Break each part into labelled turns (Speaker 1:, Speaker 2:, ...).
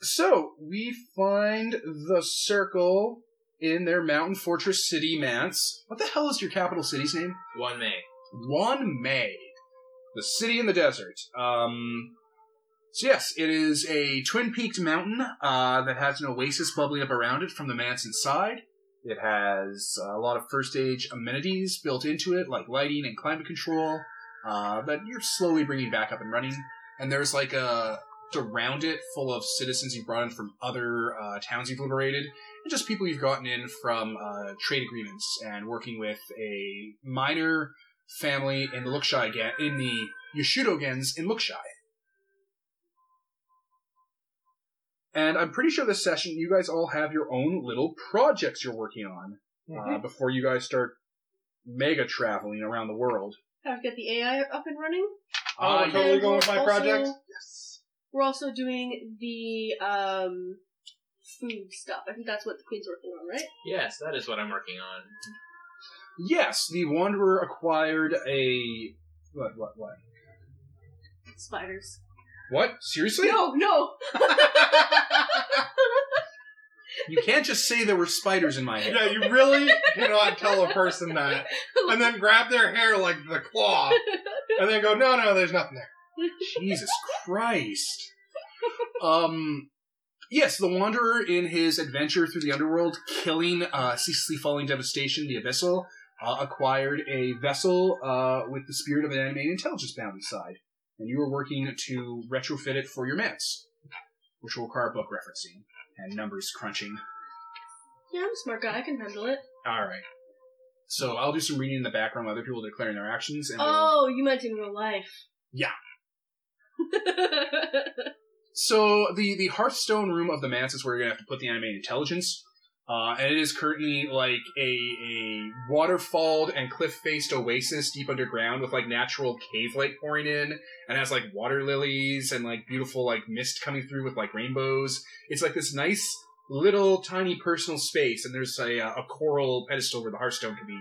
Speaker 1: So we find the circle in their mountain fortress city, Mance. What the hell is your capital city's name?
Speaker 2: One May.
Speaker 1: One May, the city in the desert. Um, so yes, it is a twin peaked mountain uh, that has an oasis bubbling up around it from the Manson side. It has a lot of first age amenities built into it, like lighting and climate control, uh, that you're slowly bringing back up and running. And there's like a around it full of citizens you've brought in from other uh, towns you've liberated, and just people you've gotten in from uh, trade agreements and working with a minor family in the Lukshai ga- in the Yoshudo Gens in Lukshai. And I'm pretty sure this session you guys all have your own little projects you're working on uh, before you guys start mega traveling around the world.
Speaker 3: I've got the AI up and running.
Speaker 2: Oh,
Speaker 1: Uh,
Speaker 2: Where are we
Speaker 3: And
Speaker 2: going
Speaker 3: we're
Speaker 2: with my project?
Speaker 3: also- We're also doing the um, food stuff. I think that's what the queen's working on, right?
Speaker 2: Yes, that is what I'm working on.
Speaker 1: yes, the Wanderer acquired a what what what
Speaker 3: Spiders.
Speaker 1: What? Seriously?
Speaker 3: No, no.
Speaker 1: You can't just say there were spiders in my hair.
Speaker 4: Yeah, you really cannot tell a person that. And then grab their hair like the claw. And then go, no, no, there's nothing there.
Speaker 1: Jesus Christ. Um Yes, the Wanderer in his adventure through the underworld, killing uh, ceaselessly falling devastation, the Abyssal, uh, acquired a vessel uh, with the spirit of an animated intelligence bound inside, and you were working to retrofit it for your mats, which will require book referencing and numbers crunching.
Speaker 3: yeah, I'm a smart guy. I can handle it.
Speaker 1: All right. So I'll do some reading in the background while other people are declaring their actions, and we'll-
Speaker 3: Oh, you meant in real life.
Speaker 1: Yeah. So the the Hearthstone room of the manse is where you're gonna have to put the animated intelligence, uh, and it is currently like a a waterfalled and cliff faced oasis deep underground with like natural cave light pouring in, and has like water lilies and like beautiful like mist coming through with like rainbows. It's like this nice little tiny personal space, and there's a uh, a coral pedestal where the Hearthstone can be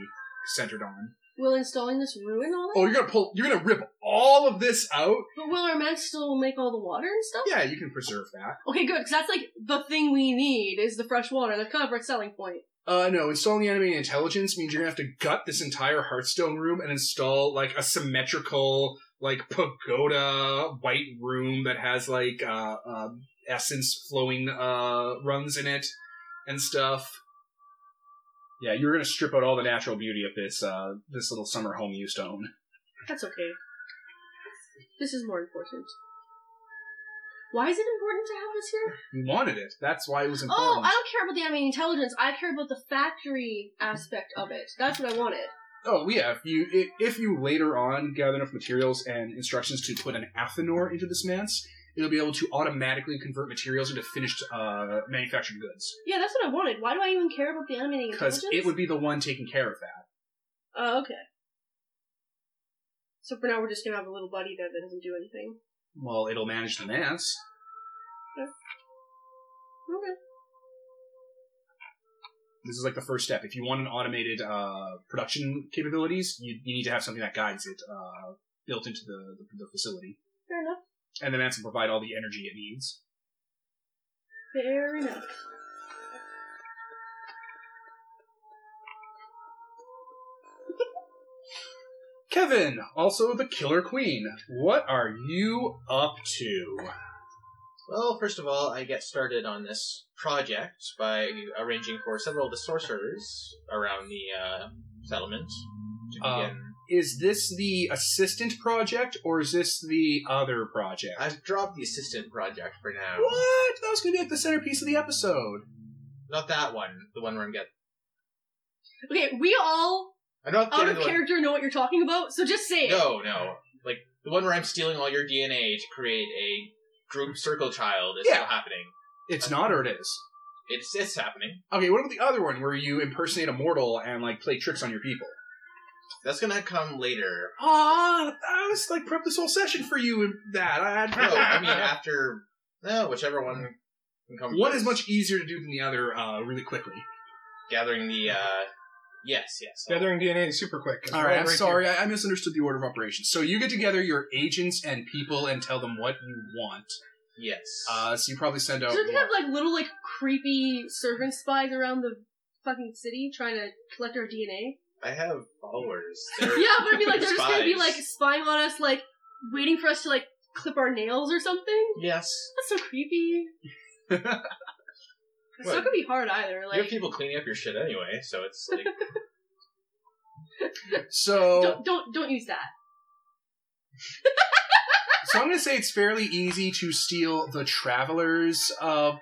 Speaker 1: centered on.
Speaker 3: will installing this ruin all that?
Speaker 1: Oh, you're gonna pull, you're gonna rip all of this out.
Speaker 3: But will our man still make all the water and stuff?
Speaker 1: Yeah, you can preserve that.
Speaker 3: Okay, good, because that's like the thing we need is the fresh water. That's kind of our selling point.
Speaker 1: Uh, no, installing the animated intelligence means you're gonna have to gut this entire Hearthstone room and install, like, a symmetrical, like, pagoda white room that has, like, uh, uh essence flowing, uh, runs in it and stuff. Yeah, you're gonna strip out all the natural beauty of this, uh, this little summer home you used to own.
Speaker 3: That's okay. This is more important. Why is it important to have this here?
Speaker 1: You wanted it. That's why it was
Speaker 3: Oh,
Speaker 1: important.
Speaker 3: I don't care about the I mean intelligence. I care about the factory aspect of it. That's what I wanted.
Speaker 1: Oh yeah, if you i- if you later on gather enough materials and instructions to put an Athanor into this manse, it'll be able to automatically convert materials into finished uh, manufactured goods
Speaker 3: Yeah, that's what I wanted. Why do I even care about the animating
Speaker 1: because
Speaker 3: intelligence?
Speaker 1: it would be the one taking care of that.
Speaker 3: Oh, okay. So for now, we're just gonna have a little buddy there that doesn't do anything.
Speaker 1: Well, it'll manage the manse.
Speaker 3: Okay.
Speaker 1: This is like the first step. If you want an automated uh, production capabilities, you, you need to have something that guides it uh, built into the, the, the facility,
Speaker 3: Fair enough.
Speaker 1: and the manse will provide all the energy it needs.
Speaker 3: Fair enough.
Speaker 1: Kevin, also the Killer Queen, what are you up to?
Speaker 2: Well, first of all, I get started on this project by arranging for several of the sorcerers around the uh, settlement to
Speaker 1: Um,
Speaker 2: begin.
Speaker 1: is this the assistant project or is this the other project?
Speaker 2: I've dropped the assistant project for now.
Speaker 1: what? That was gonna be like the centerpiece of the episode.
Speaker 2: Not that one. The one where I'm getting.
Speaker 3: Okay, we all
Speaker 2: I don't
Speaker 1: Oh,
Speaker 3: out
Speaker 2: think
Speaker 3: of
Speaker 2: the one-
Speaker 3: character know what you're talking about, so just say it.
Speaker 2: No, no. Like the one where I'm stealing all your DNA to create a group circle child is
Speaker 1: Yeah.
Speaker 2: still happening.
Speaker 1: It's not, or it is.
Speaker 2: It's it's happening.
Speaker 1: Okay, what about the other one where you impersonate a mortal and like play tricks on your people?
Speaker 2: That's gonna come later.
Speaker 1: Ah, I was like prep this whole session for you and that. I had
Speaker 2: No, I mean after. No, whichever one can come.
Speaker 1: one
Speaker 2: first.
Speaker 1: is much easier to do than the other, uh, really quickly.
Speaker 2: gathering the. uh... Yes, yes.
Speaker 4: Gathering DNA is super quick. It's
Speaker 1: All right, I'm
Speaker 4: here.
Speaker 1: sorry, I, I misunderstood the order of operations. So you get together your agents and people and tell them what you want.
Speaker 2: Yes.
Speaker 1: Uh, so you probably send out.
Speaker 3: Don't they
Speaker 1: more.
Speaker 3: have like little like creepy servant spies around the fucking city trying to collect our DNA?
Speaker 2: I have followers.
Speaker 3: Yeah,
Speaker 2: They're-
Speaker 3: but I mean like they're just gonna be
Speaker 2: Spies.
Speaker 3: like spying on us, like waiting for us to like clip our nails or something.
Speaker 2: Yes.
Speaker 3: That's so creepy. It's
Speaker 2: Well,
Speaker 3: not gonna be hard either.
Speaker 2: you have
Speaker 3: Like
Speaker 2: people cleaning up your shit anyway, so it's like
Speaker 1: So,
Speaker 3: don't don't don't use that.
Speaker 1: so I'm gonna say it's fairly easy to steal the traveler's uh,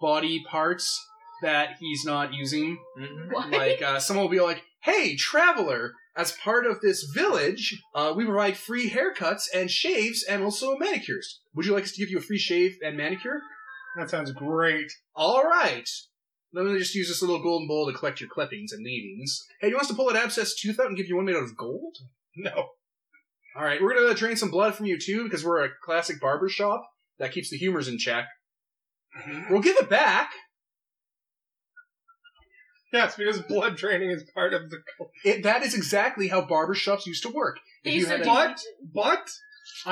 Speaker 1: body parts that he's not using.
Speaker 2: mhm.
Speaker 3: Why?
Speaker 1: like uh, someone will be like, "Hey, traveler, as part of this village, uh, we provide free haircuts and shaves, and also manicures. Would you like us to give you a free shave and manicure?"
Speaker 4: That sounds great.
Speaker 1: All right. Then they just use this little golden bowl to collect your clippings and leavings. Hey, you want us to pull that abscess tooth out and give you one made out of gold?
Speaker 4: No.
Speaker 1: All right, we're gonna uh, drain some blood from you too, because we're a classic barber shop that keeps the humors in check.
Speaker 4: Mm-hmm.
Speaker 1: We'll give it back.
Speaker 4: Yes, because blood training is part of the.
Speaker 1: It, that is exactly how barber shops used to work. If
Speaker 3: They
Speaker 1: you
Speaker 3: used to
Speaker 1: had
Speaker 3: do
Speaker 1: a-
Speaker 4: What? But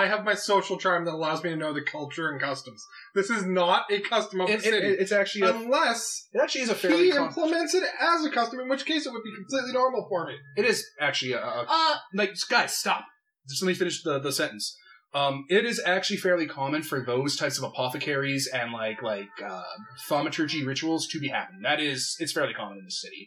Speaker 4: I have my social charm that allows me to know the culture and customs. This is not a custom of
Speaker 1: it-
Speaker 4: the city.
Speaker 1: it- it's actually a,
Speaker 4: Unless
Speaker 1: it actually is a fairly
Speaker 4: he
Speaker 1: com-
Speaker 4: implements it as a custom, in which case it would be completely normal for me.
Speaker 1: It is actually a, a
Speaker 3: Uh,
Speaker 1: like guys stop. Just let me finish the, the sentence. Um, it is actually fairly common for those types of apothecaries and like like uh, thaumaturgy rituals to be happening. That is, it's fairly common in the city.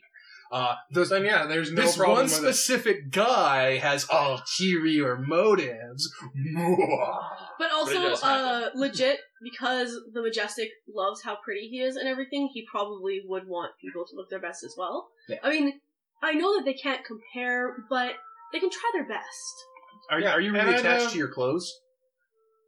Speaker 1: Uh, those,
Speaker 4: Then yeah, there's no
Speaker 1: this
Speaker 4: problem
Speaker 1: one
Speaker 4: with it.
Speaker 1: specific guy has ulterior motives. Mwah.
Speaker 3: but also,
Speaker 2: But it does
Speaker 3: uh,
Speaker 2: happen.
Speaker 3: legit because the majestic loves how pretty he is and everything. He probably would want people to look their best as well.
Speaker 1: Yeah.
Speaker 3: I mean, I know that they can't compare, but they can try their best.
Speaker 1: Are,
Speaker 4: Yeah,
Speaker 1: are you
Speaker 4: and
Speaker 1: really
Speaker 4: I
Speaker 1: attached
Speaker 4: know-
Speaker 1: to your clothes?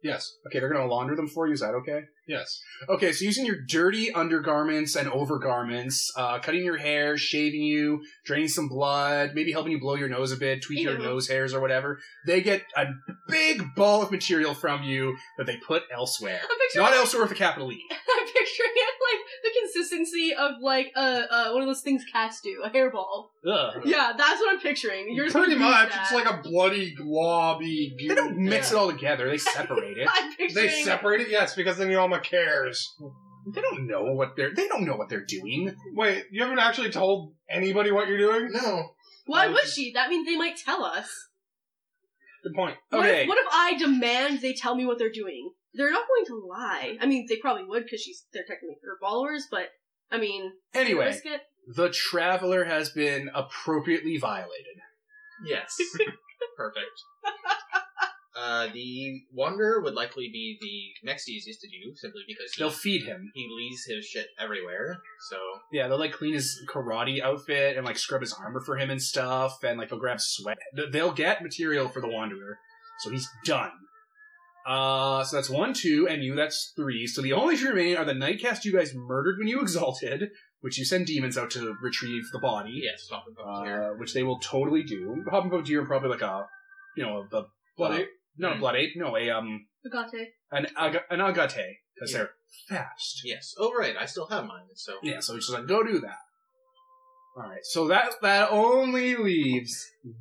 Speaker 4: Yes,
Speaker 1: Okay, they're gonna launder them for you. Is that okay?
Speaker 4: yes.
Speaker 1: Okay, so using your dirty undergarments and overgarments, uh, cutting your hair, shaving you, draining some blood, maybe helping you blow your nose a bit, tweak your
Speaker 3: Ew.
Speaker 1: nose hairs or whatever, they get a big ball of material from you that they put elsewhere.
Speaker 3: I'm picturing,
Speaker 1: Not elsewhere with a capital E.
Speaker 3: I'm picturing it like the consistency of like uh, uh, one of those things cats do, a hairball.
Speaker 1: Ugh.
Speaker 3: Yeah, that's what I'm picturing. You're just
Speaker 4: Pretty
Speaker 3: gonna use
Speaker 4: much,
Speaker 3: that.
Speaker 4: it's like a bloody globby.
Speaker 1: They don't mix
Speaker 3: Yeah.
Speaker 1: it all together, they separate it.
Speaker 3: I'm picturing.
Speaker 4: They separate it, yes, because then Yoma cares.
Speaker 1: They don't know what they're they don't know what they're doing.
Speaker 4: Wait, you haven't actually told anybody what you're doing?
Speaker 2: no.
Speaker 3: Why would she? That means they might tell us.
Speaker 4: Good point.
Speaker 3: What,
Speaker 1: Okay.
Speaker 3: if, what if I demand they tell me what they're doing? They're not going to lie. I mean, they probably would because she's they're technically her followers, but I mean,
Speaker 1: Anyway,
Speaker 3: risk it.
Speaker 1: the traveler has been appropriately violated.
Speaker 2: Yes. Perfect. Uh, the wanderer would likely be the next easiest to do, simply because he,
Speaker 1: They'll feed him.
Speaker 2: he leaves his shit everywhere. So
Speaker 1: Yeah, they'll like clean his karate outfit and like scrub his armor for him and stuff, and like they'll grab sweat. th- They'll get material for the Wanderer, so he's done. Uh, so that's one, two, and you, that's three. So the only two remaining are the Nightcast you guys murdered when you exalted, which you send demons out to retrieve the body,
Speaker 2: yes, stop and fuck here.
Speaker 1: uh, which they will totally do. Hoppenpop deer and probably like a, you know, a, a
Speaker 4: Bloody.
Speaker 1: uh, not a
Speaker 2: Mm.
Speaker 1: blood ape, no, a um,
Speaker 3: Agate.
Speaker 1: an aga, an agate, because
Speaker 2: Yeah.
Speaker 1: they're fast.
Speaker 2: Yes. Oh right, I still have mine. So
Speaker 1: Yeah, so he's just like, go do that. Alright, so that that only leaves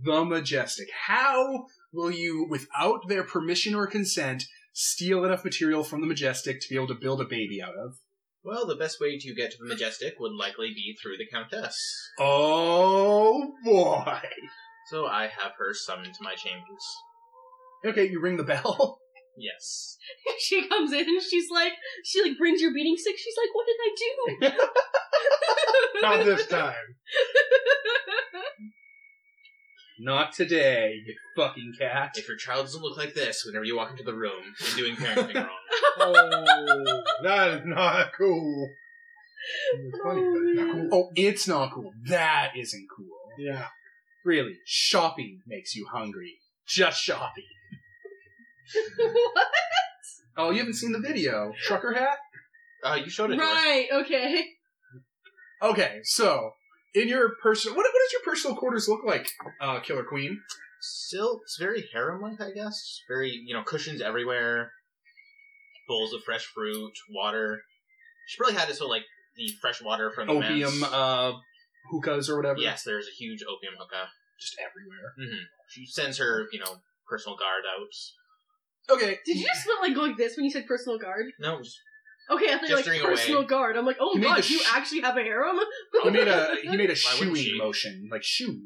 Speaker 1: the Majestic. How will you, without their permission or consent, steal enough material from the Majestic to be able to build a baby out of?
Speaker 2: well, the best way to get to the majestic would likely be through the countess.
Speaker 1: Oh boy.
Speaker 2: So I have her summoned to my chambers.
Speaker 1: Okay, you ring the bell.
Speaker 2: Yes.
Speaker 3: she comes in and she's like, she like brings your beating stick. She's like, what did I
Speaker 4: Not
Speaker 3: do?
Speaker 4: this time.
Speaker 1: Not today, you fucking cat.
Speaker 2: If your child doesn't look like this whenever you walk into the room, you're doing parenting wrong.
Speaker 4: Oh, that is not cool. It's funny, but it's not cool.
Speaker 1: Oh, it's not cool. That isn't cool.
Speaker 4: Yeah.
Speaker 1: Really, shopping makes you hungry. Just shopping.
Speaker 3: What?
Speaker 1: Oh, you haven't seen the video. Trucker hat?
Speaker 2: Uh, you showed it to us.
Speaker 3: right? Okay.
Speaker 1: Okay, so in your personal, what, what does your personal quarters look like, uh, Killer Queen?
Speaker 2: Still, it's very harem-like, I guess. Very, you know, cushions everywhere, bowls of fresh fruit, water. She probably had this whole like the fresh water from the
Speaker 1: Opium,
Speaker 2: man's-
Speaker 1: uh, hookahs or whatever.
Speaker 2: yes, there's a huge opium Mm-hmm. hookah.
Speaker 1: just everywhere.
Speaker 2: She sends her, you know, personal guard out.
Speaker 1: Okay.
Speaker 3: Did you just like going this when you said personal guard?
Speaker 2: No, just,
Speaker 3: Okay, I thought you were,
Speaker 2: Gesturing
Speaker 3: like personal
Speaker 2: away.
Speaker 3: guard. I'm like, oh
Speaker 1: He made
Speaker 3: god,
Speaker 1: the
Speaker 3: you
Speaker 1: sh- uh,
Speaker 3: actually have a harem?
Speaker 1: He made a he made a
Speaker 2: wouldn't
Speaker 1: shooing
Speaker 2: she?
Speaker 1: motion, like shoo.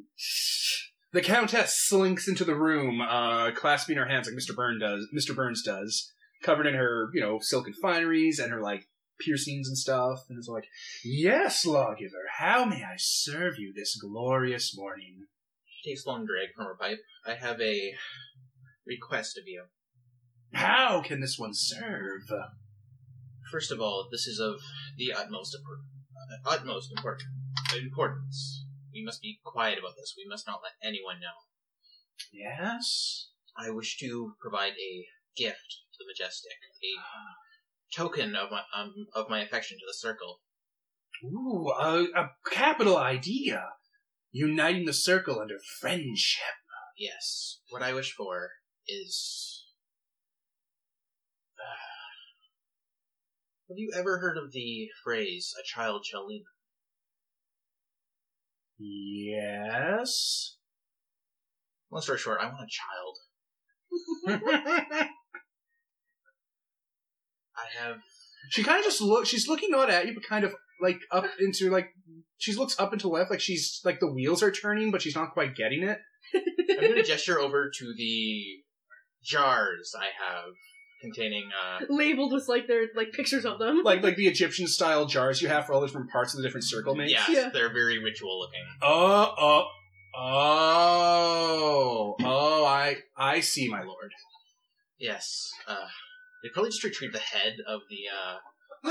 Speaker 1: The countess slinks into the room, uh, clasping her hands like Mr. Burns does. Mr. Burns does, covered in her you know silken fineries and her like piercings and stuff, and is like, "Yes, lawgiver, how may I serve you this glorious morning?"
Speaker 2: takes a long drag from her pipe. I have a request of you.
Speaker 1: How can this one serve?
Speaker 2: First of all, this is of the utmost impor- uh, utmost import- importance. We must be quiet about this. We must not let anyone know.
Speaker 1: Yes.
Speaker 2: I wish to provide a gift to the majestic, a token of my um, of my affection to the circle.
Speaker 1: Ooh, a, a capital idea. Uniting the circle under friendship.
Speaker 2: Yes, what I wish for is. Have you ever heard of the phrase "a child shall lead"?
Speaker 1: Yes.
Speaker 2: Long story short, I want a child. I have
Speaker 1: She kind of just look. She's looking not at you, but kind of like up into like. She looks up and to left, like she's like the wheels are turning, but she's not quite getting it.
Speaker 2: I'm going to gesture over to the jars I have containing. Uh,
Speaker 3: Labeled with like their like pictures of them.
Speaker 1: Like like the Egyptian style jars you have for all the different parts of the different circle mates.
Speaker 2: yes,
Speaker 3: Yeah.
Speaker 2: they're very ritual looking.
Speaker 1: Oh oh oh oh! I I see, my lord.
Speaker 2: Yes, uh, they probably just retrieved the head of the. uh,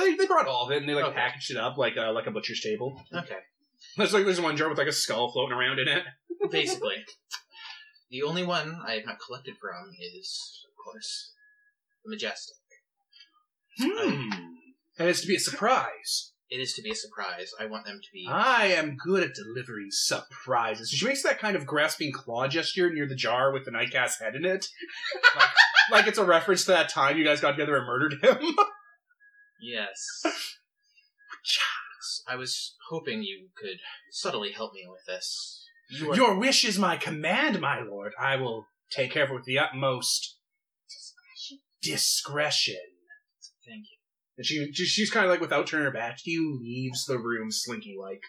Speaker 1: They, they brought all of it and they like
Speaker 2: Okay.
Speaker 1: packaged it up like uh, like a butcher's table.
Speaker 2: Uh, okay,
Speaker 1: There's like there's one jar with like a skull floating around in it.
Speaker 2: basically, the only one I have not collected from is, of course, the majestic.
Speaker 1: Hmm. And it's to be a surprise.
Speaker 2: It is to be a surprise. I want them to be.
Speaker 1: I am good at delivering surprises. She makes that kind of grasping claw gesture near the jar with the nightcast head in it. Like, like it's a reference to that time you guys got together and murdered him.
Speaker 2: Yes. I was hoping you could subtly help me with this. You are
Speaker 1: Your wish is my command, my lord. I will take care of it with the utmost discretion.
Speaker 2: Thank
Speaker 1: you. And she, she- she's kind of like, without turning her back to you, leaves the room slinky like.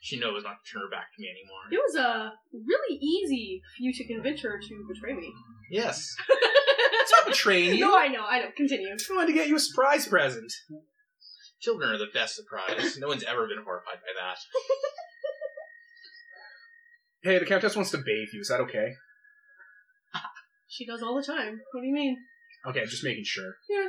Speaker 2: She knows not to turn her back to me anymore.
Speaker 3: It was uh, really easy for you to convince her to betray me.
Speaker 2: Yes.
Speaker 1: It's not betraying you.
Speaker 3: no, I know, I know. Continue.
Speaker 1: I just wanted to get you a surprise present.
Speaker 2: Children are the best surprise. No one's ever been horrified by that.
Speaker 1: Hey, the countess wants to bathe you. Is that okay?
Speaker 3: She does all the time. What do you mean?
Speaker 1: Okay, just making sure.
Speaker 3: Yeah.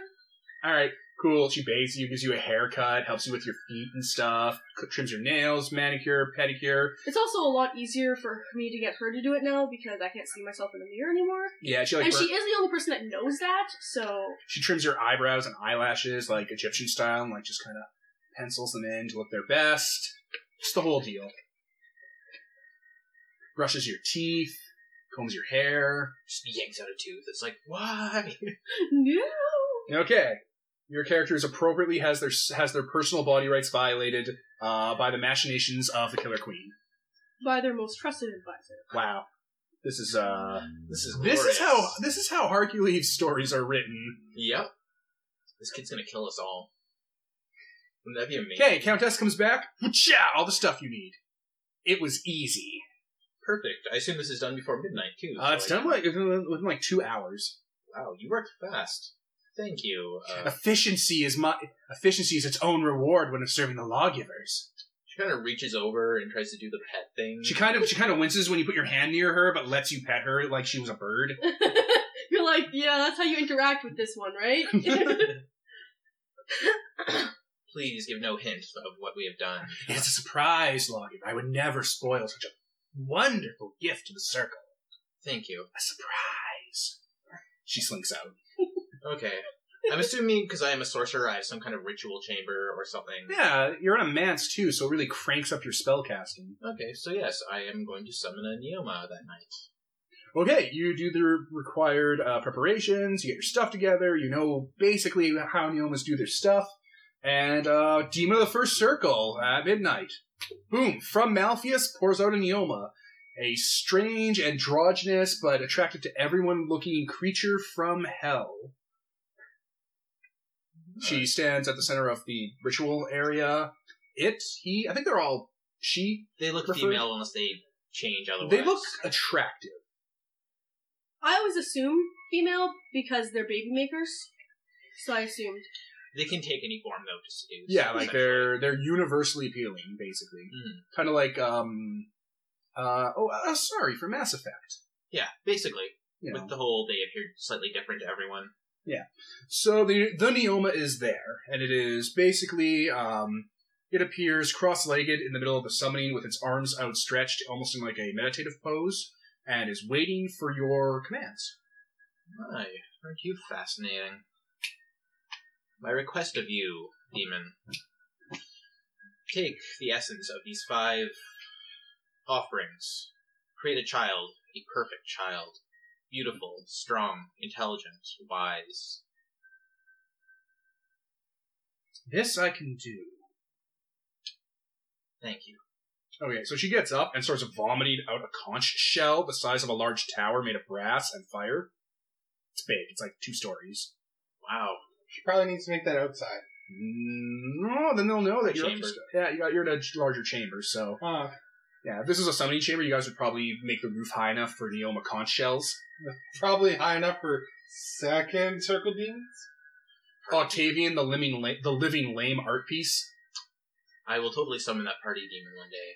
Speaker 1: All right, cool. She bathes you, gives you a haircut, helps you with your feet and stuff, c- trims your nails, manicure, pedicure.
Speaker 3: It's also a lot easier for me to get her to do it now because I can't see myself in the mirror anymore.
Speaker 1: Yeah, she like
Speaker 3: and
Speaker 1: bur-
Speaker 3: she
Speaker 1: she-,
Speaker 3: is the only person that knows that, so
Speaker 1: trims your eyebrows and eyelashes like Egyptian style, and like just kind of pencils them in to look their best. Just the whole deal. Brushes your teeth, combs your hair.
Speaker 2: Just yanks out a tooth. It's like, why?
Speaker 3: no.
Speaker 1: Okay. Your character is appropriately has their s- has their personal body rights violated uh, by the machinations of the Killer Queen.
Speaker 3: By their most trusted advisor.
Speaker 1: Wow. This is uh
Speaker 2: This is
Speaker 1: This is
Speaker 2: glorious.
Speaker 1: how this is how Hercules stories are written.
Speaker 2: Yep. This kid's gonna kill us all. Wouldn't that be amazing?
Speaker 1: Okay, Countess comes back. Cha! All the stuff you need. It was easy.
Speaker 2: Perfect. I assume this is done before midnight too.
Speaker 1: Uh, it's
Speaker 2: so,
Speaker 1: done like within, within like two hours.
Speaker 2: Wow, you worked fast. Thank you. Uh,
Speaker 1: Efficiency is my efficiency is its own reward when it's serving the lawgivers.
Speaker 2: she kind of reaches over and tries to do the pet thing.
Speaker 1: She kind of she kind of winces when you put your hand near her, but lets you pet her like she was a bird.
Speaker 3: You're like, yeah, that's how you interact with this one, right?
Speaker 2: Please give no hint of what we have done.
Speaker 1: It's a surprise, lawgiver. I would never spoil such a wonderful gift to the circle.
Speaker 2: Thank you.
Speaker 1: A surprise. She slinks out.
Speaker 2: Okay. I'm assuming because I am a sorcerer, I have some kind of ritual chamber or something.
Speaker 1: Yeah, you're on a manse too, so it really cranks up your spell casting.
Speaker 2: Okay, so yes, I am going to summon a Neoma that night.
Speaker 1: Okay, you do the required uh, preparations, you get your stuff together, you know basically how Neomas do their stuff, and uh, Demon of the First Circle at midnight. Boom, from Malpheus pours out a Neoma, a strange, androgynous, but attractive to everyone looking creature from hell. She stands at the center of the ritual area. It, he, I think they're all she.
Speaker 2: They look
Speaker 1: Prefer-
Speaker 2: female unless they change otherwise.
Speaker 1: They look attractive.
Speaker 3: I always assume female because they're baby makers, so I assumed.
Speaker 2: They can take any form though to seduce.
Speaker 1: Yeah, Hmm. like
Speaker 2: essentially.
Speaker 1: they're they're universally appealing, basically.
Speaker 2: Mm.
Speaker 1: Kind of like um, uh oh, uh, sorry for Mass Effect.
Speaker 2: Yeah, basically.
Speaker 1: You know.
Speaker 2: With the whole they appear slightly different to everyone.
Speaker 1: So the the Neoma is there, and it is basically um, it appears cross-legged in the middle of a summoning with its arms outstretched, almost in like a meditative pose, and is waiting for your commands.
Speaker 2: My, aren't you fascinating? My request of you, demon. Take the essence of these five offerings. Create a child, a perfect child. Beautiful, strong, intelligent, wise.
Speaker 1: This I can do.
Speaker 2: Thank you.
Speaker 1: Okay, so she gets up and starts vomiting out a conch shell the size of a large tower made of brass and fire. It's big. It's like two stories.
Speaker 2: Wow.
Speaker 4: She probably needs to make that outside.
Speaker 1: No, then they'll know that you're
Speaker 2: Chamber.
Speaker 1: yeah, you got you're in a larger chamber, so
Speaker 4: Huh.
Speaker 1: Yeah, if this is a summoning chamber, you guys would probably make the roof high enough for Neoma conch shells.
Speaker 4: Probably high enough for second circle demons.
Speaker 1: Octavian, the living, la- the living lame art piece.
Speaker 2: I will totally summon that party demon one day.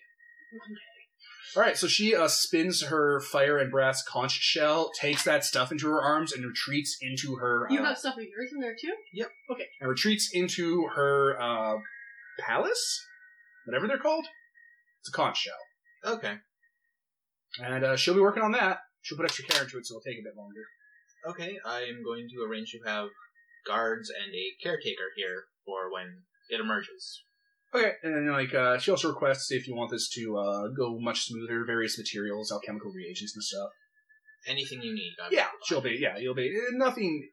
Speaker 1: All right, so she uh, spins her fire and brass conch shell, takes that stuff into her arms, and retreats into her.
Speaker 3: You
Speaker 1: uh,
Speaker 3: have stuff of yours in there too?
Speaker 1: and retreats into her uh, palace, whatever they're called. It's a conch shell,
Speaker 2: Okay.
Speaker 1: and uh, she'll be working on that. She'll put extra care into it, so it'll take a bit longer.
Speaker 2: Okay, I am going to arrange to have guards and a caretaker here for when it emerges.
Speaker 1: Okay, and then like uh, she also requests if you want this to uh, go much smoother, various materials, alchemical reagents and stuff.
Speaker 2: Anything you need. I will
Speaker 1: Yeah,
Speaker 2: provide.
Speaker 1: she'll be. Yeah, you'll be eh, nothing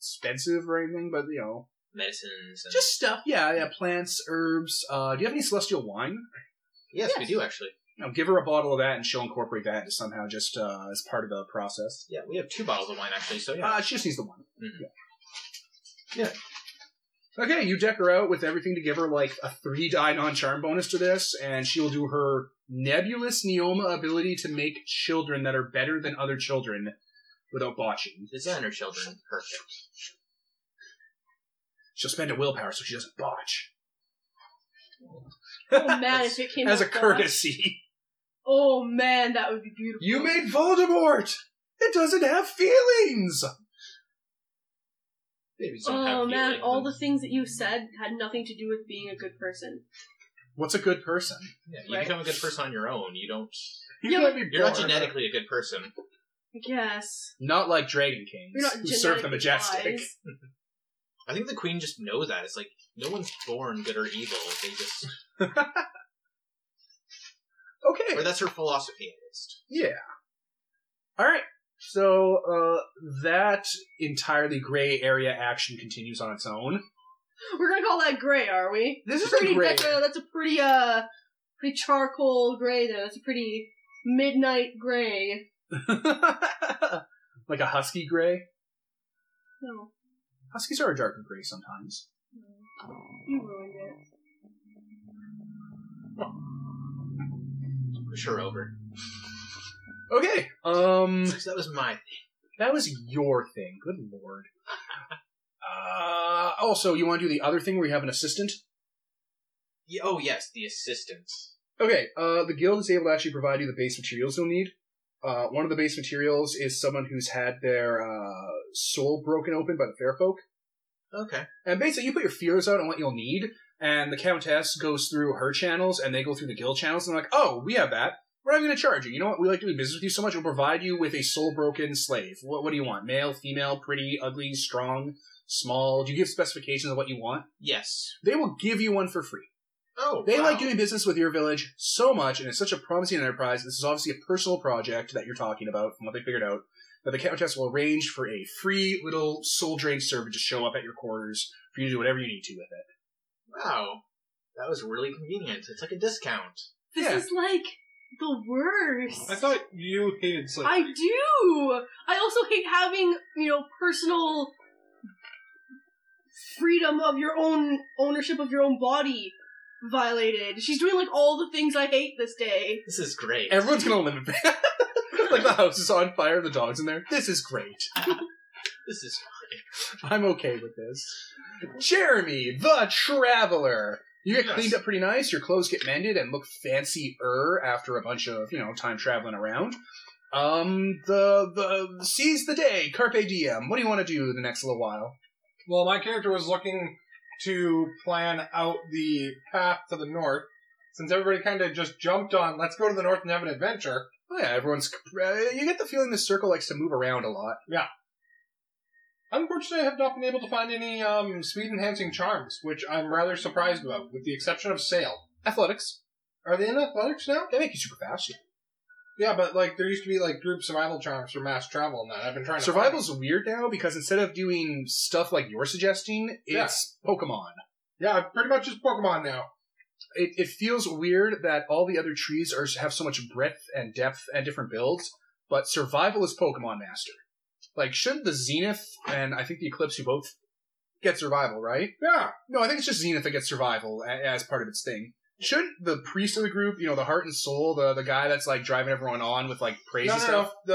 Speaker 1: expensive or anything, but you know,
Speaker 2: Medicines and.
Speaker 1: just stuff. Yeah, yeah, plants, herbs. Uh, do you have any celestial wine?
Speaker 2: yes, we
Speaker 3: Yes.
Speaker 2: do actually.
Speaker 1: Now, give her a bottle of that, and she'll incorporate that into somehow just uh, as part of the process.
Speaker 2: Yeah, we have two bottles of wine actually, so yeah.
Speaker 1: Uh, she just needs the one.
Speaker 2: Mhm.
Speaker 1: Yeah. yeah. Okay, you deck her out with everything to give her like a three die non charm bonus to this, and she'll do her nebulous neoma ability to make children that are better than other children without botching.
Speaker 2: Designer children, perfect.
Speaker 1: She'll spend a willpower so she doesn't botch.
Speaker 3: Oh man, if it came
Speaker 1: as a
Speaker 3: out that-
Speaker 1: courtesy.
Speaker 3: Oh man, that would be beautiful.
Speaker 1: You made Voldemort! It doesn't have feelings!
Speaker 2: Babies don't have
Speaker 3: Oh man,
Speaker 2: feelings.
Speaker 3: all the things that you said had nothing to do with being a good person.
Speaker 1: What's a good person?
Speaker 2: Yeah, you
Speaker 3: right.
Speaker 2: become a good person on your own. You don't.
Speaker 1: He's
Speaker 3: Yeah,
Speaker 1: gonna be
Speaker 2: You're not
Speaker 1: born.
Speaker 2: genetically a good person.
Speaker 3: I guess.
Speaker 1: Not like Dragon
Speaker 3: You're
Speaker 1: Kings,
Speaker 3: not
Speaker 1: who serve the
Speaker 3: genetically
Speaker 1: majestic.
Speaker 3: wise.
Speaker 2: I think the queen just knows that. It's like no one's born good or evil. They just, or
Speaker 1: Okay,
Speaker 2: that's her philosophy at least.
Speaker 1: yeah. Alright, so uh, that entirely gray area action continues on its own.
Speaker 3: We're gonna call that gray, are we?
Speaker 1: This is
Speaker 3: pretty
Speaker 1: gray.
Speaker 3: deco- that's a pretty uh pretty charcoal gray there. That's a pretty midnight gray.
Speaker 1: like a husky gray.
Speaker 3: No.
Speaker 1: Huskies are a darker gray sometimes.
Speaker 3: You ruined it.
Speaker 2: Push her over.
Speaker 1: Okay, um.
Speaker 3: Mm.
Speaker 2: So that was my thing.
Speaker 1: That was your thing. Good lord. Uh, also, you want to do the other thing where you have an assistant?
Speaker 2: Yeah, oh yes, the assistants.
Speaker 1: Okay, uh, the guild is able to actually provide you the base materials you'll need. Uh, one of the base materials is someone who's had their uh, soul broken open by the fair folk.
Speaker 2: Okay.
Speaker 1: And basically, you put your feelers out on what you'll need, and the countess goes through her channels, and they go through the guild channels, and they're like, oh, we have that. We're not going to charge you. You know what? We like doing business with you so much. We'll provide you with a soul broken slave. What, what do you want? Male, female, pretty, ugly, strong, small? Do you give specifications of what you want?
Speaker 2: Yes.
Speaker 1: They will give you one for free.
Speaker 2: Oh,
Speaker 1: They
Speaker 2: wow.
Speaker 1: like doing business with your village so much, and it's such a promising enterprise. This is obviously a personal project that you're talking about, from what they figured out. That the Countess will arrange for a free little soul drain servant to show up at your quarters for you to do whatever you need to with it.
Speaker 2: Wow, that was really convenient. It's like a discount.
Speaker 3: This
Speaker 1: Yeah.
Speaker 3: is like the worst.
Speaker 4: I thought you hated slavery.
Speaker 3: I do. I also hate having you know personal freedom of your own ownership of your own body violated. She's doing like all the things I hate this day.
Speaker 2: This is great.
Speaker 1: Everyone's gonna live in bed. like the house is on fire, the dog's in there. This is great.
Speaker 2: This is
Speaker 1: I'm okay with this. Jeremy, the traveler. You get
Speaker 2: Yes.
Speaker 1: cleaned up pretty nice. Your clothes get mended and look fancier after a bunch of you know time traveling around. Um, the the seize the day, carpe diem. What do you want to do the next little while?
Speaker 4: Well, my character was looking to plan out the path to the north, since everybody kind of just jumped on, let's go to the north and have an adventure.
Speaker 1: Oh yeah, everyone's. Uh, you get the feeling this circle likes to move around a lot.
Speaker 4: Unfortunately, I have not been able to find any um, speed enhancing charms, which I'm rather surprised about, with the exception of sail.
Speaker 1: Athletics.
Speaker 4: Are they in athletics now?
Speaker 1: They make you super fast.
Speaker 4: Yeah, but like there used to be like group survival charms for mass travel and that. I've been trying to find them.
Speaker 1: Survival's weird now because instead of doing stuff like you're suggesting,
Speaker 4: Yeah.
Speaker 1: it's Pokemon.
Speaker 4: Yeah, pretty much just Pokemon now.
Speaker 1: it, it feels weird that all the other trees are have so much breadth and depth and different builds, but survival is Pokemon Master. Like, shouldn't the Zenith and I think the Eclipse, who both get survival, right?
Speaker 4: Yeah,
Speaker 1: No, I think it's just Zenith that gets survival a- as part of its thing. Shouldn't the priest of the group, you know, the heart and soul, the the guy that's like driving everyone on with like praise
Speaker 4: no,
Speaker 1: and
Speaker 4: no,
Speaker 1: stuff,
Speaker 4: no.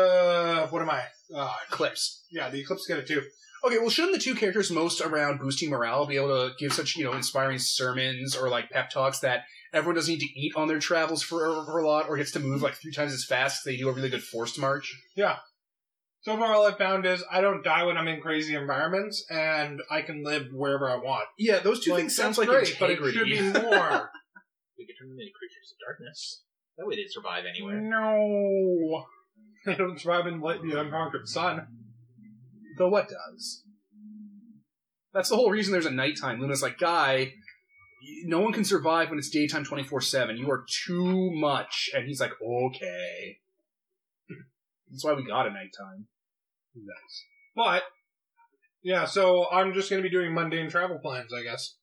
Speaker 4: The what am I? Uh,
Speaker 1: Eclipse?
Speaker 4: yeah, the Eclipse get it too.
Speaker 1: Okay, well, shouldn't the two characters most around boosting morale be able to give such, you know, inspiring sermons or like pep talks that everyone doesn't need to eat on their travels for, for a lot or gets to move like three times as fast? They do a really good forced march.
Speaker 4: So far, all I've found is I don't die when I'm in crazy environments, and I can live wherever I want.
Speaker 1: Yeah, those two
Speaker 4: Like,
Speaker 1: things sounds like
Speaker 4: that's great, but it
Speaker 1: integrity.
Speaker 4: should be more.
Speaker 2: We could turn them into creatures of darkness. That way they'd survive anywhere.
Speaker 1: Mm.
Speaker 4: no, I don't survive in light the unconquered sun.
Speaker 1: Though what does? That's the whole reason there's a nighttime. Luna's like, guy, no one can survive when it's daytime 24 7. You are too much. And he's like, okay. That's why we got a nighttime.
Speaker 4: But yeah, so I'm just going to be doing mundane travel plans, I guess.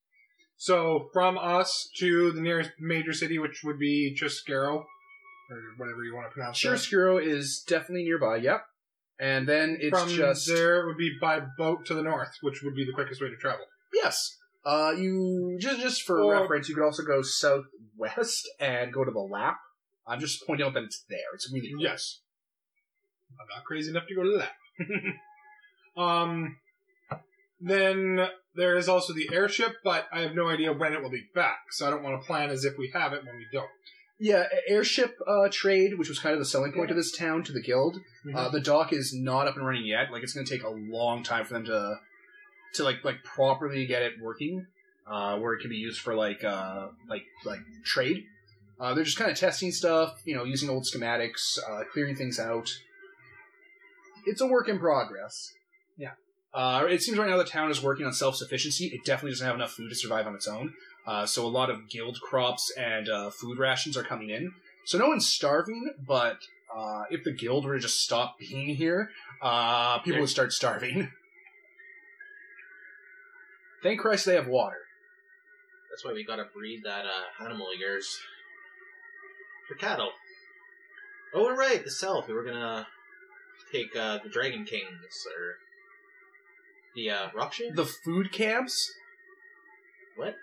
Speaker 4: So from us to the nearest major city, which would be Chiscaro, or whatever you want to pronounce. that.
Speaker 1: Chiaroscuro is definitely nearby, yep. And then it's
Speaker 4: from
Speaker 1: just
Speaker 4: there it would be by boat to the north, which would be the quickest way to travel.
Speaker 1: yes. Uh, you just just for
Speaker 4: Or-
Speaker 1: reference, you could also go southwest and go to the lap. I'm just pointing out that it's there. It's really close.
Speaker 4: Yes. I'm not crazy enough to go to that. um, then there is also the airship, but I have no idea when it will be back, so I don't want to plan as if we have it when we don't.
Speaker 1: Yeah, a- airship uh, trade, which was kind of the selling point of this town to the guild.
Speaker 4: Mm-hmm.
Speaker 1: Uh, the dock is not up and running yet. Like it's going to take a long time for them to to like like properly get it working, uh, where it can be used for like uh, like like trade. Uh, they're just kind of testing stuff, you know, using old schematics, uh, clearing things out. It's a work in progress.
Speaker 4: Yeah.
Speaker 1: Uh, it seems right now the town is working on self sufficiency. It definitely doesn't have enough food to survive on its own. Uh, so a lot of guild crops and uh, food rations are coming in. So no one's starving, but uh, if the guild were to just stop being here, uh, people would start starving. Thank Christ they have water.
Speaker 2: That's why we gotta breed that uh, animal of yours. For cattle. Oh, we're right, the self. We were gonna take uh, the Dragon Kings, or the uh, Rockshire?
Speaker 1: The food camps.
Speaker 2: What?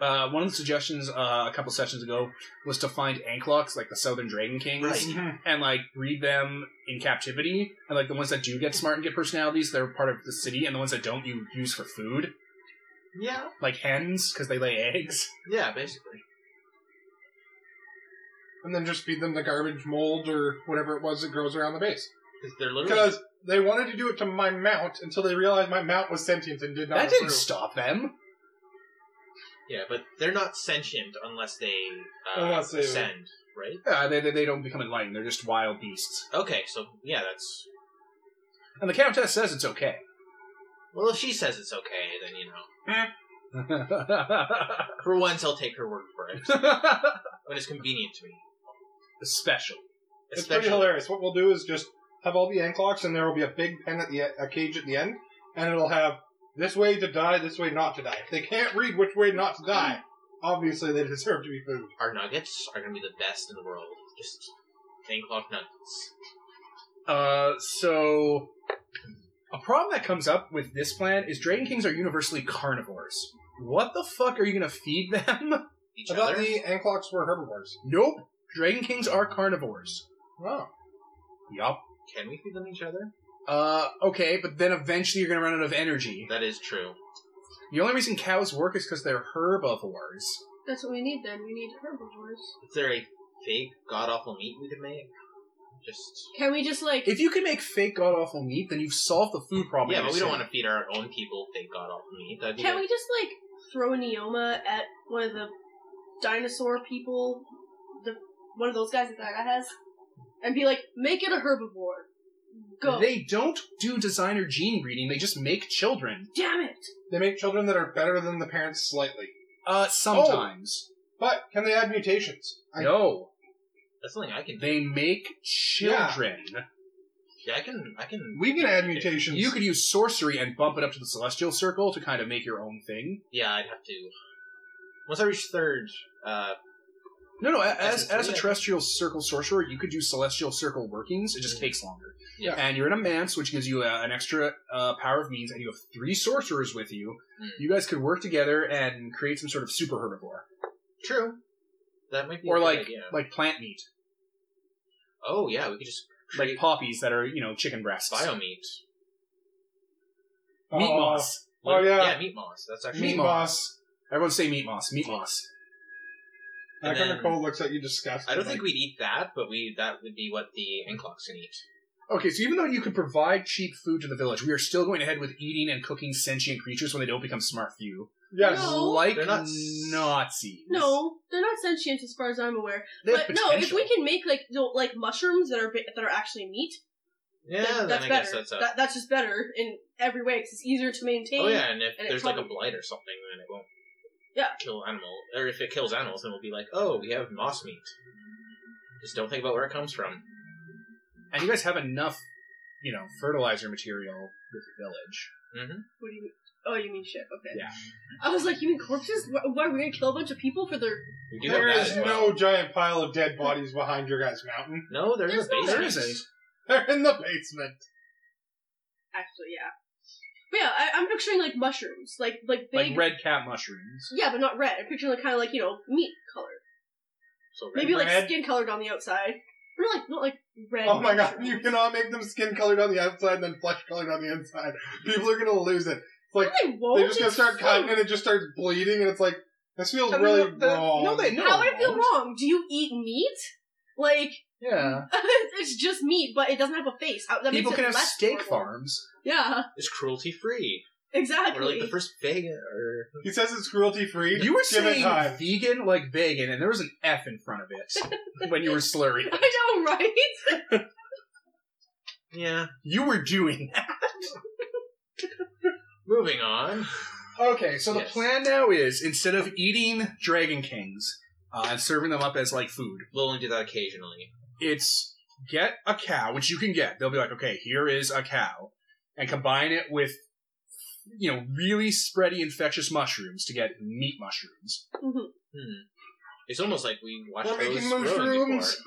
Speaker 1: Uh, one of the suggestions uh, a couple sessions ago was to find anklocks, like the Southern Dragon Kings,
Speaker 2: Right.
Speaker 4: Mhm.
Speaker 1: and like breed them in captivity. And like the ones that do get smart and get personalities, they're part of the city, and the ones that don't, you use for food,
Speaker 2: Yeah.
Speaker 1: like hens, because they lay eggs.
Speaker 2: Yeah, basically.
Speaker 4: And then just feed them the garbage mold or whatever it was that grows around the base.
Speaker 2: Because they're literally.
Speaker 4: Because they wanted to do it to my mount until they realized my mount was sentient and did not
Speaker 1: that didn't
Speaker 4: approve.
Speaker 1: stop them.
Speaker 2: Yeah, but they're not sentient unless they, uh,
Speaker 4: Unless they-
Speaker 2: ascend, right?
Speaker 1: Uh, they, they they don't become enlightened. They're just wild beasts.
Speaker 2: Okay, so yeah, that's
Speaker 1: And the Countess says it's okay.
Speaker 2: well. If she says it's okay, then you know.
Speaker 1: Especially.
Speaker 2: For once, I'll take her word for it when it's convenient to me.
Speaker 4: It's pretty hilarious. What we'll do is just have all the end clocks, and there will be a big pen at the e- a cage at the end, and it'll have this way to die, this way not to die. If they can't read which way not to die, obviously they deserve to be food.
Speaker 2: Our nuggets are gonna be the best in the world. Just nine o'clock nuggets.
Speaker 1: Uh, so a problem that comes up with this plan is Dragon Kings are universally carnivores. What the fuck are you gonna feed them?
Speaker 2: Each
Speaker 4: I thought
Speaker 2: other.
Speaker 4: the Anclocks were herbivores.
Speaker 1: nope. Dragon Kings are carnivores.
Speaker 4: Oh.
Speaker 1: Yup.
Speaker 2: Can we feed them each other?
Speaker 1: Uh, okay, but then eventually you're gonna run out of energy.
Speaker 2: That is true.
Speaker 1: The only reason cows work is because they're herbivores.
Speaker 3: That's what we need then. We need herbivores.
Speaker 2: Is there a fake god awful meat we can make? Just
Speaker 3: Can we just like
Speaker 1: If you can make fake god awful meat, then you've solved the food problem.
Speaker 2: yeah, but we don't want to feed our own people fake god awful meat. That'd be
Speaker 3: Can
Speaker 2: like-
Speaker 3: we just like throw a neoma at one of the dinosaur people, the one of those guys that Gaga has, and be like, make it a herbivore. Go,
Speaker 1: They don't do designer gene reading. They just make children.
Speaker 3: damn it!
Speaker 4: They make children that are better than the parents slightly.
Speaker 1: Uh, sometimes.
Speaker 4: But can they add mutations?
Speaker 2: Oh,
Speaker 4: I-
Speaker 1: No,
Speaker 2: That's something I can do.
Speaker 1: they make children.
Speaker 2: Yeah, I can. I can.
Speaker 4: We can add mutations.
Speaker 1: You could use sorcery and bump it up to the celestial circle to kind of make your own thing.
Speaker 2: Yeah, I'd have to. Once I reach third, uh,
Speaker 1: No, no. a- As as
Speaker 2: That's
Speaker 1: a
Speaker 2: it.
Speaker 1: terrestrial circle sorcerer, you could do celestial circle workings. It just
Speaker 2: Mhm.
Speaker 1: takes longer.
Speaker 2: Yeah.
Speaker 1: And you're in a manse, which gives you a, an extra uh, power of means, and you have three sorcerers with you.
Speaker 2: Mm.
Speaker 1: You guys could work together and create some sort of super herbivore,
Speaker 2: true. That might be. a
Speaker 1: or
Speaker 2: good
Speaker 1: like
Speaker 2: idea.
Speaker 1: like plant meat,
Speaker 2: oh yeah, we could just
Speaker 1: like
Speaker 2: create
Speaker 1: poppies that are you know chicken breasts,
Speaker 2: biomeat.
Speaker 4: Oh,
Speaker 1: meat moss.
Speaker 4: Oh, yeah.
Speaker 2: yeah, meat moss. That's
Speaker 4: Meat,
Speaker 2: actually
Speaker 1: Meat
Speaker 4: moss.
Speaker 1: Everyone say meat moss, meat moss.
Speaker 4: That
Speaker 2: And
Speaker 4: kind of
Speaker 2: then-
Speaker 4: cold looks like you disgust.
Speaker 2: I don't think we'd eat that, but we that would be what the Enclocks can eat.
Speaker 1: Okay, so even though you could provide cheap food to the village, we are still going ahead with eating and cooking sentient creatures when they don't become smart few.
Speaker 4: Yes.
Speaker 3: No.
Speaker 1: Like
Speaker 2: They're not s-
Speaker 1: Nazis.
Speaker 3: No, they're not sentient as far as I'm aware.
Speaker 1: They have
Speaker 3: but no, if
Speaker 1: potential.
Speaker 3: we can make like the, like mushrooms that are bi- that are actually meat,
Speaker 2: Yeah,
Speaker 3: then
Speaker 2: then
Speaker 3: that's
Speaker 2: I
Speaker 3: better.
Speaker 2: guess that's a.
Speaker 3: That- that's just better in every way because it's easier to maintain.
Speaker 2: oh yeah, and if
Speaker 3: and it
Speaker 2: there's like a
Speaker 3: probably-
Speaker 2: blight or something, then it won't.
Speaker 3: Yeah.
Speaker 2: Kill animal, or if it kills animals, then we'll be like, oh, we have moss meat. Just don't think about where it comes from.
Speaker 1: And you guys have enough, you know, fertilizer material with the village.
Speaker 3: What do you mean? Oh, you mean shit? Okay.
Speaker 1: Yeah.
Speaker 3: I was like, you mean corpses? Why, why are we gonna kill a bunch of people for their?
Speaker 2: We do
Speaker 4: There
Speaker 2: have that
Speaker 4: is
Speaker 2: as well.
Speaker 4: no giant pile of dead bodies behind your guys' mountain.
Speaker 2: No, they're in the
Speaker 3: There's no-
Speaker 2: basement.
Speaker 1: There is a
Speaker 4: They're in the basement.
Speaker 3: Actually, yeah. But yeah, I, I'm picturing like mushrooms, like like big
Speaker 1: like red cat mushrooms.
Speaker 3: Yeah, but not red. I'm picturing like kind of like you know meat color,
Speaker 2: So
Speaker 3: maybe like
Speaker 4: red?
Speaker 3: skin colored on the outside, or like not like red.
Speaker 4: Oh my god,
Speaker 3: mushrooms.
Speaker 4: you cannot make them skin colored on the outside and then flesh colored on the inside. People are gonna lose it.
Speaker 3: No, they won't.
Speaker 4: They just gonna
Speaker 3: It's
Speaker 4: start
Speaker 3: food.
Speaker 4: cutting and it just starts bleeding and it's like, this feels
Speaker 1: I mean,
Speaker 4: really
Speaker 1: the-
Speaker 4: wrong.
Speaker 1: No, they no.
Speaker 3: How would it feel
Speaker 1: won't.
Speaker 3: wrong? Do you eat meat? Like
Speaker 1: Yeah.
Speaker 3: it's just meat, but it doesn't have a face. How, that
Speaker 1: Hmm. People
Speaker 3: makes
Speaker 1: can
Speaker 3: it
Speaker 1: have
Speaker 3: less
Speaker 1: steak
Speaker 3: horrible.
Speaker 1: farms.
Speaker 3: Yeah,
Speaker 2: it's cruelty free.
Speaker 3: exactly.
Speaker 2: Or like the first vegan or
Speaker 4: He says it's cruelty free.
Speaker 1: You were
Speaker 4: Give it
Speaker 1: saying
Speaker 4: time.
Speaker 1: vegan like vegan, and there was an F in front of it when you were slurring.
Speaker 3: I know, right?
Speaker 2: Yeah.
Speaker 1: You were doing
Speaker 2: Moving on.
Speaker 1: Okay, so the
Speaker 2: Yes.
Speaker 1: plan now is instead of eating dragon kings uh, and serving them up as like food,
Speaker 2: We'll only do that occasionally.
Speaker 1: it's get a cow, which you can get. They'll be like, okay, here is a cow, and combine it with you know really spready infectious mushrooms to get meat mushrooms.
Speaker 2: Hmm. It's almost like we watched
Speaker 4: We're
Speaker 2: those
Speaker 4: making
Speaker 2: mushrooms.
Speaker 4: mushrooms.
Speaker 2: Before.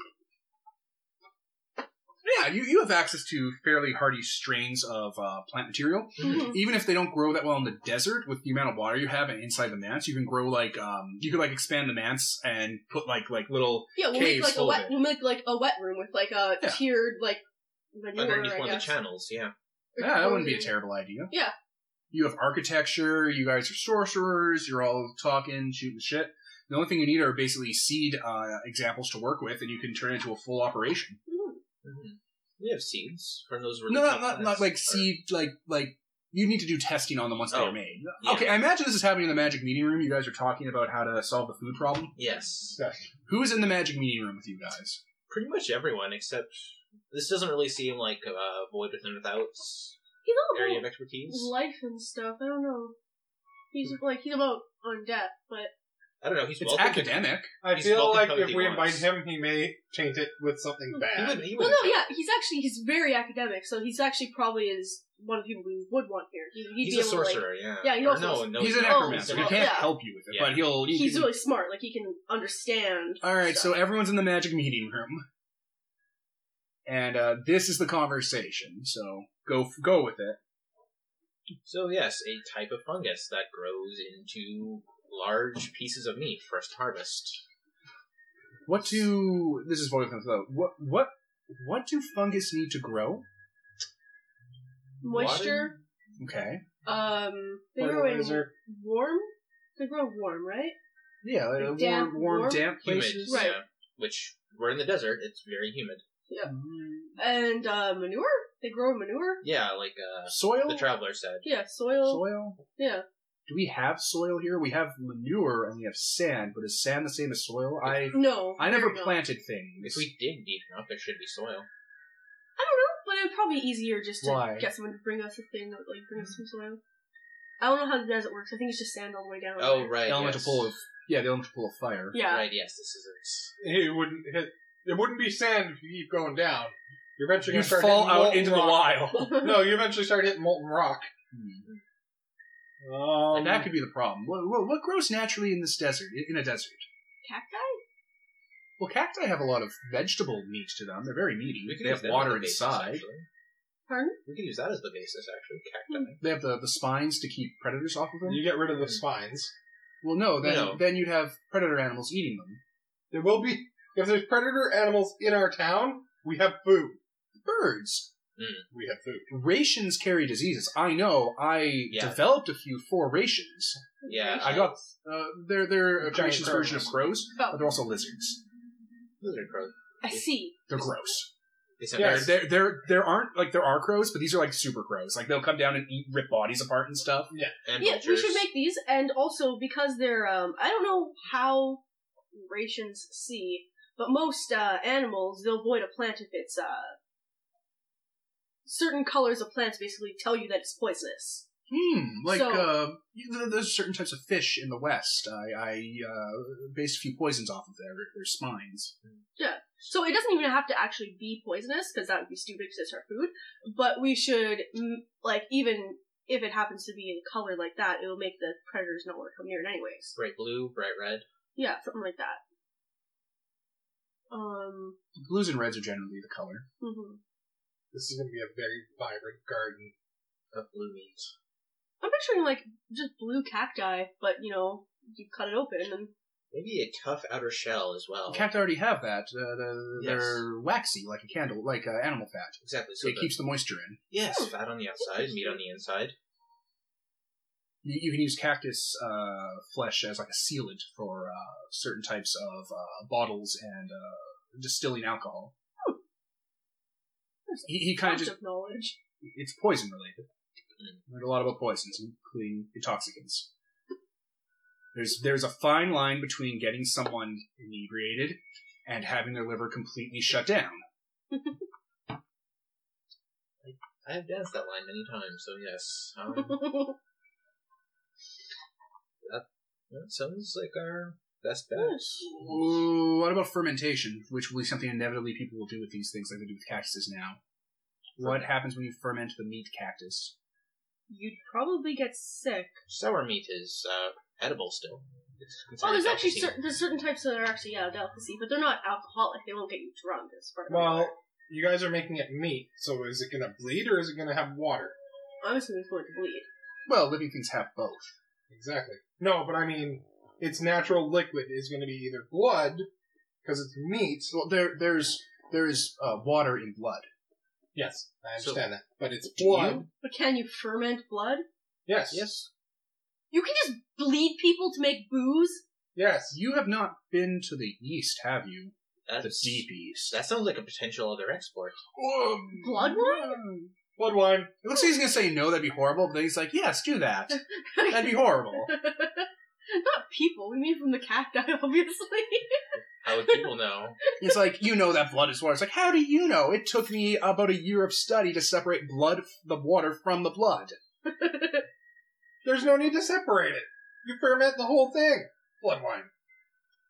Speaker 1: Yeah, you, you have access to fairly hardy strains of uh, plant material,
Speaker 2: Mm-hmm.
Speaker 3: Mhm.
Speaker 1: even if they don't grow that well in the desert. With the amount of water you have and inside the manse, you can grow like um, you could like expand the manse and put like like little
Speaker 3: yeah, we'll
Speaker 1: Caves
Speaker 3: make like a
Speaker 1: full of
Speaker 3: wet.
Speaker 1: it.
Speaker 3: We'll make like a wet room with like a
Speaker 1: Yeah.
Speaker 3: tiered like manure.
Speaker 2: Underneath
Speaker 3: I
Speaker 2: one of
Speaker 3: guess.
Speaker 2: the channels, yeah.
Speaker 3: Or
Speaker 1: Yeah, that wouldn't be a
Speaker 3: clothing.
Speaker 1: terrible idea.
Speaker 3: Yeah.
Speaker 1: You have architecture, you guys are sorcerers, you're all talking, shooting shit. The only thing you need are basically seed uh, examples to work with, and you can turn it into a full operation.
Speaker 3: Mhm.
Speaker 2: hmm We have seeds from those. Really
Speaker 1: No, not,
Speaker 2: tough
Speaker 1: not, not
Speaker 2: plants.
Speaker 1: like
Speaker 2: Or-
Speaker 1: seed, like, like, you need to do testing on them once
Speaker 2: Oh,
Speaker 1: they're made.
Speaker 2: yeah.
Speaker 1: Okay, I imagine this is happening in the magic meeting room. You guys are talking about how to solve the food problem.
Speaker 2: Yes.
Speaker 1: Who is in the magic meeting room with you guys?
Speaker 2: Pretty much everyone except this doesn't really seem like uh, void within without's
Speaker 3: He's all
Speaker 2: area
Speaker 3: about
Speaker 2: of expertise.
Speaker 3: life and stuff. I don't know. He's
Speaker 2: Hmm.
Speaker 3: like he's about on death, but
Speaker 2: I don't know. He's
Speaker 1: It's
Speaker 2: welcome to-
Speaker 1: academic.
Speaker 4: I
Speaker 2: He's
Speaker 4: feel
Speaker 2: welcome
Speaker 4: like
Speaker 2: to
Speaker 4: if
Speaker 2: he
Speaker 4: we invite
Speaker 2: wants.
Speaker 4: him, he may taint it with something
Speaker 3: He
Speaker 4: bad.
Speaker 2: He would. He
Speaker 3: well,
Speaker 2: would.
Speaker 3: no, yeah, he's actually he's very academic, so he's actually probably is one of the people we would want here. He'd, he'd
Speaker 2: He's
Speaker 3: be
Speaker 2: a
Speaker 3: able to, like-
Speaker 2: sorcerer, yeah.
Speaker 3: yeah, he
Speaker 2: Or
Speaker 3: knows
Speaker 2: no,
Speaker 3: those.
Speaker 2: no,
Speaker 1: he's an
Speaker 3: oh,
Speaker 1: necromancer.
Speaker 3: well,
Speaker 1: he can't
Speaker 3: yeah.
Speaker 1: help you with it,
Speaker 2: Yeah.
Speaker 1: but he'll. he
Speaker 3: he's
Speaker 1: can-
Speaker 3: really smart. Like he can understand.
Speaker 1: All right, so
Speaker 3: stuff.
Speaker 1: everyone's in the magic meeting room, and uh, this is the conversation. So go go with it.
Speaker 2: So yes, a type of fungus that grows into large pieces of meat for us to harvest.
Speaker 1: What do this is voice though? What what what do fungus need to grow?
Speaker 3: moisture.
Speaker 1: Okay,
Speaker 3: Um, they grow in
Speaker 4: Fertilizer.
Speaker 3: warm. They grow warm, right?
Speaker 1: yeah, like, uh,
Speaker 3: Damp,
Speaker 1: warm, warm,
Speaker 3: warm?
Speaker 1: damp
Speaker 2: Humid,
Speaker 1: places.
Speaker 3: Right.
Speaker 2: yeah. Which we're in the desert. It's very humid.
Speaker 1: Mm,
Speaker 3: And uh, manure. They grow in manure.
Speaker 2: Yeah, like uh,
Speaker 1: Soil.
Speaker 3: Oh.
Speaker 2: the traveler said.
Speaker 3: Yeah, soil.
Speaker 1: soil.
Speaker 3: Yeah.
Speaker 1: Do we have soil here? We have manure and we have sand, but is sand the same as soil? I
Speaker 3: No,
Speaker 1: I never
Speaker 3: they're not.
Speaker 1: planted
Speaker 2: If
Speaker 1: things.
Speaker 2: we dig deep enough, there should be soil.
Speaker 3: I don't know, but it would probably be easier just to
Speaker 1: Why?
Speaker 3: get someone to bring us a thing that would, like bring us some soil. I don't know how the desert works. I think it's just sand all the way down.
Speaker 2: Oh
Speaker 3: there.
Speaker 2: right,
Speaker 1: The elemental
Speaker 2: yes.
Speaker 1: pool of yeah, the elemental pool of fire.
Speaker 3: yeah.
Speaker 2: Right, yes, this is it.
Speaker 4: It wouldn't hit. It wouldn't be sand if you keep going down. You're eventually
Speaker 1: You
Speaker 4: gonna start
Speaker 1: fall
Speaker 4: hitting
Speaker 1: out
Speaker 4: molten
Speaker 1: into
Speaker 4: rock.
Speaker 1: the wild.
Speaker 4: No, you eventually start hitting molten rock. Um,
Speaker 1: And that could be the problem. What, what, what grows naturally in this desert? i- In a desert?
Speaker 3: Cacti?
Speaker 1: Well, cacti have a lot of vegetable meat to them. They're very meaty.
Speaker 2: We could
Speaker 1: They
Speaker 2: use
Speaker 1: have
Speaker 2: that as
Speaker 1: water
Speaker 2: the basis,
Speaker 1: inside.
Speaker 2: actually.
Speaker 3: Pardon?
Speaker 2: We could use that as the basis, actually.
Speaker 3: Hmm.
Speaker 2: Cacti.
Speaker 1: They have the, the spines to keep predators off of them.
Speaker 4: you get rid of the spines.
Speaker 1: Well, no, then
Speaker 2: No.
Speaker 1: then you'd have predator animals eating them.
Speaker 4: There will be if there's predator animals in our town. We have food.
Speaker 1: Birds
Speaker 4: We have food.
Speaker 1: rations carry diseases. I know. I
Speaker 2: Yeah.
Speaker 1: developed a few for rations.
Speaker 2: Yeah,
Speaker 1: I got uh, they're they're a
Speaker 4: Giant
Speaker 1: creation's
Speaker 4: crows.
Speaker 1: version of crows, but
Speaker 3: Oh,
Speaker 1: they're also lizards.
Speaker 2: Lizard crow.
Speaker 3: I see.
Speaker 1: They're gross.
Speaker 2: They said
Speaker 4: Yes.
Speaker 2: they're-
Speaker 1: There, there, there aren't like there are crows, but these are like super crows. Like they'll come down and eat, rip bodies apart and stuff.
Speaker 2: they're- and
Speaker 3: Yeah, we
Speaker 2: vultures.
Speaker 3: should make these, and also because they're, um, I don't know how rations see, but most uh, animals they'll avoid a plant if it's uh, certain colors of plants basically tell you that it's poisonous.
Speaker 1: Hmm. Like
Speaker 3: So-
Speaker 1: uh, you know, there's certain types of fish in the West. I, I uh, based a few poisons off of their their spines.
Speaker 3: So it doesn't even have to actually be poisonous because that would be stupid because it's our food. But we should mm, like even if it happens to be in color like that, it'll make the predators not want to come near it anyways.
Speaker 2: bright blue, bright red.
Speaker 3: Yeah, something like that. Um.
Speaker 1: Blues and reds are generally the color.
Speaker 3: mhm.
Speaker 4: This is going to be a very vibrant garden.
Speaker 2: Of blue meat.
Speaker 3: I'm picturing like just blue cacti, but you know, you cut it open and
Speaker 2: Maybe a tough outer shell as well.
Speaker 1: Cacti already have that. Uh, the,
Speaker 2: Yes.
Speaker 1: They're waxy, like a candle, like uh, animal fat.
Speaker 2: exactly. So
Speaker 1: So it
Speaker 2: the-
Speaker 1: keeps the moisture in.
Speaker 3: Oh.
Speaker 2: yes, fat on the outside, meat on the inside.
Speaker 1: You, you can use cactus uh, flesh as like a sealant for uh, certain types of uh, bottles and uh, distilling alcohol. He, he kind of
Speaker 3: tons
Speaker 1: just
Speaker 3: of knowledge.
Speaker 1: it's poison related. Learned a lot about poisons, including intoxicants. There's there's a fine line between getting someone inebriated and having their liver completely shut down.
Speaker 2: I have danced that line many times, so yes. Um, that sounds like our best bet.
Speaker 1: Ooh, what about fermentation, which will be something inevitably people will do with these things, like they do with cactuses now? What happens when you ferment the meat cactus?
Speaker 3: You'd probably get sick.
Speaker 2: Sour meat is uh, edible still. It's
Speaker 3: Oh,
Speaker 2: considered
Speaker 3: there's actually
Speaker 2: delicacy.
Speaker 3: certain there's certain types that are actually yeah delicacy, but they're not alcoholic. They won't get you drunk as far as
Speaker 4: Well, you guys are making it meat, so is it going to bleed or is it going to have water?
Speaker 3: I'm assuming it's going to bleed.
Speaker 1: Well, living things have both.
Speaker 4: Exactly. No, but I mean, its natural liquid is going to be either blood because it's meat.
Speaker 1: Well, there there's there is uh, water in blood.
Speaker 4: Yes, I
Speaker 2: So-
Speaker 4: understand that, but it's
Speaker 1: you?
Speaker 4: blood.
Speaker 3: But can you ferment blood?
Speaker 4: Yes, yes,
Speaker 2: Yes.
Speaker 3: You can just bleed people to make booze.
Speaker 4: yes.
Speaker 1: You have not been to the east, have you? The
Speaker 2: That's,
Speaker 1: deep east.
Speaker 2: That sounds like a potential other export.
Speaker 3: Blood
Speaker 1: wine?
Speaker 4: Blood wine.
Speaker 1: It looks like he's gonna say no, that'd be horrible, but then he's like, yes, do that. That'd be horrible.
Speaker 3: not people. We mean from the cacti, obviously.
Speaker 2: How would people know?
Speaker 1: It's like, you know that blood is water. It's like, how do you know? It took me about a year of study to separate blood, the water from the blood.
Speaker 4: There's no need to separate it. You ferment the whole thing. Blood wine.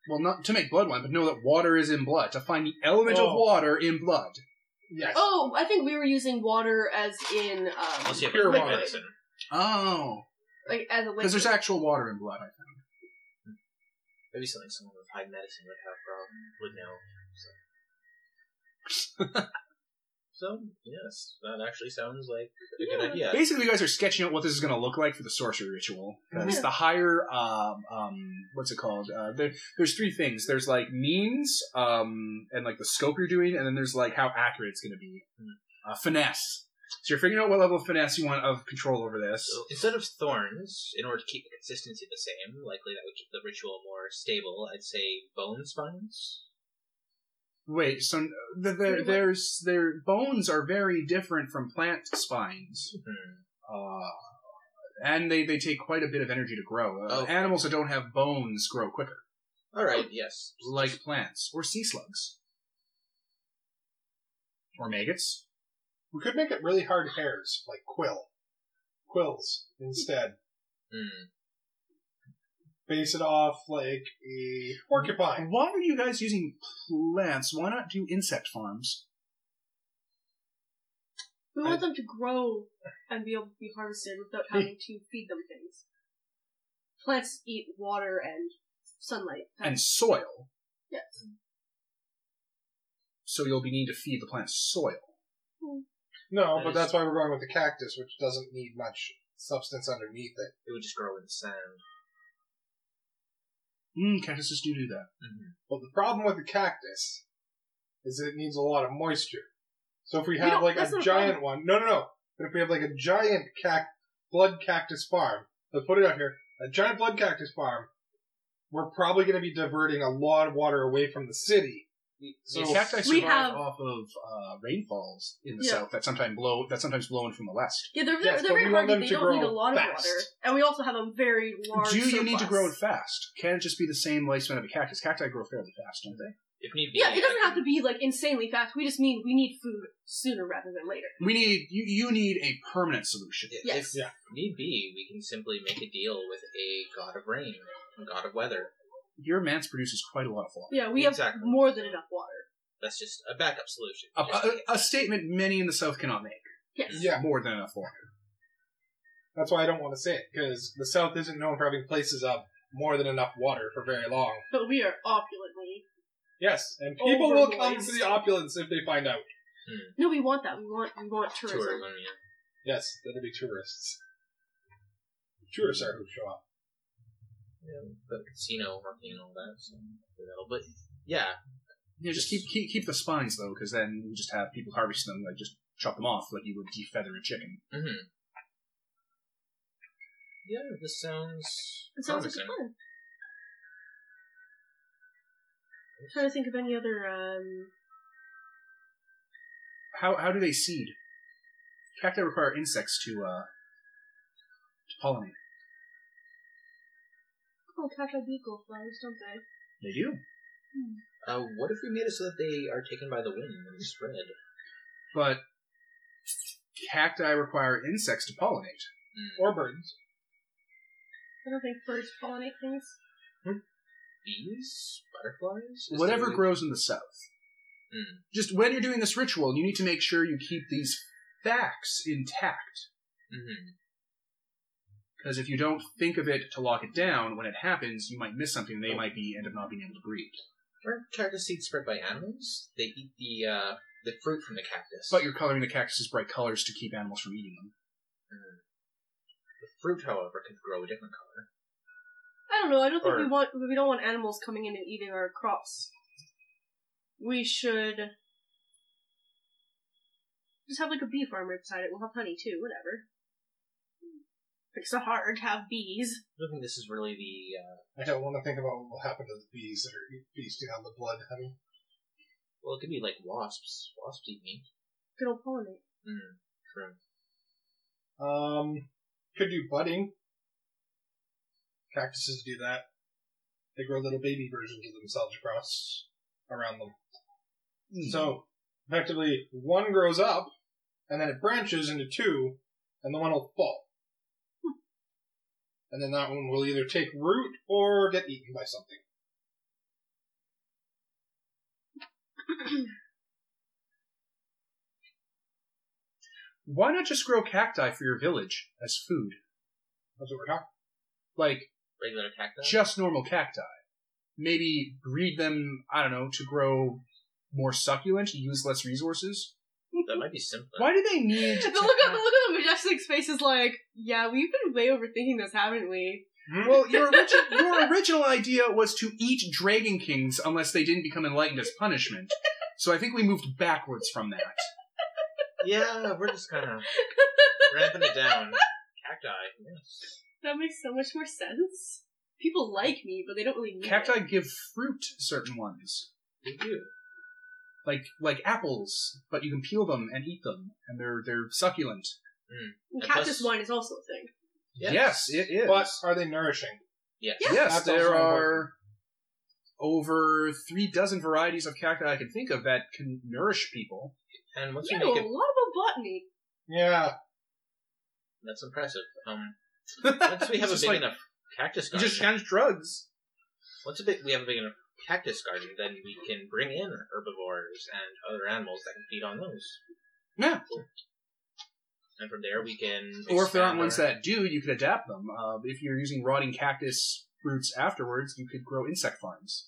Speaker 1: Well, not to make blood wine, but know that water is in blood, to find the element of
Speaker 4: Oh.
Speaker 1: water in blood.
Speaker 4: Yes.
Speaker 3: Oh, I think we were using water as in um,
Speaker 2: Unless you have
Speaker 4: Pure
Speaker 2: a
Speaker 4: water.
Speaker 2: medicine.
Speaker 1: Oh,
Speaker 3: like as a
Speaker 1: because
Speaker 3: liquid.
Speaker 1: there's actual water in blood. I think.
Speaker 2: Maybe something someone with high medicine would have problem would know. So, so yes, that actually sounds like a
Speaker 3: Yeah.
Speaker 2: good idea.
Speaker 1: Basically, you guys are sketching out what this is going to look like for the sorcery ritual. Because
Speaker 3: Mhm.
Speaker 1: the higher, um, um, what's it called? Uh, there, there's three things. There's like means, um, and like the scope you're doing, and then there's like how accurate it's going to be. Uh, finesse. So you're figuring out what level of finesse you want of control over this.
Speaker 2: So instead of thorns, in order to keep the consistency the same, likely that would keep the ritual more stable. I'd say bone spines.
Speaker 1: Wait, so the, the,
Speaker 3: Wait, what?
Speaker 1: there's their bones are very different from plant spines,
Speaker 2: Hmm.
Speaker 1: uh, and they, they take quite a bit of energy to grow. Uh,
Speaker 2: Oh.
Speaker 1: Animals that don't have bones grow quicker,
Speaker 2: All
Speaker 3: Oh.
Speaker 2: right, yes.
Speaker 1: like plants or sea slugs or maggots.
Speaker 4: We could make it really hard hairs, like quill. Quills instead.
Speaker 2: Hmm.
Speaker 4: Base it off like a porcupine.
Speaker 1: Why are you guys using plants? Why not do insect farms?
Speaker 3: we want them to grow and be able to be harvested without having to feed them things. Plants eat water and sunlight.
Speaker 1: and soil.
Speaker 3: Yes.
Speaker 1: So you'll be needing to feed the plants soil.
Speaker 4: No,
Speaker 2: That
Speaker 4: but
Speaker 2: is-
Speaker 4: that's why we're going with the cactus, which doesn't need much substance underneath it.
Speaker 2: It would just grow in sand.
Speaker 1: Mm, cactuses do do that.
Speaker 2: Mm-hmm.
Speaker 4: But the problem with the cactus is that it needs a lot of moisture. So if we
Speaker 3: We
Speaker 4: have
Speaker 3: don't-
Speaker 4: like
Speaker 3: that's
Speaker 4: a
Speaker 3: not a
Speaker 4: giant one, no, no, no. But if we have like a giant cac- blood cactus farm, let's put it out here, a giant blood cactus farm, we're probably going to be diverting a lot of water away from the city. So
Speaker 1: So cacti
Speaker 3: We
Speaker 1: survive
Speaker 3: have-
Speaker 1: off of uh, rainfalls in the
Speaker 3: Yeah.
Speaker 1: south that sometimes blow that sometimes blow in from the west.
Speaker 3: Yeah, they're, they're,
Speaker 4: Yes,
Speaker 3: they're
Speaker 4: but
Speaker 3: very
Speaker 4: we want
Speaker 3: hardy.
Speaker 4: them
Speaker 3: They
Speaker 4: to
Speaker 3: don't need a
Speaker 4: grow
Speaker 3: lot of
Speaker 4: fast.
Speaker 3: water. And we also have a very large
Speaker 1: Do you need to
Speaker 3: surplus.
Speaker 1: grow it fast? Can it just be the same lifespan of a cactus? Cacti grow fairly fast, don't they?
Speaker 2: If need be.
Speaker 3: Yeah, it doesn't have to be like insanely fast. We just mean we need food sooner rather than later.
Speaker 1: We need you. You need a permanent solution.
Speaker 2: If
Speaker 3: Yes.
Speaker 4: Yeah.
Speaker 2: need be, we can simply make a deal with a god of rain, a god of weather.
Speaker 1: Your manse produces quite a lot of water.
Speaker 3: Yeah, we have
Speaker 2: Exactly.
Speaker 3: more than enough water.
Speaker 2: That's just a backup solution. Just-
Speaker 1: A, a, a statement many in the south cannot make.
Speaker 3: Yes.
Speaker 4: Yeah,
Speaker 1: More than enough water.
Speaker 4: that's why I don't want to say it because the South isn't known for having places of more than enough water for very long.
Speaker 3: But we are opulently.
Speaker 4: Yes, and people will come
Speaker 3: Overvoiced.
Speaker 4: to the opulence if they find out.
Speaker 3: No, we want that. We want we want tourism.
Speaker 2: tourism, yeah.
Speaker 4: Yes, that'll be tourists. Tourists are who show up.
Speaker 2: yeah. The casino working and all that. So that'll- but yeah,
Speaker 1: Yeah, just keep keep, keep the spines though, because then you just have people harvest them, like just chop them off, like you would defeather a chicken.
Speaker 2: hmm yeah. This sounds.
Speaker 3: It sounds like
Speaker 2: promising.
Speaker 3: good fun. I'm trying to think of any other um
Speaker 1: How how do they seed? Cacti require insects to uh to pollinate.
Speaker 3: oh cacti beagle flowers, don't they?
Speaker 1: They do.
Speaker 2: Uh, what if we made it so that they are taken by the wind and spread?
Speaker 1: but cacti require insects to pollinate. Hmm.
Speaker 4: Or birds.
Speaker 3: I don't think birds pollinate things.
Speaker 2: Bees, butterflies, Is
Speaker 1: Whatever
Speaker 2: there-
Speaker 1: grows in the south.
Speaker 2: Hmm.
Speaker 1: Just when you're doing this ritual, you need to make sure you keep these facts intact.
Speaker 2: Mhm.
Speaker 1: Because if you don't think of it to lock it down, when it happens, you might miss something.
Speaker 3: Oh.
Speaker 1: They might be end up not being able to breed.
Speaker 2: Aren't cactus seeds spread by animals? They eat the uh, the fruit from the cactus.
Speaker 1: But you're coloring the cactuses bright colors to keep animals from eating them.
Speaker 2: Mm. The fruit, however, could grow a different color.
Speaker 3: I don't know. I don't think
Speaker 2: Or-
Speaker 3: we want we don't want animals coming in and eating our crops. We should just have like a bee farm right beside it. We'll have honey too. Whatever. It's so hard to have bees.
Speaker 2: I don't think this is really the. Uh,
Speaker 4: I don't want to think about what will happen to the bees that are feasting on the blood honey.
Speaker 2: well, it could be like wasps. Wasps eat meat.
Speaker 3: They don't pollinate.
Speaker 2: Mm, true.
Speaker 4: Um, could do budding. Cactuses do that. They grow little baby versions of themselves across around them. So effectively, one grows up, and then it branches into two, and the one will fall. And then that one will either take root or get eaten by something.
Speaker 1: why not just grow cacti for your village as food?
Speaker 4: That's what we're talking.
Speaker 1: Like,
Speaker 2: Regular cacti.
Speaker 1: just normal cacti. Maybe breed them, I don't know, to grow more succulent, use less resources.
Speaker 2: that might be simpler.
Speaker 1: Why do they need
Speaker 3: The
Speaker 1: to
Speaker 3: look at the look at the majestic's face is like, yeah, we've been way overthinking this, haven't we?
Speaker 4: Hmm?
Speaker 1: Well, your, origi- your original idea was to eat dragon kings unless they didn't become enlightened as punishment. So I think we moved backwards from that.
Speaker 2: Yeah, we're just kind of ramping it down. Cacti. Yes.
Speaker 3: That makes so much more sense. People like me, but they don't really need
Speaker 1: Cacti
Speaker 3: it.
Speaker 1: give fruit to certain ones,
Speaker 2: We do.
Speaker 1: like like apples, but you can peel them and eat them, and they're they're succulent.
Speaker 3: And
Speaker 2: I
Speaker 3: Cactus
Speaker 2: plus-
Speaker 3: wine is also a thing.
Speaker 1: Yes, it is.
Speaker 4: But are they nourishing?
Speaker 2: Yes.
Speaker 3: Yeah.
Speaker 1: yes,
Speaker 4: That's also
Speaker 1: there are over three dozen varieties of cacti I can think of that can nourish people.
Speaker 2: And once
Speaker 3: You
Speaker 2: we
Speaker 3: know a
Speaker 2: make
Speaker 3: lot
Speaker 2: it,
Speaker 3: about botany.
Speaker 4: Yeah.
Speaker 2: that's impressive. Um,
Speaker 1: That's
Speaker 2: once we have a big
Speaker 1: like,
Speaker 2: enough cactus
Speaker 1: you
Speaker 2: garden,
Speaker 1: just challenge drugs.
Speaker 2: once a bit we have a big enough cactus garden, then we can bring in herbivores and other animals that can feed on those.
Speaker 1: Yeah.
Speaker 2: Cool. And from there we can.
Speaker 1: Or if there aren't
Speaker 2: expand
Speaker 1: ones
Speaker 2: our-
Speaker 1: that do, you could adapt them. Uh, if you're using rotting cactus roots afterwards, you could grow insect farms.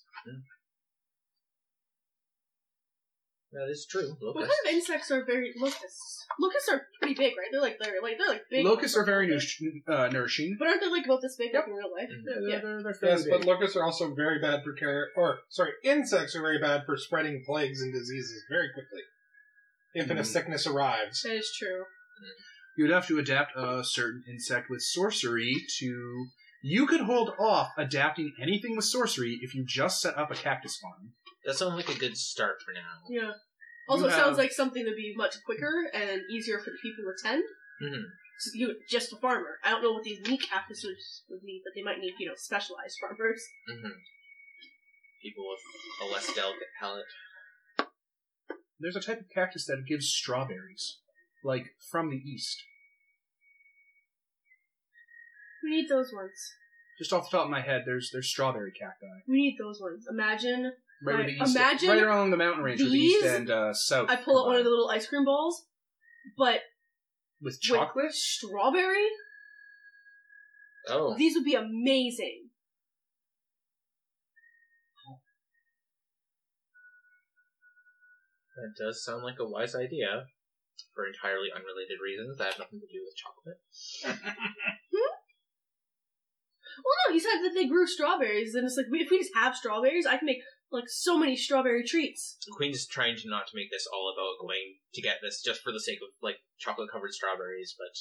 Speaker 2: That is true.
Speaker 3: What
Speaker 2: Locust.
Speaker 3: kind of insects are very locusts? Locusts are pretty big, right? They're like they're like they're like big.
Speaker 1: Locusts are
Speaker 3: ones.
Speaker 1: very nu- uh, nourishing.
Speaker 3: But aren't they like about this big
Speaker 1: Yep. Mm-hmm.
Speaker 3: like in real life?
Speaker 2: Mhm.
Speaker 1: Yeah,
Speaker 3: Yeah.
Speaker 1: they're, they're, they're fairly
Speaker 4: Yes, but
Speaker 1: big.
Speaker 4: locusts are also very bad for carrier, or sorry, insects are very bad for spreading plagues and diseases very quickly. If
Speaker 1: Mm.
Speaker 4: a sickness arrives,
Speaker 3: That is true.
Speaker 1: You'd have to adapt a certain insect with sorcery to. You could hold off adapting anything with sorcery if you just set up a cactus farm.
Speaker 2: That sounds like a good start for now.
Speaker 3: Yeah. Also,
Speaker 1: You
Speaker 3: it sounds
Speaker 1: have-
Speaker 3: like something to be much quicker and easier for the people to tend.
Speaker 1: Mm-hmm.
Speaker 2: Mhm.
Speaker 3: So you just a farmer. I don't know what these meat cactuses would need, but they might need you know specialized farmers.
Speaker 2: hmm People with a less delicate palate.
Speaker 1: There's a type of cactus that gives strawberries, like from the east.
Speaker 3: We need those ones.
Speaker 1: Just off the top of my head, there's there's strawberry cacti
Speaker 3: We need those ones. Imagine
Speaker 1: right, where
Speaker 3: Right,
Speaker 1: the east,
Speaker 3: imagine
Speaker 1: right along the mountain range, where the
Speaker 3: these-
Speaker 1: east and uh, south.
Speaker 3: I pull out one of
Speaker 1: combine.
Speaker 3: the little ice cream balls, but
Speaker 1: with
Speaker 3: with
Speaker 1: chocolate.
Speaker 3: strawberry.
Speaker 2: Oh,
Speaker 3: These would be amazing.
Speaker 2: that does sound like a wise idea. For entirely unrelated reasons that have nothing to do with chocolate.
Speaker 3: Well, no, you said that they grew strawberries, and it's like we- if we just have strawberries, I can make like so many strawberry treats.
Speaker 2: Queen's trying to not to make this all about going to get this just for the sake of like chocolate covered strawberries, but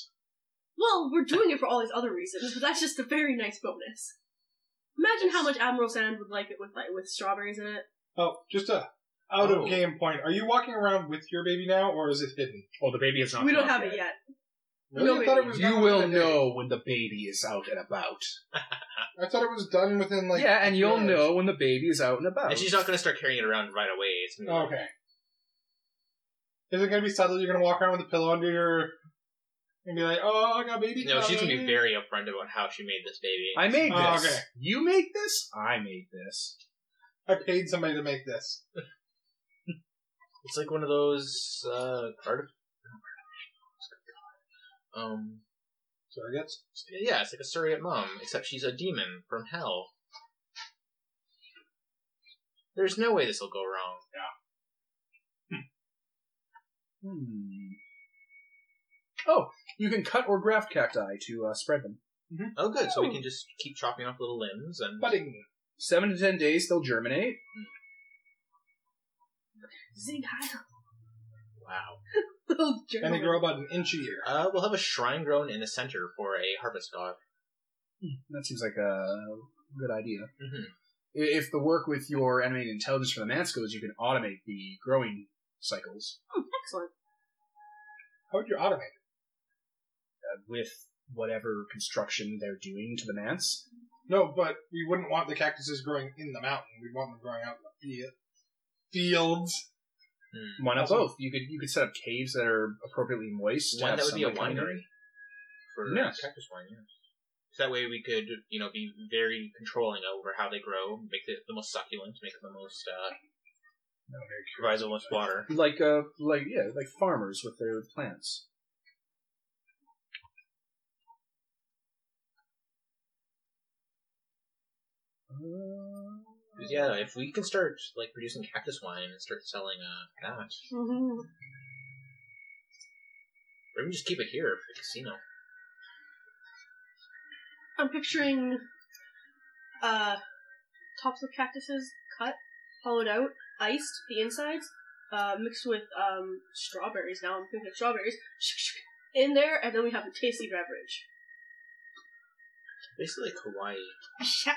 Speaker 3: Well, we're doing it for all these other reasons, but that's just a very nice bonus. Imagine how much Admiral Sand would like it with like with strawberries in it.
Speaker 4: oh, just a out
Speaker 2: Oh.
Speaker 4: of game point. Are you walking around with your baby now, or is it hidden?
Speaker 1: Well, the baby is not.
Speaker 3: We don't
Speaker 1: come out
Speaker 3: have it yet.
Speaker 4: Really?
Speaker 3: No
Speaker 4: I thought it
Speaker 3: baby.
Speaker 4: was
Speaker 1: You
Speaker 4: done
Speaker 1: will
Speaker 4: within a day.
Speaker 1: know when the baby is out and about.
Speaker 4: I thought it was done within like.
Speaker 1: yeah, and
Speaker 4: two
Speaker 1: you'll
Speaker 4: hours.
Speaker 1: know when the baby is out and about.
Speaker 2: and she's not going to start carrying it around right away. It's gonna be
Speaker 4: Oh,
Speaker 2: like,
Speaker 4: okay. Is it gonna be subtle? You're gonna walk around with a pillow under your and be like, "Oh, I got baby."
Speaker 2: no, she's going to be
Speaker 4: clothes."
Speaker 2: very upfront about how she made this baby.
Speaker 1: I made this.
Speaker 4: Oh, okay.
Speaker 1: You made this. I made this.
Speaker 4: I paid somebody to make this.
Speaker 2: It's like one of those uh, Cardiff. Um,
Speaker 4: Surrogates.
Speaker 2: yeah, it's like a surrogate mom, except she's a demon from hell. There's no way this will go wrong.
Speaker 1: Hmm. Oh, you can cut or graft cacti to uh, spread them.
Speaker 2: Oh, good. So we
Speaker 3: Oh.
Speaker 2: can just keep chopping off little limbs and
Speaker 4: Budding.
Speaker 1: Seven to ten days, they'll germinate.
Speaker 3: Zing high,
Speaker 2: wow.
Speaker 3: little
Speaker 4: And they
Speaker 3: germ.
Speaker 4: grow about an inch a year.
Speaker 2: Uh, we'll have a shrine grown in the center for a harvest god.
Speaker 1: That seems like a good idea.
Speaker 2: Mhm.
Speaker 1: I- If the work with your animated intelligence for the mance goes, you can automate the growing cycles
Speaker 3: Hmm, excellent.
Speaker 4: How would you automate? it?
Speaker 1: uh, with whatever construction they're doing to the mance.
Speaker 4: No, but we wouldn't want the cactuses growing in the mountain. We'd want them growing out in the field. Fields.
Speaker 2: Hmm.
Speaker 1: Why not
Speaker 4: Also-
Speaker 1: both? You could you could set up caves that are appropriately moist.
Speaker 2: One
Speaker 1: have
Speaker 2: that would be a
Speaker 1: sunlight coming in.
Speaker 2: winery for
Speaker 1: Yeah.
Speaker 2: cactus wine. Yeah. So that way we could, you know, be very controlling over how they grow, make it the most succulent, make it the most uh, provides the most water.
Speaker 1: Like uh, like yeah, like farmers with their plants.
Speaker 2: 'Cause, yeah, if we can start like producing cactus wine and start selling uh that,
Speaker 3: Mhm.
Speaker 2: or even just keep it here for the casino.
Speaker 3: I'm picturing uh, tops of cactuses cut, hollowed out, iced the insides, uh, mixed with um, strawberries. Now I'm thinking strawberries in there, and then we have a tasty beverage.
Speaker 2: Basically like Hawaii.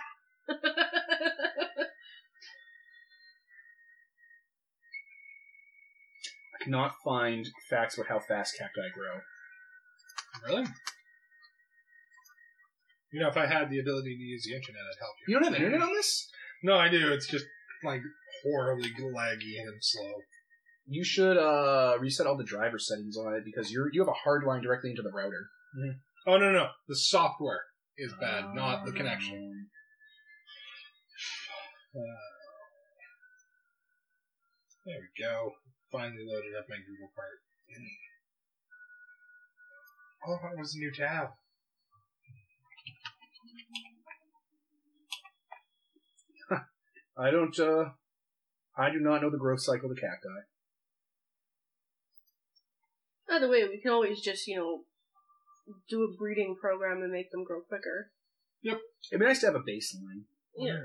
Speaker 1: I cannot find facts about how fast cacti grow.
Speaker 4: Really? You know, if I had the ability to use the internet, I'd help you.
Speaker 1: You don't have internet on this?
Speaker 4: No, I do. It's just like horribly laggy and slow.
Speaker 1: You should uh, reset all the driver settings on it because you you have a hard line directly into the router.
Speaker 4: Oh no, no, the software is bad, not the connection.
Speaker 1: Um,
Speaker 4: There we go. Finally loaded up my Google part.
Speaker 1: Oh,
Speaker 4: All I want was a new tab.
Speaker 1: I don't. Uh, I do not know the growth cycle of cacti.
Speaker 3: Either way, we can always just you know do a breeding program and make them grow quicker.
Speaker 1: It'd be nice to have a baseline.
Speaker 3: Yeah.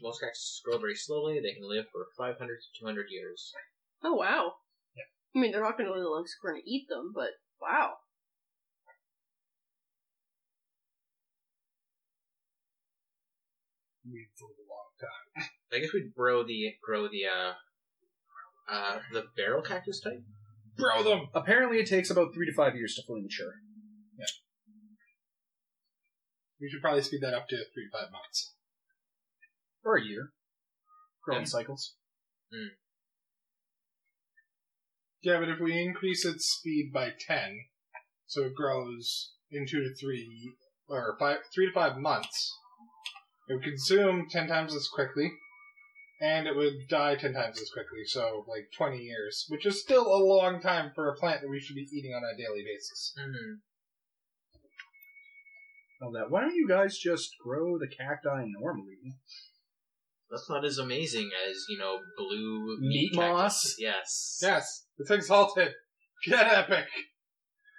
Speaker 2: Most cactuses grow very slowly. They can live for 500 to 200 years.
Speaker 3: Oh wow! I mean, they're not going to live long, so we're going to eat them, but wow.
Speaker 4: We fooled a long time.
Speaker 2: I guess we'd grow the grow the uh uh the barrel cactus type.
Speaker 4: Bro them!
Speaker 1: Apparently, it takes about three to five years to fully mature.
Speaker 4: We should probably speed that up to three to five months.
Speaker 1: Or a year. Growing
Speaker 2: Yeah.
Speaker 1: cycles.
Speaker 4: Yeah, but if we increase its speed by ten, so it grows in two to three or five three to five months, it would consume ten times as quickly. And it would die ten times as quickly, so like twenty years, which is still a long time for a plant that we should be eating on a daily basis.
Speaker 2: Mm.
Speaker 1: All that. Why don't you guys just grow the cacti normally?
Speaker 2: That's not as amazing as you know blue
Speaker 1: Meat moss?
Speaker 2: cactus. Yes.
Speaker 4: Yes, it's exalted. Get epic.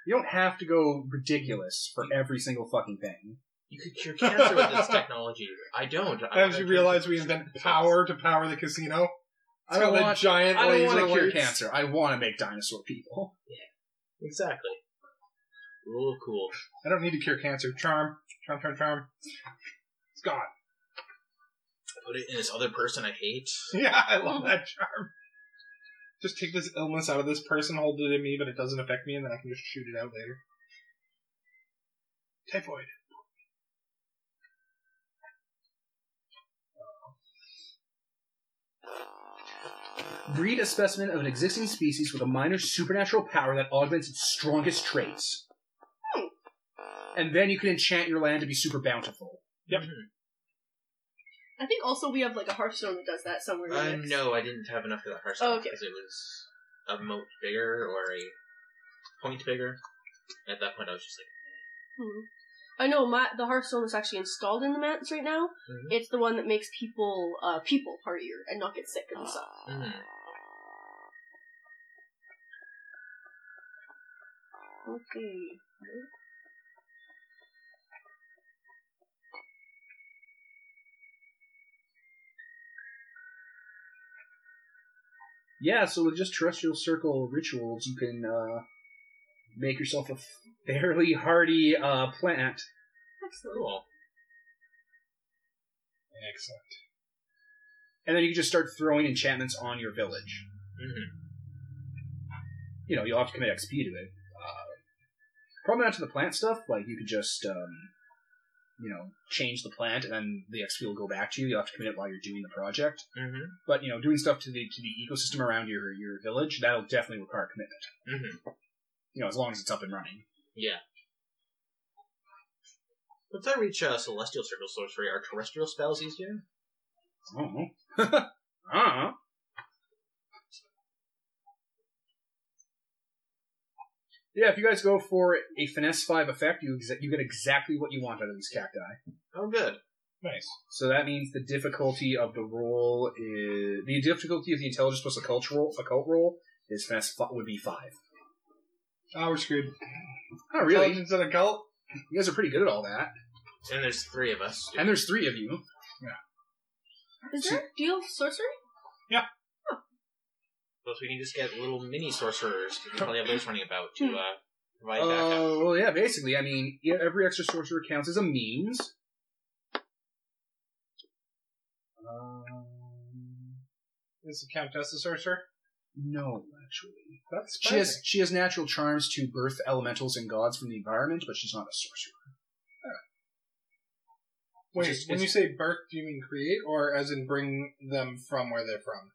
Speaker 1: You don't have to go ridiculous for every single fucking thing.
Speaker 2: You could cure cancer with this technology. I don't. I
Speaker 4: As you realize, we invented power to power the casino.
Speaker 1: I don't
Speaker 4: It's got that
Speaker 1: want-
Speaker 4: giant
Speaker 1: I don't
Speaker 4: laser
Speaker 1: want to cure
Speaker 4: lights.
Speaker 1: cancer. I want to make dinosaur people.
Speaker 2: Exactly. Real cool.
Speaker 4: I don't need to cure cancer. Charm, charm, charm, charm. It's gone.
Speaker 2: Put it in this other person I hate.
Speaker 4: Yeah, I love that charm. Just take this illness out of this person, hold it in me, but it doesn't affect me, and then I can just shoot it out later. Typhoid.
Speaker 1: Breed a specimen of an existing species with a minor supernatural power that augments its strongest traits. And then you can enchant your land to be super bountiful.
Speaker 4: Yep.
Speaker 2: Mhm.
Speaker 3: I think also we have like a Hearthstone that does that somewhere. in the
Speaker 2: Uh,
Speaker 3: mix.
Speaker 2: no, I didn't have enough of that hearthstone
Speaker 3: Oh, okay.
Speaker 2: because it was a moat bigger or a point bigger. At that point, I was just like,
Speaker 3: Hmm. I know my, the Hearthstone that's actually installed in the mats right now.
Speaker 2: Mhm.
Speaker 3: It's the one that makes people uh, people partier and not get sick and stuff.
Speaker 2: mm.
Speaker 3: Okay.
Speaker 1: Yeah, so with just terrestrial circle rituals, you can uh, make yourself a fairly hardy uh, plant.
Speaker 3: Excellent.
Speaker 2: cool.
Speaker 4: Excellent.
Speaker 1: And then you can just start throwing enchantments on your village.
Speaker 2: Mm-hmm.
Speaker 1: You know, you'll have to commit XP to it. Uh, probably not to the plant stuff, like you could just, um, you know, change the plant and then the XP will go back to you. You'll have to commit it while you're doing the project.
Speaker 2: Mm-hmm.
Speaker 1: But, you know, doing stuff to the, to the ecosystem around your, your village, that'll definitely require commitment.
Speaker 2: Mm-hmm.
Speaker 1: You know, as long as it's up and running.
Speaker 2: Yeah. Once I reach uh, celestial circle sorcery, are terrestrial spells easier?
Speaker 1: Uh-huh. I don't know. I don't know. Yeah, if you guys go for a finesse five effect, you exa- you get exactly what you want out of these cacti.
Speaker 2: Oh, good.
Speaker 4: Nice.
Speaker 1: So that means the difficulty of the roll is the difficulty of the intelligence plus a cultural occult roll is finesse fi- would be five.
Speaker 4: Oh, we're screwed.
Speaker 1: Oh, really?
Speaker 4: Intelligence and occult?
Speaker 1: You guys are pretty good at all that.
Speaker 2: And there's three of us.
Speaker 1: And there's three of you.
Speaker 3: Is there do you have sorcery?
Speaker 2: Plus, we can just get little mini sorcerers. 'cause We probably have those running about
Speaker 3: Hmm.
Speaker 2: to uh, provide backup.
Speaker 1: Oh, well, yeah. Basically, I mean, yeah, every extra sorcerer counts as a means. Um,
Speaker 4: Is the Countess a sorcerer?
Speaker 1: no, actually,
Speaker 4: That's
Speaker 1: she has she has natural charms to birth elementals and gods from the environment, but she's not a sorcerer.
Speaker 4: Wait,
Speaker 1: Just-
Speaker 4: when you say birth, do you mean create, or as in bring them from where they're from?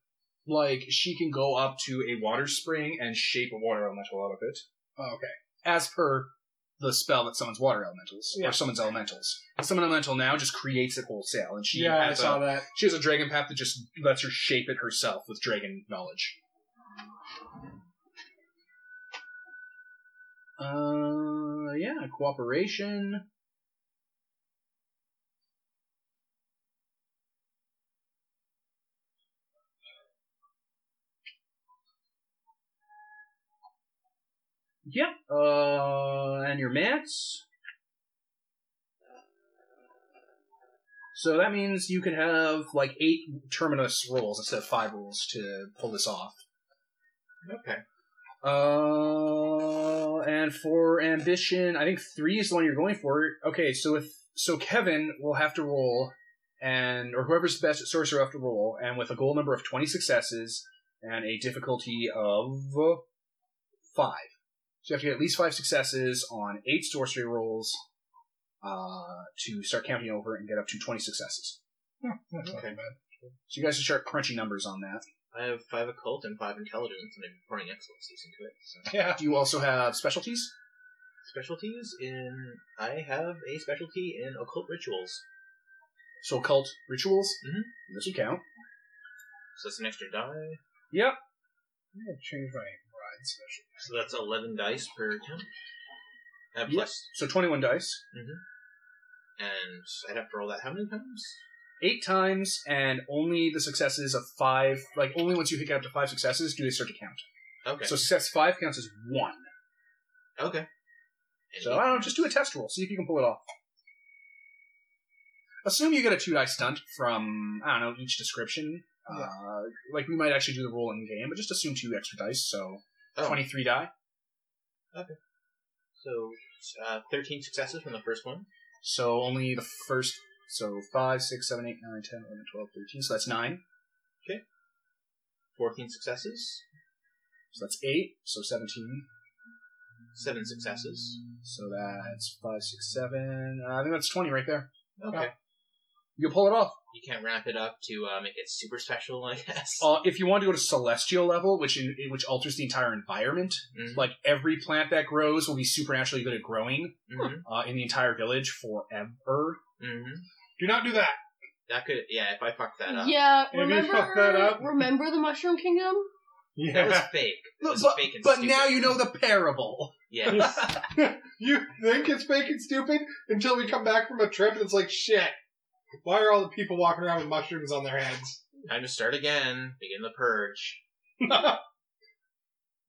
Speaker 1: like she can go up to a water spring and shape a water elemental out of it,
Speaker 4: Oh, okay.
Speaker 1: as per the spell that summons water elementals
Speaker 4: Yeah.
Speaker 1: or summons elementals. Summon elemental now just creates it wholesale, and she
Speaker 4: yeah, I
Speaker 1: has
Speaker 4: saw
Speaker 1: a,
Speaker 4: that.
Speaker 1: she has a dragon path that just lets her shape it herself with dragon knowledge. Uh, yeah, cooperation. Yeah. Uh, and your mats. So that means you could have like eight terminus rolls instead of five rolls to pull this off.
Speaker 2: Okay.
Speaker 1: Uh, and for ambition, I think three is the one you're going for. Okay, so with so Kevin will have to roll, and or whoever's best at sorcerer will have to roll, and with a goal number of twenty successes and a difficulty of five, so you have to get at least five successes on eight sorcery rolls uh, to start counting over and get up to twenty successes.
Speaker 4: That's not
Speaker 2: Okay.
Speaker 4: too bad.
Speaker 1: So you guys should start crunching numbers on that.
Speaker 2: I have five occult and five intelligence, and I'm pouring excellencies into it. So.
Speaker 4: Yeah.
Speaker 1: Do you also have specialties?
Speaker 2: Specialties in. I have a specialty in occult rituals.
Speaker 1: So occult rituals.
Speaker 4: Mm-hmm.
Speaker 2: Mhm.
Speaker 1: This would count.
Speaker 2: So that's an extra die.
Speaker 1: Yep.
Speaker 4: I'm gonna change my ride special.
Speaker 2: So that's 11 dice per attempt. I have
Speaker 1: Yeah.
Speaker 2: plus-
Speaker 1: So 21 dice.
Speaker 2: And I'd have to roll that how many times?
Speaker 1: Eight times, and only the successes of five, like only once you hit up to five successes do they start to count.
Speaker 2: Okay.
Speaker 1: So success five counts as one.
Speaker 2: okay. And
Speaker 1: So I don't know, just do a test roll, see if you can pull it off. Assume you get a two die stunt from, I don't know, each description. Uh, like we might actually do the roll in game, but just assume two extra dice, so
Speaker 2: Oh,
Speaker 1: 23 die.
Speaker 2: So uh, 13 successes from the first one.
Speaker 1: So only the first, so 5, six, seven, eight, nine, 10, 11, 12, 13, so that's 9.
Speaker 2: 14 successes.
Speaker 1: So that's 8, so 17.
Speaker 2: 7 successes.
Speaker 1: So that's five, six, seven. Uh, I think that's 20 right there.
Speaker 2: Okay.
Speaker 1: Yeah. You pull it off.
Speaker 2: You can't ramp it up to uh, make it super special, I guess.
Speaker 1: Uh, if you want to go to celestial level, which in, which alters the entire environment,
Speaker 2: Mhm.
Speaker 1: like every plant that grows will be supernaturally good at growing
Speaker 2: Mhm,
Speaker 1: uh, in the entire village forever.
Speaker 2: mhm.
Speaker 4: Do not do that.
Speaker 2: That could, yeah, if I fucked that up.
Speaker 3: Yeah,
Speaker 4: If you
Speaker 3: remember
Speaker 4: fuck that up-
Speaker 3: remember the Mushroom Kingdom?
Speaker 2: That was
Speaker 4: Yeah.
Speaker 2: fake. That
Speaker 1: Look,
Speaker 2: was
Speaker 1: but
Speaker 2: fake and
Speaker 1: but
Speaker 2: stupid.
Speaker 1: now you know the parable.
Speaker 2: Yes.
Speaker 4: you think it's fake and stupid until we come back from a trip and it's like shit. Why are all the people walking around with mushrooms on their heads?
Speaker 2: Time to start again. Begin the purge.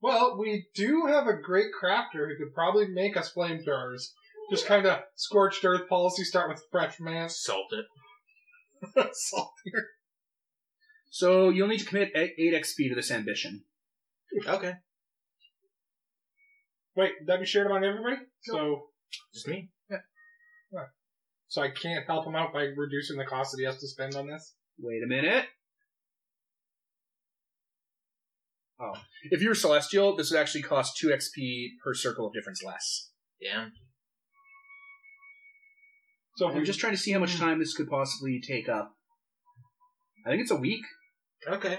Speaker 4: well, we do have a great crafter who could probably make us flamethrowers. Just kind of scorched earth policy. Start with fresh man.
Speaker 2: Salt it.
Speaker 4: Salt.
Speaker 1: So you'll need to commit eight eight XP to this ambition.
Speaker 2: Okay.
Speaker 4: Wait, that'd be shared among everybody. So,
Speaker 2: Just me.
Speaker 4: so I can't help him out by reducing the cost that he has to spend on this.
Speaker 1: Wait a minute. Oh, if you're celestial, this would actually cost two XP per circle of difference less.
Speaker 2: Damn.
Speaker 4: So if
Speaker 1: I'm
Speaker 4: we
Speaker 1: just
Speaker 4: just
Speaker 1: trying to see how much time this could possibly take up. I think it's a week.
Speaker 2: Okay.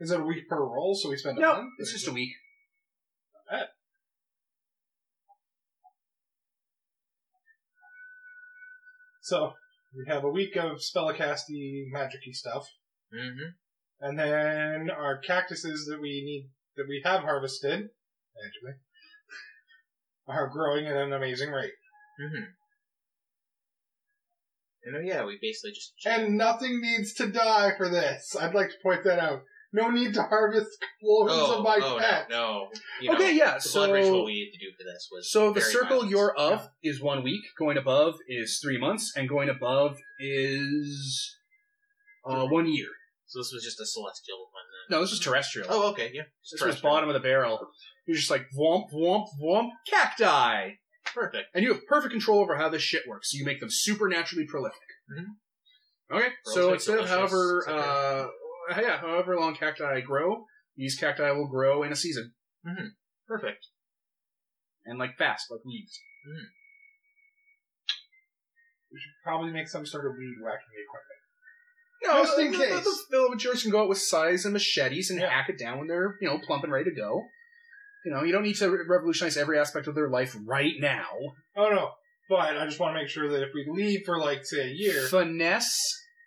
Speaker 4: is it a week per roll? So we spend a
Speaker 1: No,
Speaker 4: month.
Speaker 1: it's just a week.
Speaker 4: bad. So we have a week of spellcasty, magicy stuff,
Speaker 2: Mm-hmm.
Speaker 4: and then our cactuses that we need that we have harvested magically are growing at an amazing rate.
Speaker 2: Mm-hmm. And then, yeah, we basically just
Speaker 4: And nothing needs to die for this. I'd like to point that out. No need to harvest clones of my
Speaker 2: oh,
Speaker 4: pet.
Speaker 2: No, no. You know,
Speaker 1: okay, yeah.
Speaker 2: the
Speaker 1: So,
Speaker 2: blood ritual we need to do for this was
Speaker 1: so the
Speaker 2: very
Speaker 1: circle
Speaker 2: violent.
Speaker 1: you're of is one week. Going above is three months, and going above is uh, one year.
Speaker 2: So this was just a celestial one. Then.
Speaker 1: No, this is terrestrial.
Speaker 2: Oh, okay, yeah.
Speaker 1: this was bottom of the barrel. You're just like womp womp womp cacti,
Speaker 2: Perfect.
Speaker 1: and you have perfect control over how this shit works. So you make them supernaturally prolific. Okay,
Speaker 2: Girls
Speaker 1: so
Speaker 2: make
Speaker 1: instead of
Speaker 2: delicious
Speaker 1: however,
Speaker 2: sucker.
Speaker 1: uh, yeah, however long cacti grow, these cacti will grow in a season.
Speaker 2: Perfect.
Speaker 1: and like fast, like leaves.
Speaker 4: We should probably make some sort of weed whacking equipment.
Speaker 1: No,
Speaker 4: Just in
Speaker 1: the,
Speaker 4: case.
Speaker 1: The, the, the amateurs can go out with scythes and machetes and
Speaker 4: Yeah.
Speaker 1: hack it down when they're you know plump and ready to go. You know, you don't need to re- revolutionize every aspect of their life right now.
Speaker 4: Oh no. But I just want to make sure that if we leave for like say a year.
Speaker 1: Finesse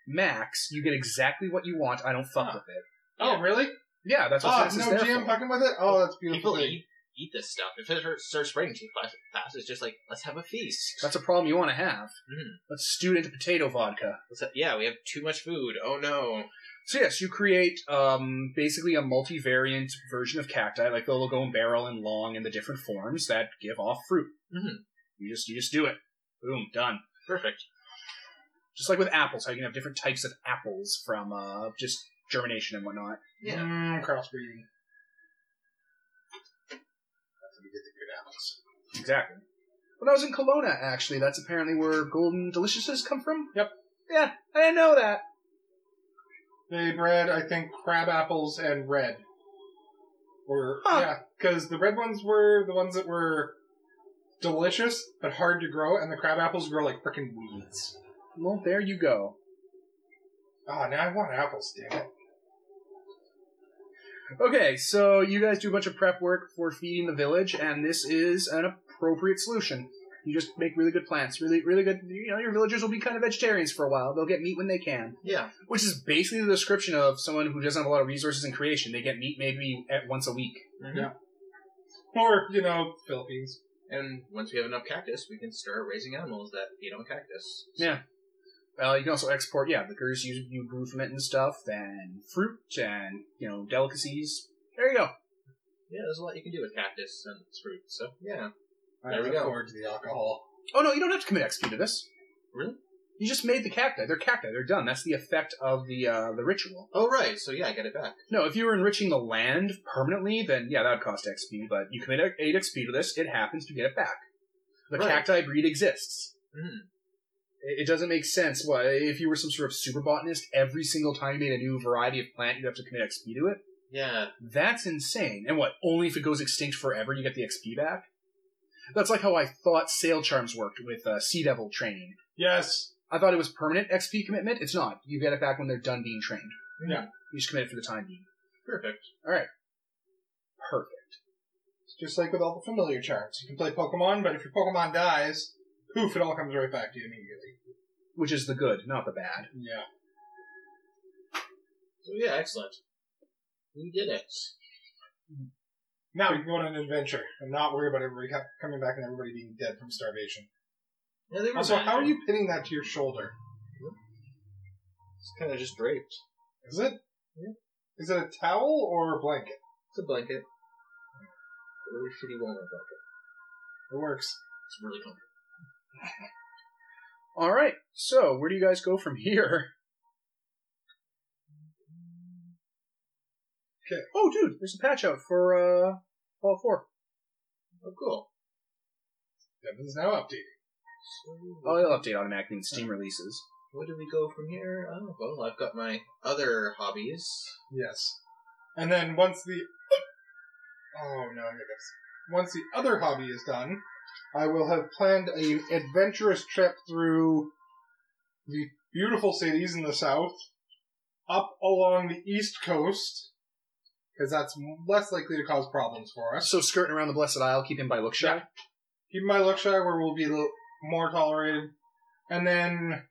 Speaker 1: max, you get exactly what you want. I don't fuck
Speaker 4: Huh.
Speaker 1: with it.
Speaker 4: Oh really?
Speaker 1: Yeah, that's what
Speaker 4: Oh,
Speaker 1: finesse is
Speaker 4: no
Speaker 1: there
Speaker 4: jam
Speaker 1: for.
Speaker 4: fucking with it? Oh that's a beautiful.
Speaker 2: People
Speaker 4: thing.
Speaker 2: eat, eat this stuff. If it starts spreading too fast, fast, it's just like let's have a feast.
Speaker 1: That's a problem you want to have.
Speaker 4: Mm-hmm.
Speaker 2: Mhm.
Speaker 1: Let's stew it into potato vodka.
Speaker 2: Let's ha- yeah, we have too much food. Oh no.
Speaker 1: So yes, you create um, basically a multivariant version of cacti, like they'll go in barrel and long and the different forms that give off fruit.
Speaker 4: Mm-hmm.
Speaker 2: Mhm.
Speaker 1: You just you just do it. Boom, done.
Speaker 2: Perfect.
Speaker 1: Just like with apples, how you can have different types of apples from uh, just germination and whatnot.
Speaker 2: Yeah.
Speaker 4: Mm, crossbreeding. That's how we get the good apples.
Speaker 1: Exactly. When I was in Kelowna, actually, that's apparently where golden deliciouses come from.
Speaker 4: Yep.
Speaker 1: Yeah, I didn't know that.
Speaker 4: They bred, I think, crab apples and red. Or
Speaker 1: Huh.
Speaker 4: yeah, because the red ones were the ones that were delicious but hard to grow, and the crab apples grow like frickin' weeds.
Speaker 1: Well, there you go.
Speaker 4: Oh, now I want apples, damn it!
Speaker 1: Okay, so you guys do a bunch of prep work for feeding the village, and this is an appropriate solution. You just make really good plants, really, really good. You know, your villagers will be kind of vegetarians for a while. They'll get meat when they can,
Speaker 2: Yeah.
Speaker 1: which is basically the description of someone who doesn't have a lot of resources in creation. They get meat maybe at once a week.
Speaker 2: Mhm.
Speaker 4: Yeah. Or you know, Philippines.
Speaker 2: And once we have enough cactus, we can start raising animals that feed on cactus.
Speaker 1: Yeah. Uh, you can also export, yeah, liquors you, you grew from it and stuff, and fruit, and you know delicacies. There you go.
Speaker 2: Yeah, there's a lot you can do with cactus and its fruit. So yeah.
Speaker 4: I
Speaker 2: There we
Speaker 4: look
Speaker 2: go.
Speaker 4: forward to the alcohol.
Speaker 1: Oh no, you don't have to commit XP to this.
Speaker 2: Really?
Speaker 1: You just made the cacti. They're cacti. They're done. That's the effect of the uh, the ritual.
Speaker 2: Oh right. So yeah, I get it back.
Speaker 1: No, if you were enriching the land permanently, then yeah, that would cost XP, but you commit 8 XP to this, it happens, you get it back. The
Speaker 2: Right.
Speaker 1: cacti breed exists.
Speaker 2: Mhm.
Speaker 1: It it doesn't make sense. Why, if you were some sort of super botanist, every single time you made a new variety of plant, you'd have to commit XP to it?
Speaker 2: Yeah.
Speaker 1: That's insane. And what, only if it goes extinct forever, you get the XP back? That's like how I thought sail charms worked with uh, sea devil training.
Speaker 4: Yes.
Speaker 1: I thought it was permanent XP commitment. It's not. You get it back when they're done being trained.
Speaker 4: Yeah.
Speaker 1: You just commit it for the time being.
Speaker 2: Perfect.
Speaker 1: Perfect.
Speaker 4: It's just like with all the familiar charms. You can play Pokemon, but if your Pokemon dies, poof, it all comes right back to you immediately.
Speaker 1: Which is the good, not the bad.
Speaker 4: Yeah.
Speaker 2: So yeah, excellent. We did it.
Speaker 4: Now we can go on an adventure and not worry about everybody co- coming back and everybody being dead from starvation.
Speaker 2: Yeah, they were
Speaker 4: Also, how are
Speaker 2: managing.
Speaker 4: you pinning that to your shoulder?
Speaker 2: It's kind of just draped.
Speaker 4: Is it? Is it a towel or a blanket?
Speaker 2: It's a blanket. A really shitty walnut blanket.
Speaker 4: It works.
Speaker 2: It's really comfortable.
Speaker 1: All right. So, where do you guys go from here?
Speaker 4: Okay.
Speaker 1: Oh, dude, there's a patch out for uh all four.
Speaker 2: Oh, cool.
Speaker 4: Devin's now updated.
Speaker 2: So,
Speaker 1: Oh, they'll update automatically when Steam releases.
Speaker 2: where do we go from here? Oh, well, I've got my other hobbies.
Speaker 4: Yes. And then once the. Oh no, I got this. Once the other hobby is done, I will have planned a adventurous trip through the beautiful cities in the south, up along the east coast, because that's less likely to cause problems for us.
Speaker 1: So, skirting around the Blessed Isle, keeping by look shy.
Speaker 4: keep my luck shy where we'll be a little more tolerated. And then,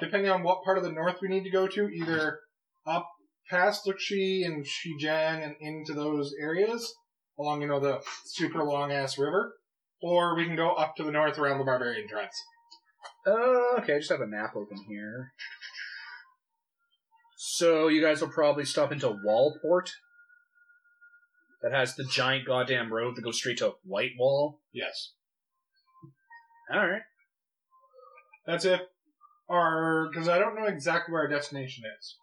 Speaker 4: depending on what part of the north we need to go to, either up past Lukshi and Shijian and into those areas, along, you know, the super long ass river, or we can go up to the north around the barbarian tribes.
Speaker 1: Uh, okay, I just have a map open here. So you guys will probably stop into Wallport. That has the giant goddamn road that goes straight to Whitewall.
Speaker 4: Yes,
Speaker 1: Alright.
Speaker 4: that's if our because I don't know exactly where our destination is.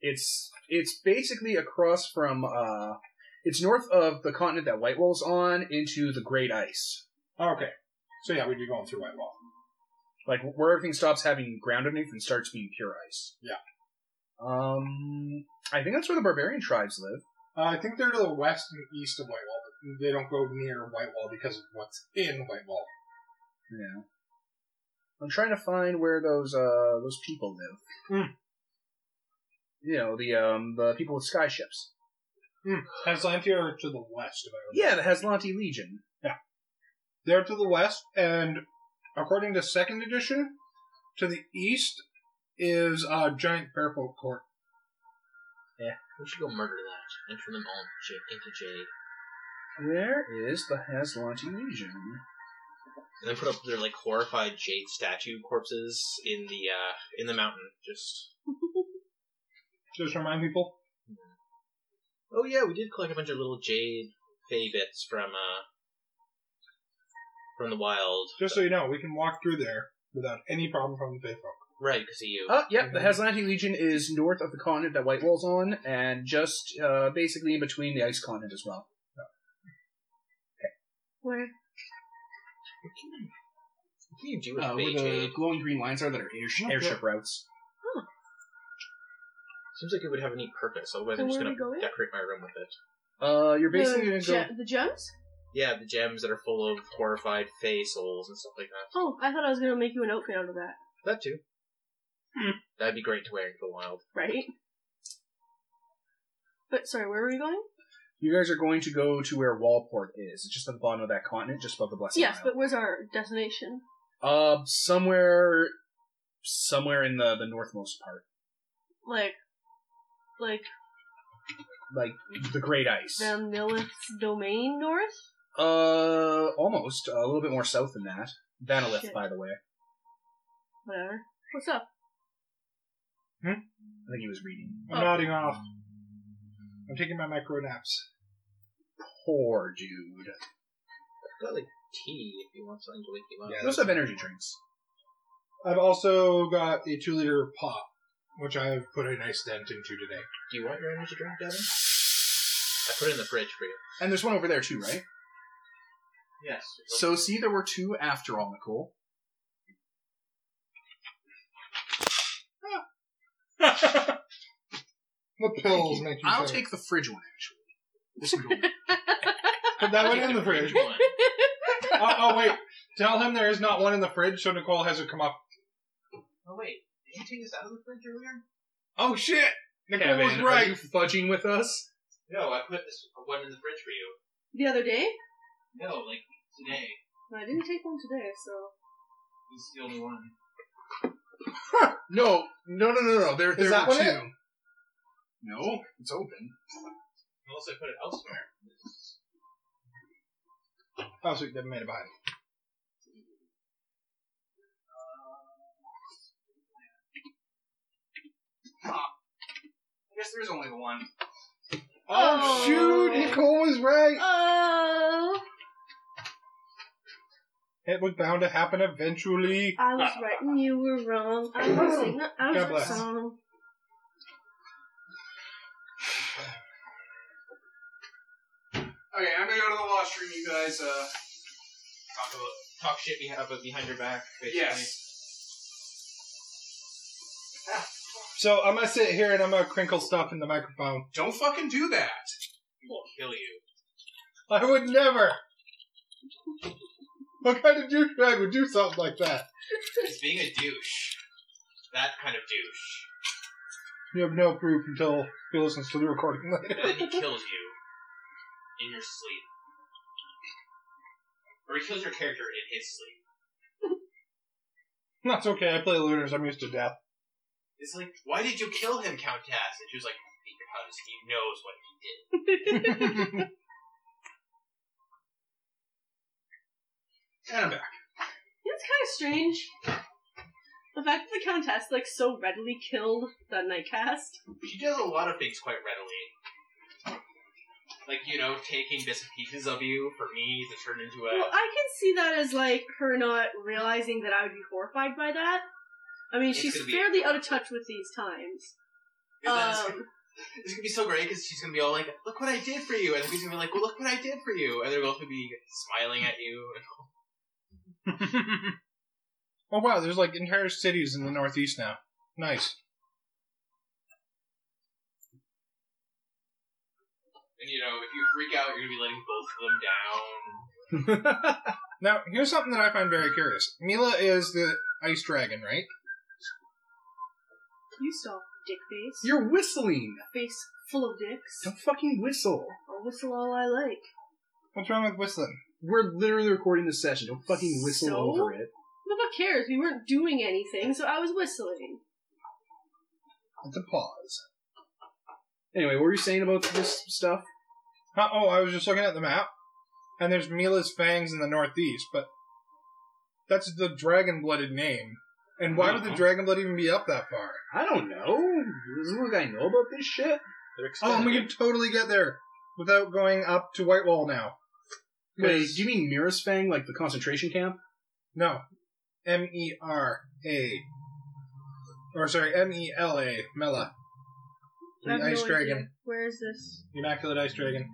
Speaker 1: It's it's basically across from uh it's north of the continent that Whitewall's on into the Great Ice.
Speaker 4: Okay, so yeah, we'd be going through Whitewall.
Speaker 1: Like where everything stops having ground underneath and starts being pure ice.
Speaker 4: Yeah.
Speaker 1: Um I think that's where the barbarian tribes live.
Speaker 4: Uh, I think they're to the west and east of Whitewall. but They don't go near Whitewall because of what's in Whitewall.
Speaker 1: Yeah. I'm trying to find where those uh those people live.
Speaker 4: Hmm.
Speaker 1: You know, the um the people with sky ships.
Speaker 4: Haslantia are to the west. If I remember.
Speaker 1: Yeah, the Haslanti Legion.
Speaker 4: They're to the west, and according to second edition, to the east is uh, giant barefoot court.
Speaker 2: We should go murder that and turn them all j- into jade.
Speaker 1: Where is the Haslanti Legion?
Speaker 2: And then put up their like horrified jade statue corpses in the uh in the mountain. Just
Speaker 4: Just remind people.
Speaker 2: oh yeah, we did collect a bunch of little jade fey bits from uh from the wild.
Speaker 4: Just so you know, we can walk through there without any problem from the barefoot.
Speaker 2: Right, because of you.
Speaker 1: Oh, yep, the Haslanti Legion is north of the continent that Whitewall's on, and just uh, basically in between the ice continent as well.
Speaker 3: Where?
Speaker 2: what do you do with
Speaker 3: Oh,
Speaker 1: Uh,
Speaker 2: fey
Speaker 1: where the
Speaker 2: jade?
Speaker 1: glowing green lines are that are airsh- airship routes.
Speaker 2: Seems like it would have a neat purpose. Otherwise, I'm
Speaker 3: So
Speaker 2: just
Speaker 3: where
Speaker 2: gonna
Speaker 3: are we going?
Speaker 2: decorate my room with it.
Speaker 1: Uh, you're basically
Speaker 3: the,
Speaker 1: going to go.
Speaker 3: ge- the gems?
Speaker 2: Yeah, the gems that are full of horrified fey souls and stuff like that.
Speaker 3: Oh, I thought I was gonna make you an outfit out of that,
Speaker 2: That too.
Speaker 4: Hmm.
Speaker 2: That'd be great to wear into the wild.
Speaker 3: right? But sorry, where were we going?
Speaker 1: You guys are going to go to where Walport is. It's just at the bottom of that continent, just above the Blessed
Speaker 3: Yes,
Speaker 1: Isle.
Speaker 3: but where's our destination?
Speaker 1: Uh, somewhere, somewhere in the the northmost part,
Speaker 3: Like, like
Speaker 1: like the Great Ice.
Speaker 3: the Nilith's domain north?
Speaker 1: Uh, almost a little bit more south than that. Vanilith,
Speaker 3: Shit.
Speaker 1: by the way.
Speaker 3: Whatever. What's up?
Speaker 1: I think he was reading.
Speaker 4: I'm
Speaker 3: Oh.
Speaker 4: nodding off. I'm taking my micro naps.
Speaker 1: Poor dude.
Speaker 2: Got like tea if you want something to wake you up.
Speaker 4: Yeah,
Speaker 1: You also have energy drinks.
Speaker 4: I've also got a two liter pop, which I've put a nice dent into today.
Speaker 2: Do you want your energy drink, Devin? I put it in the fridge for you.
Speaker 1: And there's one over there too, right?
Speaker 2: Yes.
Speaker 1: So see, there were two after all, Nicole.
Speaker 4: The pills make you
Speaker 1: I'll
Speaker 4: sick.
Speaker 1: take the fridge one actually. This one go-
Speaker 4: Put that one in the fridge.
Speaker 2: One.
Speaker 4: oh, oh, wait. Tell him there is not one in the fridge, so Nicole has it come up.
Speaker 2: Oh wait, did you take this out of the fridge earlier?
Speaker 4: Oh shit! Nicole was
Speaker 1: Kevin, are
Speaker 4: right.
Speaker 1: you fudging with us?
Speaker 2: No, I put this one in the fridge for you.
Speaker 3: The other day?
Speaker 2: No, like today.
Speaker 3: I didn't take one today, so.
Speaker 2: This is the only one.
Speaker 1: No, no, no, no, no. There, there
Speaker 4: that
Speaker 1: were
Speaker 4: one
Speaker 1: two.
Speaker 4: it?
Speaker 1: No, it's open.
Speaker 2: Unless I put it elsewhere.
Speaker 4: Oh, sweet, Devin made it behind.
Speaker 1: I guess there's only the one.
Speaker 4: Oh,
Speaker 3: Oh.
Speaker 4: shoot! Nicole was right.
Speaker 3: Oh!
Speaker 4: It was bound to happen eventually.
Speaker 3: I
Speaker 2: Ah.
Speaker 3: was right and you were wrong. I
Speaker 2: Oh.
Speaker 3: was singing the
Speaker 4: God
Speaker 3: outro
Speaker 4: bless.
Speaker 3: song.
Speaker 1: Okay, I'm gonna go to the washroom, you guys. Uh,
Speaker 2: Talk about talk shit behind, about behind your back. Basically.
Speaker 4: So I'm gonna sit here and I'm gonna crinkle stuff in the microphone.
Speaker 1: Don't fucking do that.
Speaker 2: We'll kill you.
Speaker 4: I would never. What kind of douchebag would do something like that?
Speaker 2: He's being a douche. That kind of douche.
Speaker 4: You have no proof until he listens to the recording later.
Speaker 2: And then he kills you in your sleep. Or he kills your character in his sleep.
Speaker 4: That's okay. I play Lunars. I'm used to death.
Speaker 2: It's like, why did you kill him, Countess? And she was like, because he knows what he did.
Speaker 4: And I'm back.
Speaker 3: It's kind of strange. The fact that the Countess, like, so readily killed the Nightcast.
Speaker 2: She does a lot of things quite readily. Like, you know, taking bits and pieces of you for me to turn into
Speaker 3: Well,
Speaker 2: a.
Speaker 3: I can see that as, like, her not realizing that I would be horrified by that. I mean,
Speaker 2: It's
Speaker 3: she's
Speaker 2: gonna be-
Speaker 3: fairly out of touch with these times. Um,
Speaker 2: It's gonna be so great because she's gonna be all like, "Look what I did for you," and he's gonna be like, "Well, look what I did for you," and they're both gonna be smiling at you.
Speaker 4: Oh wow, there's like entire cities in the Northeast now. Nice.
Speaker 2: And you know, if you freak out, you're gonna be letting both of them down.
Speaker 4: Now, here's something that I find very curious. Mila is the ice dragon, right?
Speaker 3: you saw dick face.
Speaker 1: You're whistling.
Speaker 3: face full of dicks.
Speaker 1: Don't fucking whistle.
Speaker 3: I'll whistle all I like.
Speaker 4: What's wrong with whistling?
Speaker 1: We're literally recording this session. Don't fucking whistle
Speaker 3: So?
Speaker 1: over it.
Speaker 3: But what cares? We weren't doing anything, so I was whistling.
Speaker 4: It's a pause.
Speaker 1: Anyway, what were you saying about this stuff?
Speaker 4: Huh, oh, I was just looking at the map, and there's Mila's fangs in the Northeast, but that's the dragon-blooded name. And why would the
Speaker 2: Mhm.
Speaker 4: dragon blood even be up that far?
Speaker 1: I don't know. Does this guy know about this shit?
Speaker 2: They're
Speaker 4: Oh, and we can totally get there without going up to Whitewall now.
Speaker 1: Wait,
Speaker 4: 'Cause-
Speaker 1: do you mean Mirasfang, like the concentration camp?
Speaker 4: No. M E R A. Or sorry, M E L A. Mela.
Speaker 3: I have
Speaker 4: The Ice
Speaker 3: no
Speaker 4: Dragon.
Speaker 3: idea. Where is this?
Speaker 4: Immaculate Ice Dragon.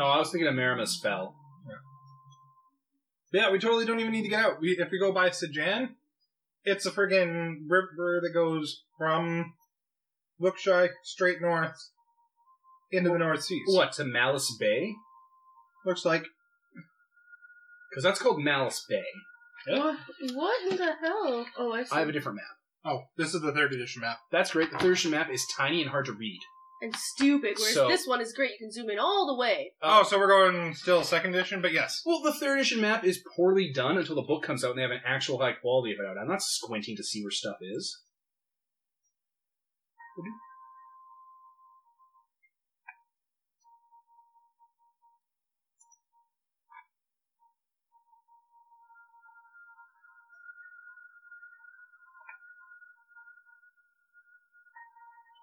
Speaker 1: Oh, I was thinking of Merrima's spell.
Speaker 4: Yeah, we totally don't even need to get out. We, if we go by Sajan, it's a friggin' river that goes from Lookshy straight north into the North Seas.
Speaker 1: What, to Malice Bay?
Speaker 4: Looks like.
Speaker 1: Because that's called Malice Bay.
Speaker 3: What, what in the hell? Oh, I see.
Speaker 1: I have a different map.
Speaker 4: Oh, this is the third edition map.
Speaker 1: That's great. The Thirstian map is tiny and hard to read.
Speaker 3: and stupid, whereas
Speaker 1: So-
Speaker 3: this one is great. You can zoom in all the way.
Speaker 4: Oh, so we're going still second edition, but yes.
Speaker 1: Well, the third edition map is poorly done until the book comes out and they have an actual high quality of it out. I'm not squinting to see where stuff is.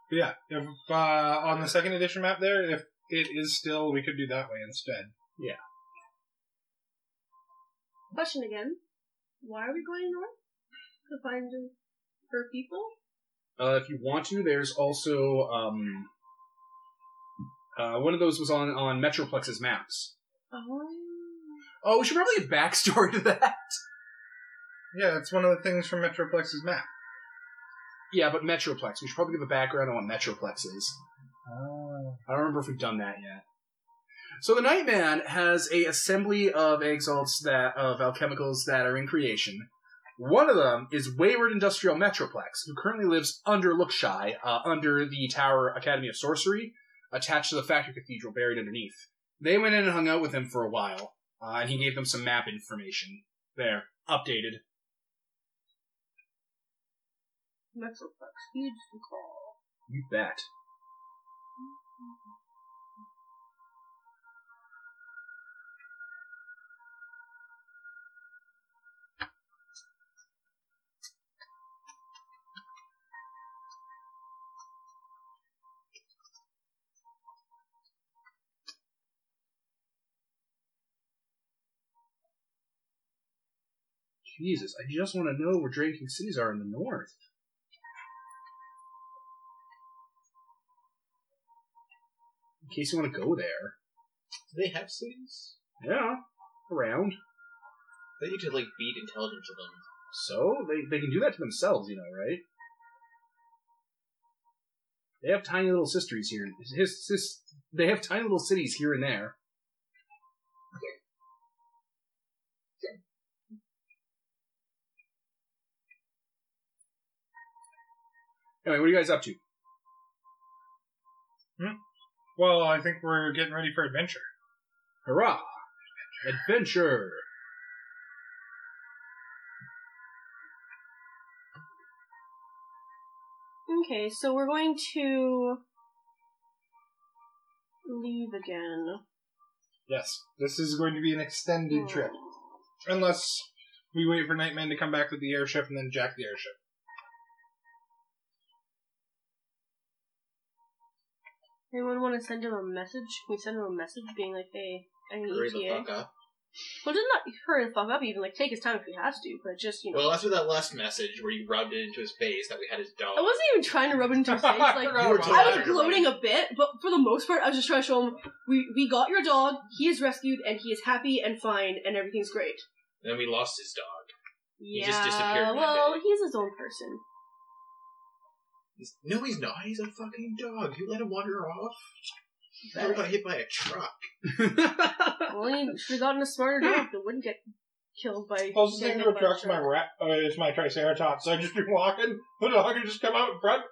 Speaker 4: But yeah, if uh, on the second edition map there, if it is still, we could do that way instead.
Speaker 3: Question again. Why are we going north? To find her people?
Speaker 1: Uh, if you want to, there's also um, uh, one of those was on on Metroplex's maps.
Speaker 3: Oh.
Speaker 1: Oh, we should probably get backstory to that.
Speaker 4: Yeah, it's one of the things from Metroplex's map.
Speaker 1: yeah, but Metroplex. We should probably give a background on what Metroplex is. I don't remember if we've done that yet. So the Nightman has a assembly of exalts that of alchemicals that are in creation. One of them is Wayward Industrial Metroplex, who currently lives under Lookshy, uh, under the Tower Academy of Sorcery, attached to the Factory Cathedral, buried underneath. They went in and hung out with him for a while, uh, and he gave them some map information. There, updated.
Speaker 3: Metroplex, huge and call.
Speaker 1: You bet. Jesus, I just want to know where Dragon King cities are in the north. in case you want to go there.
Speaker 2: Do they have cities?
Speaker 1: Yeah, around.
Speaker 2: They need to like beat intelligence of them.
Speaker 1: So they they can do that to themselves, you know, right? They have tiny little sisters here. and- His, his, they have tiny little cities here and there. Anyway, what are you guys up to?
Speaker 4: Well, I think we're getting ready for adventure.
Speaker 1: Hurrah! Adventure!
Speaker 3: Okay, so we're going to leave again.
Speaker 4: Yes, this is going to be an
Speaker 3: Hmm.
Speaker 4: extended trip. Unless we wait for Nightman to come back with the airship and then jack the airship.
Speaker 3: Anyone want to send him a message? Can we send him a message being like, hey, I need E
Speaker 2: Hurry the
Speaker 3: ETA?
Speaker 2: fuck up.
Speaker 3: Well, just not hurry the fuck up, even. Like, take his time if he has to, but just, you know.
Speaker 2: Well, after that last message where you rubbed it into his face that we had his dog.
Speaker 3: I wasn't even trying to rub it into his face. Like,
Speaker 4: forgot
Speaker 2: You were
Speaker 4: about
Speaker 2: totally
Speaker 4: that.
Speaker 3: I was gloating a bit, but for the most part, I was just trying to show him we, we got your dog, he is rescued, and he is happy and fine, and everything's great.
Speaker 2: And then we lost his dog.
Speaker 3: Yeah,
Speaker 2: just disappeared one
Speaker 3: well,
Speaker 2: day.
Speaker 3: he's his own person.
Speaker 2: He's, no, he's not. He's a fucking dog. You let him wander off. Never got hit by a truck.
Speaker 3: Well, he should have gotten a smarter dog that wouldn't get killed by.
Speaker 4: Closest thing to a
Speaker 3: by
Speaker 4: truck's my
Speaker 3: shark.
Speaker 4: rat, uh, is my triceratops. I just be walking, the dog would just come out in front.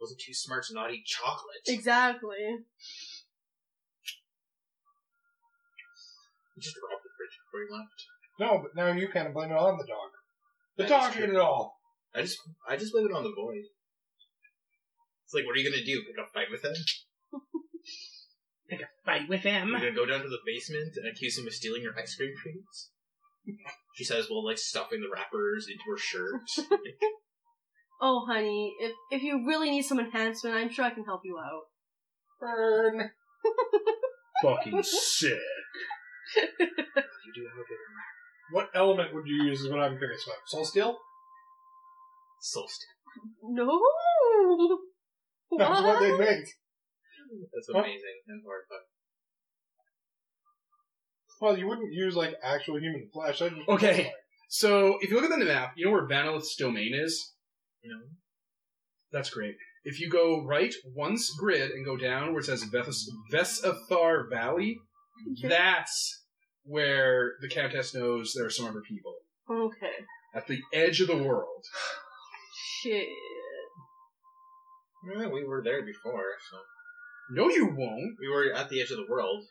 Speaker 2: Wasn't too smart to not eat chocolate.
Speaker 3: Exactly.
Speaker 2: He just robbed the fridge before he left.
Speaker 4: No, but now you kind of blame it on the dog.
Speaker 2: That
Speaker 4: The
Speaker 2: is
Speaker 4: dog
Speaker 2: true.
Speaker 4: did it all.
Speaker 2: I just, I just blame it on the void. It's like, what are you gonna do? Pick a fight with him?
Speaker 1: Fight with him.
Speaker 2: You're gonna go down to the basement and accuse him of stealing your ice cream treats? She says, well, like stuffing the wrappers into her shirt.
Speaker 3: Oh, honey, if if you really need some enhancement, I'm sure I can help you out.
Speaker 4: Burn.
Speaker 1: Fucking sick.
Speaker 2: you do have a bit of
Speaker 4: What element would you use is what I'm curious about. Soul steel?
Speaker 2: solstice.
Speaker 3: No.
Speaker 4: That's what they make.
Speaker 2: That's
Speaker 4: Huh?
Speaker 2: amazing and hard, but
Speaker 4: Well, you wouldn't use like actual human flesh. I'd just
Speaker 1: Okay. So, if you look at the map, you know where Vanelith's domain is?
Speaker 2: you know,
Speaker 1: That's great. If you go right once grid and go down where it says Vethas- Vesathar Valley, that's where the Countess knows there are some other people.
Speaker 3: Okay.
Speaker 1: At the edge of the world.
Speaker 3: Shit.
Speaker 2: yeah, we were there before. So
Speaker 1: No, you won't.
Speaker 2: we were at the edge of the world.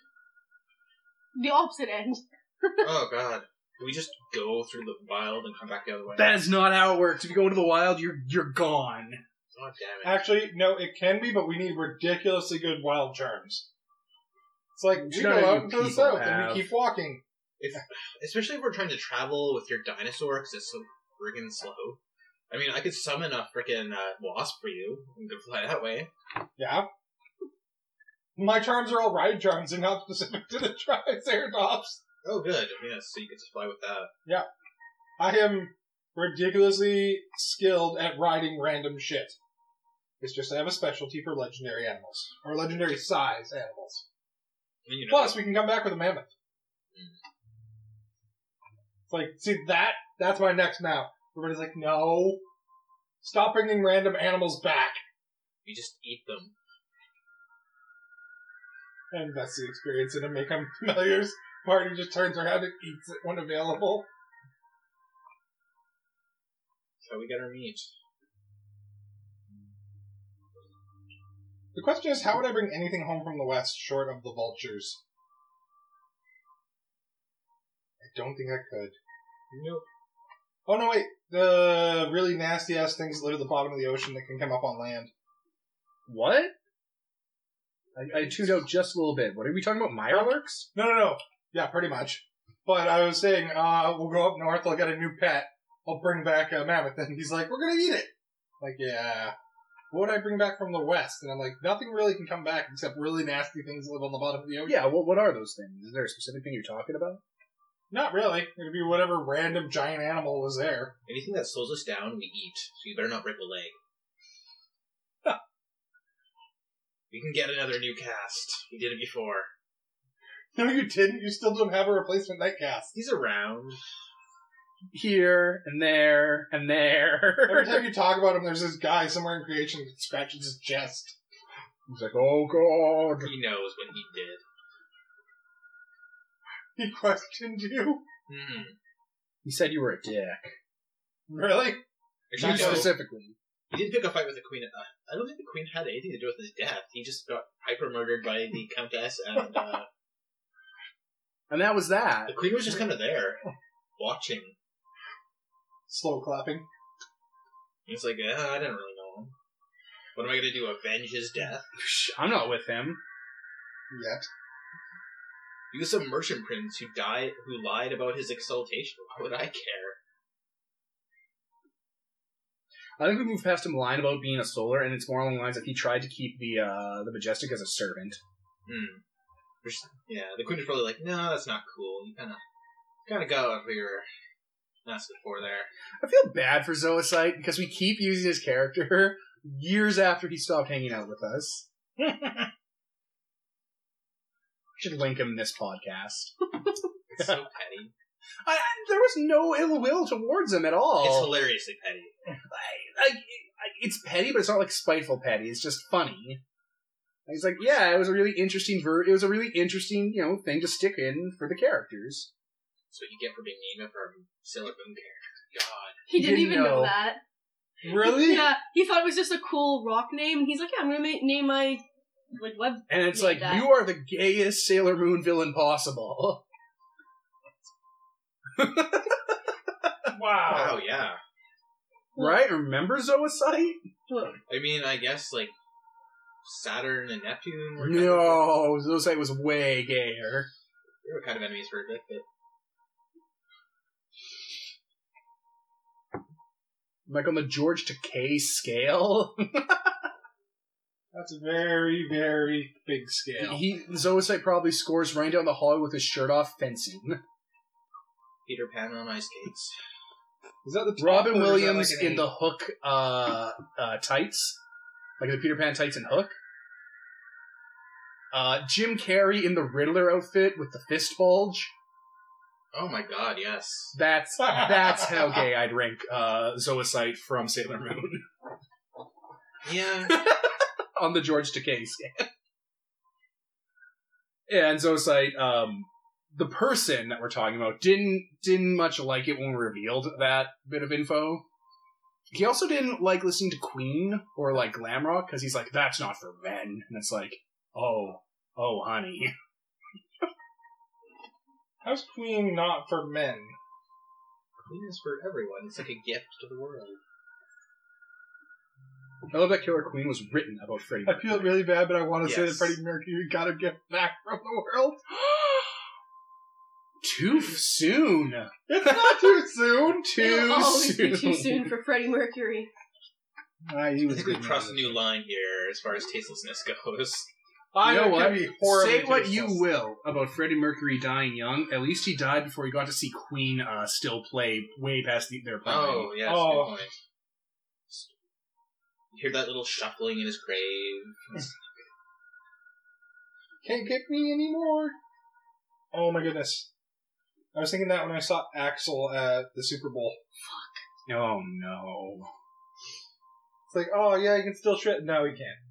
Speaker 3: The opposite end.
Speaker 2: oh God, Can we just go through the wild and come back the other way.
Speaker 1: That is not how it works. If you go into the wild, you're you're gone.
Speaker 2: God Oh, damn it!
Speaker 4: Actually, no, it can be, but we need ridiculously good wild charms. It's like we
Speaker 1: You
Speaker 4: go
Speaker 1: know you
Speaker 4: out to the
Speaker 1: people
Speaker 4: south
Speaker 1: have-
Speaker 4: and we keep walking.
Speaker 2: Especially if we're trying to travel with your dinosaur because it's so friggin' slow. I mean, I could summon a friggin' uh, wasp for you and go fly that way.
Speaker 4: Yeah. My charms are all ride charms and not specific to the triceratops.
Speaker 2: Oh, good. Yeah, so you could just fly with that.
Speaker 4: I am ridiculously skilled at riding random shit. It's just I have a specialty for legendary animals. Or legendary size animals.
Speaker 2: And, you know,
Speaker 4: Plus, we can come back with a mammoth. It's like, see that? That's my next map. Everybody's like, no, stop bringing random animals back,
Speaker 2: you just eat them.
Speaker 4: and that's the experience. And to make them familiars, party just turns around and eats it when available.
Speaker 2: That's how we get our meat.
Speaker 4: The question is, how would I bring anything home from the west short of the vultures? I don't think I could.
Speaker 2: Nope.
Speaker 4: Oh no, wait, the really nasty ass things that live at the bottom of the ocean that can come up on land.
Speaker 1: What? I, I tuned out just a little bit. What are we talking about? Mirelurks?
Speaker 4: No, no, no. Yeah, pretty much. But I was saying, uh, we'll go up north. I'll get a new pet. I'll bring back a mammoth. And he's like, we're gonna eat it. Like, yeah. What would I bring back from the west? And I'm like, nothing really can come back except really nasty things that live on the bottom of the ocean.
Speaker 1: Yeah. What what are those things? Is there a specific thing you're talking about?
Speaker 4: Not really. It'd be whatever random giant animal was there.
Speaker 2: Anything that slows us down, we eat. So you better not break a leg. we can get another new cast. We did it before.
Speaker 4: No, you didn't. You still don't have a replacement nightcast.
Speaker 2: He's around.
Speaker 1: Here and there and
Speaker 4: Every
Speaker 1: there.
Speaker 4: time you talk about him, there's this guy somewhere in creation that scratches his chest.
Speaker 1: He's like, oh god.
Speaker 2: He knows when he did.
Speaker 4: He questioned you.
Speaker 2: Hmm.
Speaker 1: He said you were a dick.
Speaker 4: Really?
Speaker 1: You
Speaker 2: Actually, no,
Speaker 1: specifically.
Speaker 2: he did pick a fight with the queen. Uh, I don't think the queen had anything to do with his death. He just got hyper murdered by the countess, and uh,
Speaker 1: And that was that.
Speaker 2: the queen was just kind of there, watching.
Speaker 4: Slow clapping.
Speaker 2: And it's like, ah, I didn't really know him. What am I gonna do? Avenge his death?
Speaker 1: Psh, I'm not with him.
Speaker 4: Yet.
Speaker 2: You some merchant prince who died, who lied about his exaltation. Why would I care?
Speaker 1: I think we moved past him line about being a solar, and it's more along the lines that he tried to keep the uh, the majestic as a servant.
Speaker 2: Hmm. Which- Yeah, the queen is probably like, no, that's not cool. You kind of, kind of got what we were asking for there.
Speaker 1: I feel bad for Zoocyte because we keep using his character years after he stopped hanging out with us. Should link him in this podcast.
Speaker 2: It's so petty.
Speaker 1: I, I, there was no ill will towards him at all.
Speaker 2: It's hilariously petty.
Speaker 1: I, I, I- it's petty, but it's not like spiteful petty. It's just funny. And He's like, yeah, it was a really interesting ver- It was a really interesting, you know, thing to stick in for the characters.
Speaker 2: That's what you get for being named after a Sailor Moon character. God.
Speaker 3: He didn't
Speaker 1: Didn't
Speaker 3: even know.
Speaker 1: know.
Speaker 3: that.
Speaker 4: Really?
Speaker 3: Yeah, he thought it was just a cool rock name. and He's like, yeah, I'm gonna ma- name my like web.
Speaker 1: And it's
Speaker 3: Yeah,
Speaker 1: like,
Speaker 3: that-
Speaker 1: you are the gayest Sailor Moon villain possible.
Speaker 2: Wow.
Speaker 4: Wow.
Speaker 2: Yeah.
Speaker 1: Right? Remember Zoocyte?
Speaker 2: I mean, I guess like Saturn and Neptune were kind of,
Speaker 1: No, Zoocyte was way gayer.
Speaker 2: they were kind of enemies for a bit. But
Speaker 1: Like on the George Takei scale.
Speaker 4: That's a very, very big scale.
Speaker 1: He Zoocyte probably scores running down the hallway with his shirt off fencing.
Speaker 2: Peter Pan on ice skates.
Speaker 4: Is that the top or
Speaker 1: Robin
Speaker 4: is that
Speaker 1: Williams
Speaker 4: like an
Speaker 1: in the Hook uh, uh, tights, like the Peter Pan tights and Hook. Uh, Jim Carrey in the Riddler outfit with the fist bulge.
Speaker 2: Oh my God! Yes.
Speaker 1: That's that's how gay I'd rank uh, Zoocyte from Sailor Moon
Speaker 2: Yeah.
Speaker 1: on the George Takei scale. and Zoocyte, um, the person that we're talking about didn't didn't much like it when we revealed that bit of info. He also didn't like listening to Queen or like glam rock because he's like, that's not for men, and it's like, oh, oh, honey,
Speaker 4: How's Queen not for men?
Speaker 2: Queen is for everyone. It's like a gift to the world.
Speaker 1: I love that Killer Queen was written about Freddie.
Speaker 4: I feel really bad, but I want to say that
Speaker 2: Yes.
Speaker 4: Freddie Mercury got a gift back from the world.
Speaker 1: too soon,
Speaker 4: It's not too soon.
Speaker 1: too
Speaker 3: It'll always
Speaker 1: soon.
Speaker 3: be Oh, too soon for Freddie Mercury.
Speaker 4: Ah, he
Speaker 2: I
Speaker 4: was
Speaker 2: think we
Speaker 4: good
Speaker 2: crossed a
Speaker 4: man.
Speaker 2: new line here as far as tastelessness goes.
Speaker 4: I
Speaker 1: You know
Speaker 4: know
Speaker 1: what?
Speaker 4: what? Be horribly
Speaker 1: Say what you
Speaker 4: tasteless.
Speaker 1: will about Freddie Mercury dying young. At least he died before he got to see Queen uh, still play way past the, their prime.
Speaker 2: Oh, yes,
Speaker 4: Oh.
Speaker 2: good point. You hear that little shuffling in his grave.
Speaker 4: Can't get me anymore. Oh my goodness. I was thinking that when I saw Axel at the Super Bowl.
Speaker 1: Oh, no!
Speaker 4: It's like, oh yeah, you can still shred. No, you can't.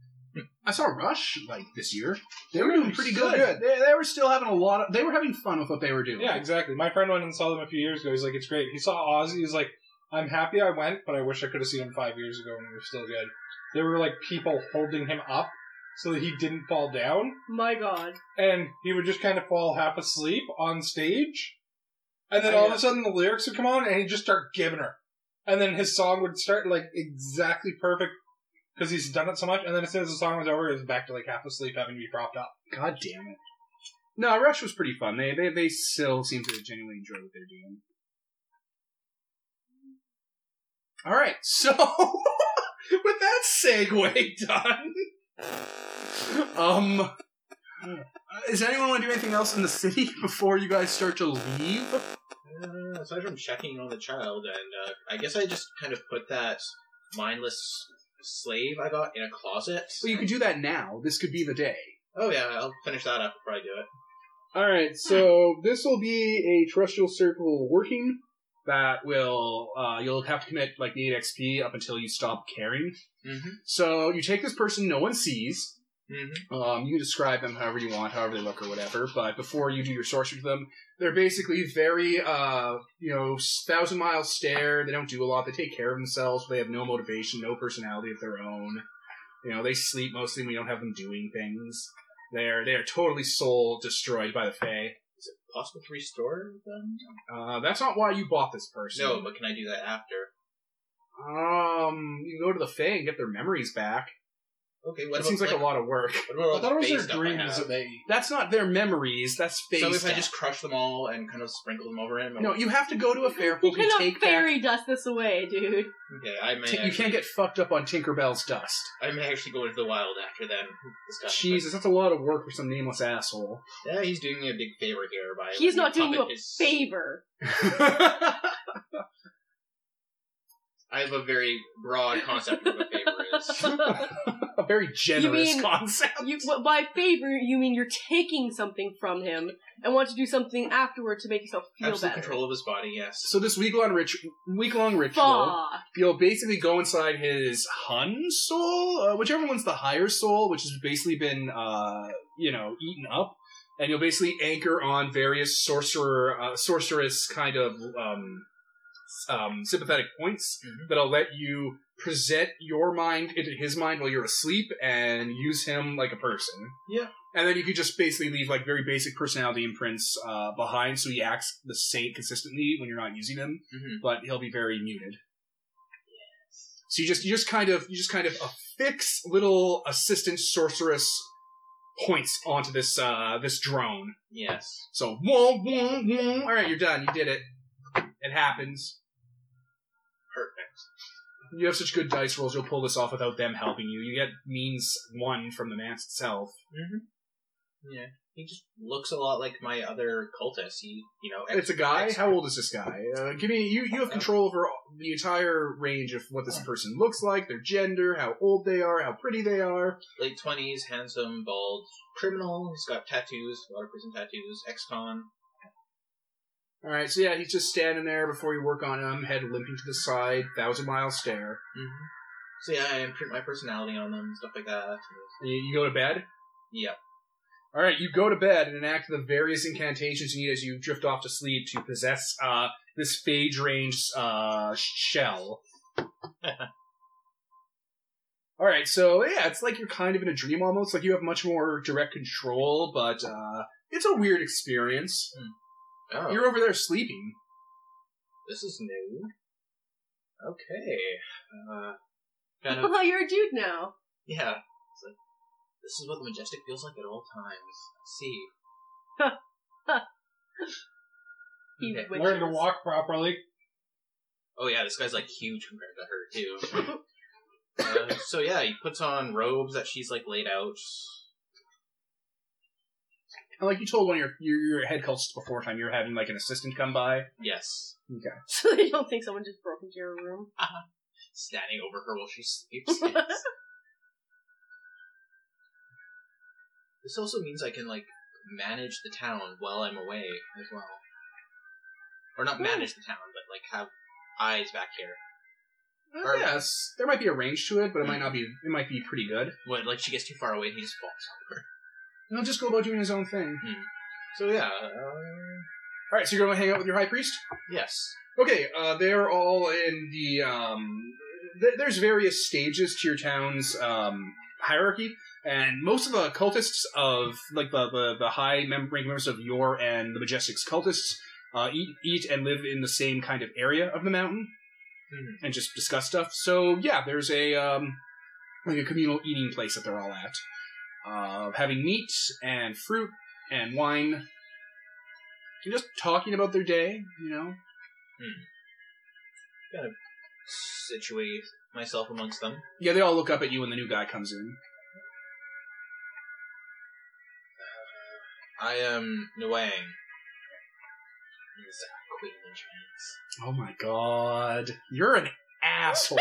Speaker 1: I saw Rush like this year. They were doing pretty
Speaker 4: still
Speaker 1: good. They, they were still having a lot. Of, they were having fun with what they were doing.
Speaker 4: Yeah, exactly. My friend went and saw them a few years ago. He's like, it's great. He saw Ozzy. He's like, I'm happy I went, but I wish I could have seen him five years ago when he was still good. There were like people holding him up so that he didn't fall down,
Speaker 3: My God.
Speaker 4: and he would just kind of fall half asleep on stage. And then
Speaker 1: Oh,
Speaker 4: all
Speaker 1: yeah.
Speaker 4: of a sudden the lyrics would come on, and he'd just start giving her. And then his song would start like exactly perfect because he's done it so much. And then as soon as the song was over, he was back to like half asleep, having to be propped up.
Speaker 1: God damn it! No, Rush was pretty fun. They they they still seem to genuinely enjoy what they're doing. All right, so with that segue done, um, does anyone want to do anything else in the city before you guys start to leave?
Speaker 2: Uh, aside from checking on the child, and uh, I guess I just kind of put that mindless slave I got in a closet.
Speaker 1: Well, you could do that now. This could be the day.
Speaker 2: Oh yeah, I'll finish that up. Probably do it.
Speaker 1: All right, so this will be a terrestrial circle working that will uh, you'll have to commit like the eight XP up until you stop caring.
Speaker 2: Mm-hmm.
Speaker 1: So you take this person no one sees.
Speaker 2: Mm-hmm.
Speaker 1: Um, you can describe them however you want, however they look or whatever. But before you do your sorcery to them, they're basically very, uh, you know, thousand mile stare. They don't do a lot. They take care of themselves. They have no motivation, no personality of their own. You know, they sleep mostly. and We don't have them doing things. They're they are totally soul destroyed by the Fae.
Speaker 2: Is it possible to restore them?
Speaker 1: Uh, that's not why you bought this person.
Speaker 2: No, but can I do that after?
Speaker 1: Um, you can go to the Fae and get their memories back.
Speaker 2: Okay, what
Speaker 5: That
Speaker 2: about
Speaker 5: seems like a lot of work.
Speaker 2: What about all
Speaker 4: I thought it was
Speaker 2: the
Speaker 4: their
Speaker 2: base stuff I
Speaker 4: dreams
Speaker 2: have?
Speaker 4: that they.
Speaker 1: That's not their memories. That's face.
Speaker 2: So if I
Speaker 1: stuff.
Speaker 2: just crush them all and kind of sprinkle them over him.
Speaker 1: no, you have to go to a fair.
Speaker 3: You
Speaker 1: People who
Speaker 3: cannot
Speaker 1: take back.
Speaker 3: fairy dust this away, dude.
Speaker 2: Okay, I may.
Speaker 1: Ti- you can't get fucked up on Tinkerbell's dust.
Speaker 2: I may actually go into the wild after them. Discuss,
Speaker 1: Jesus, that's a lot of work for some nameless asshole.
Speaker 2: but- Yeah, he's doing me a big favor here by.
Speaker 3: He's
Speaker 2: letting me
Speaker 3: not doing you
Speaker 2: puppet
Speaker 3: a
Speaker 2: his-
Speaker 3: Favor.
Speaker 2: I have a very broad concept of what a favor is.
Speaker 1: a very generous
Speaker 3: mean-
Speaker 1: concept.
Speaker 3: You, wh- by favor, you mean you're taking something from him and want to do something afterward to make yourself feel
Speaker 2: Absolute
Speaker 3: better.
Speaker 2: control of his body. Yes.
Speaker 1: So this week-long rit- week-long ritual,
Speaker 3: Fuck.
Speaker 1: you'll basically go inside his Hun soul, uh, whichever one's the higher soul, which has basically been, uh, you know, eaten up, and you'll basically anchor on various sorcerer, uh, sorceress kind of um, s- um, sympathetic points
Speaker 2: Mhm.
Speaker 1: that'll let you present your mind into his mind while you're asleep and use him like a person.
Speaker 2: Yeah.
Speaker 1: And then you could just basically leave like very basic personality imprints uh, behind, so he acts the same consistently when you're not using them,
Speaker 2: Mhm.
Speaker 1: but he'll be very muted. So you just you just kind of you just kind of affix little assistant sorceress points onto this uh this drone.
Speaker 2: Yes.
Speaker 1: So whoa, whoa, whoa. All right, you're done. You did it. It happens.
Speaker 2: Perfect.
Speaker 1: You have such good dice rolls. You'll pull this off without them helping you. You get means one from the mass itself.
Speaker 2: He just looks a lot like my other cultist. He, you know,
Speaker 1: It's a guy.
Speaker 2: ex-
Speaker 1: How old is this guy? Uh, give me you. You have control over the entire range of what this person looks like, their gender, how old they are, how pretty they are.
Speaker 2: late twenties, handsome, bald, criminal. He's got tattoos, a lot of prison tattoos. Ex-con.
Speaker 1: All right, so yeah, he's just standing there before you work on him, head limping to the side, thousand mile stare.
Speaker 2: Mm-hmm. So yeah, I imprint my personality on them, stuff like that.
Speaker 1: You, you go to bed.
Speaker 2: Yeah.
Speaker 1: All right, you go to bed and enact the various incantations you need as you drift off to sleep to possess uh, this phage range uh, shell. All right, so yeah, it's like you're kind of in a dream almost. Like you have much more direct control, but uh, it's a weird experience.
Speaker 2: Oh,
Speaker 1: You're over there sleeping.
Speaker 2: this is new. Okay. Uh, kind of.
Speaker 3: Oh, you're a dude now.
Speaker 2: Yeah. It's like, this is what the majestic feels like at all times. I see.
Speaker 3: He
Speaker 2: Okay.
Speaker 3: witches.
Speaker 4: Learn to walk properly.
Speaker 2: Oh yeah, this guy's like huge compared to her too. uh, so yeah, he puts on robes that she's like laid out.
Speaker 1: And like you told one of your your, your head cultists before time, you're having like an assistant come by.
Speaker 2: Yes,
Speaker 3: So they don't think someone just broke into your room.
Speaker 2: standing over her while she sleeps. this also means I can like manage the town while I'm away as well, or not
Speaker 3: Ooh.
Speaker 2: manage the town, but like have eyes back here.
Speaker 1: Uh, yes, there might be a range to it, but it might not be. It might be pretty good.
Speaker 2: When like she gets too far away, he just falls over.
Speaker 1: And he'll just go about doing his own thing.
Speaker 2: So yeah, uh,
Speaker 1: All right, so you're going to hang out with your high priest.
Speaker 2: yes.
Speaker 1: Okay, uh, they're all in the. Um, th- there's various stages to your town's um, hierarchy, and most of the cultists of like the the, the high mem- rank members of your and the majestic's cultists uh, eat eat and live in the same kind of area of the mountain,
Speaker 2: Mhm.
Speaker 1: and just discuss stuff. So yeah, there's a um, like a communal eating place that they're all at, uh, having meat and fruit and wine. And just talking about their day, you know,
Speaker 2: situate myself amongst them.
Speaker 1: Yeah, they all look up at you when the new guy comes in.
Speaker 2: I am Nguyen. Is a queen in Chinese.
Speaker 1: Oh my god. You're an asshole.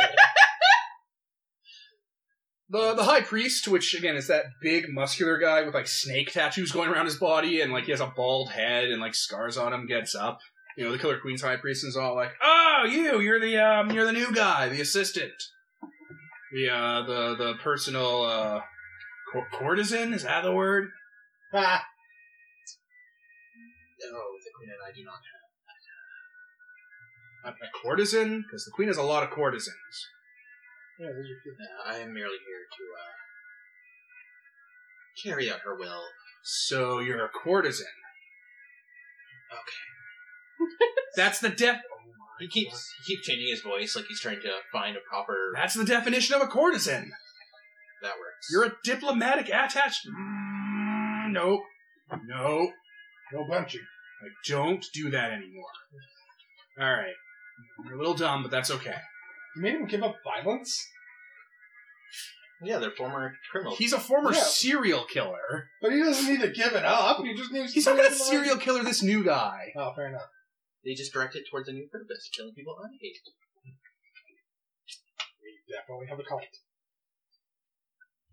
Speaker 1: the the high priest, which again is that big muscular guy with like snake tattoos going around his body and like he has a bald head and like scars on him, gets up. You know, the killer queen's high priest is all like, Oh, you, you're the um you're the new guy, the assistant. The uh the the personal uh cour- courtesan, is that the word?
Speaker 4: Ah,
Speaker 2: No, the queen and I do not.
Speaker 1: A, a courtesan? Because the queen has a lot of courtesans.
Speaker 4: yeah, those are cute.
Speaker 2: Uh, I am merely here to uh, carry out her will.
Speaker 1: So you're a courtesan. Okay. That's the def.
Speaker 2: He keeps he keeps changing his voice, like he's trying to find a proper.
Speaker 1: That's the definition of a courtesan.
Speaker 2: That works.
Speaker 1: You're a diplomatic attached. Mm, no, no,
Speaker 4: No bunching.
Speaker 1: I don't do that anymore. All right, you're a little dumb, but that's okay.
Speaker 4: You made him give up violence?
Speaker 2: Yeah, they're former criminals.
Speaker 1: He's a former
Speaker 4: Yeah.
Speaker 1: serial killer.
Speaker 4: But he doesn't need to give it up. He just needs
Speaker 1: He's
Speaker 4: to
Speaker 1: not gonna serial killer this new guy.
Speaker 4: Oh, fair enough.
Speaker 2: They just direct it towards a new purpose, killing people on hate.
Speaker 4: We definitely have a cult.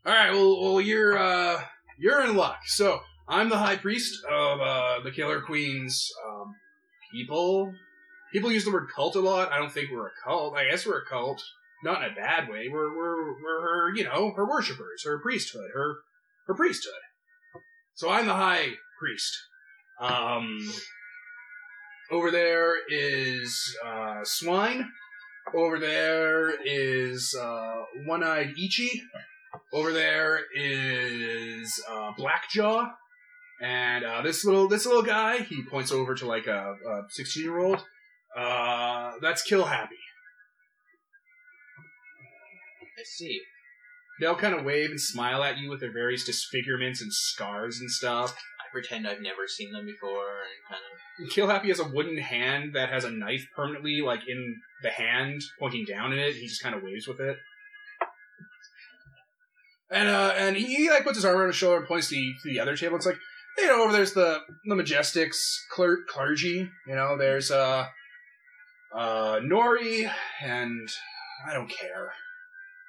Speaker 1: All right, well, well, you're uh, you're in luck. So I'm the high priest of uh, the Killer Queen's um, people. People use the word cult a lot. I don't think we're a cult. I guess we're a cult, not in a bad way. We're we're we're her, you know her worshippers, her priesthood, her her priesthood. So I'm the high priest. Um, over there is uh, swine. Over there is uh, one-eyed Ichi. Over there is uh, Blackjaw, and uh, this little this little guy. He points over to like a sixteen year old. Uh, that's Kill Happy.
Speaker 2: I see.
Speaker 1: They'll kind of wave and smile at you with their various disfigurements and scars and stuff.
Speaker 2: I pretend I've never seen them before, and kind of.
Speaker 1: Kill Happy has a wooden hand that has a knife permanently like in the hand, pointing down in it. He just kind of waves with it. And uh, and he, he like puts his arm around his shoulder and points to the, to the other table. It's like, you know, over there's the the majestics cler- clergy. You know, there's uh, uh, Nori, and I don't care.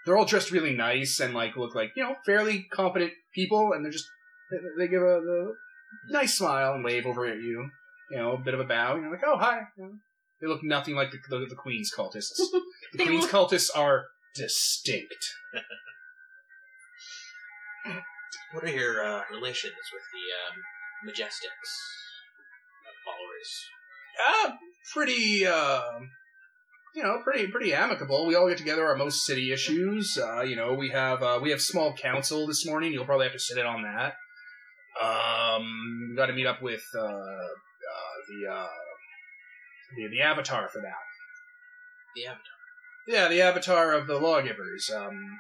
Speaker 1: They're all dressed really nice and like look like you know fairly competent people, and they're just they- they give a the nice smile and wave over at you. You know, a bit of a bow. You're like, oh hi. You know, They look nothing like the the, the queen's cultists. the
Speaker 3: They
Speaker 1: queen's cultists are distinct.
Speaker 2: What are your uh, relations with the uh, Majestics uh, followers?
Speaker 1: uh, pretty, uh, you know, pretty pretty amicable. We all get together on most city issues. Uh, you know, we have uh, we have small council this morning. You'll probably have to sit in on that. Um, we got to meet up with uh, uh, the, uh, the the avatar for that.
Speaker 2: The Avatar.
Speaker 1: Yeah, the avatar of the lawgivers. Um,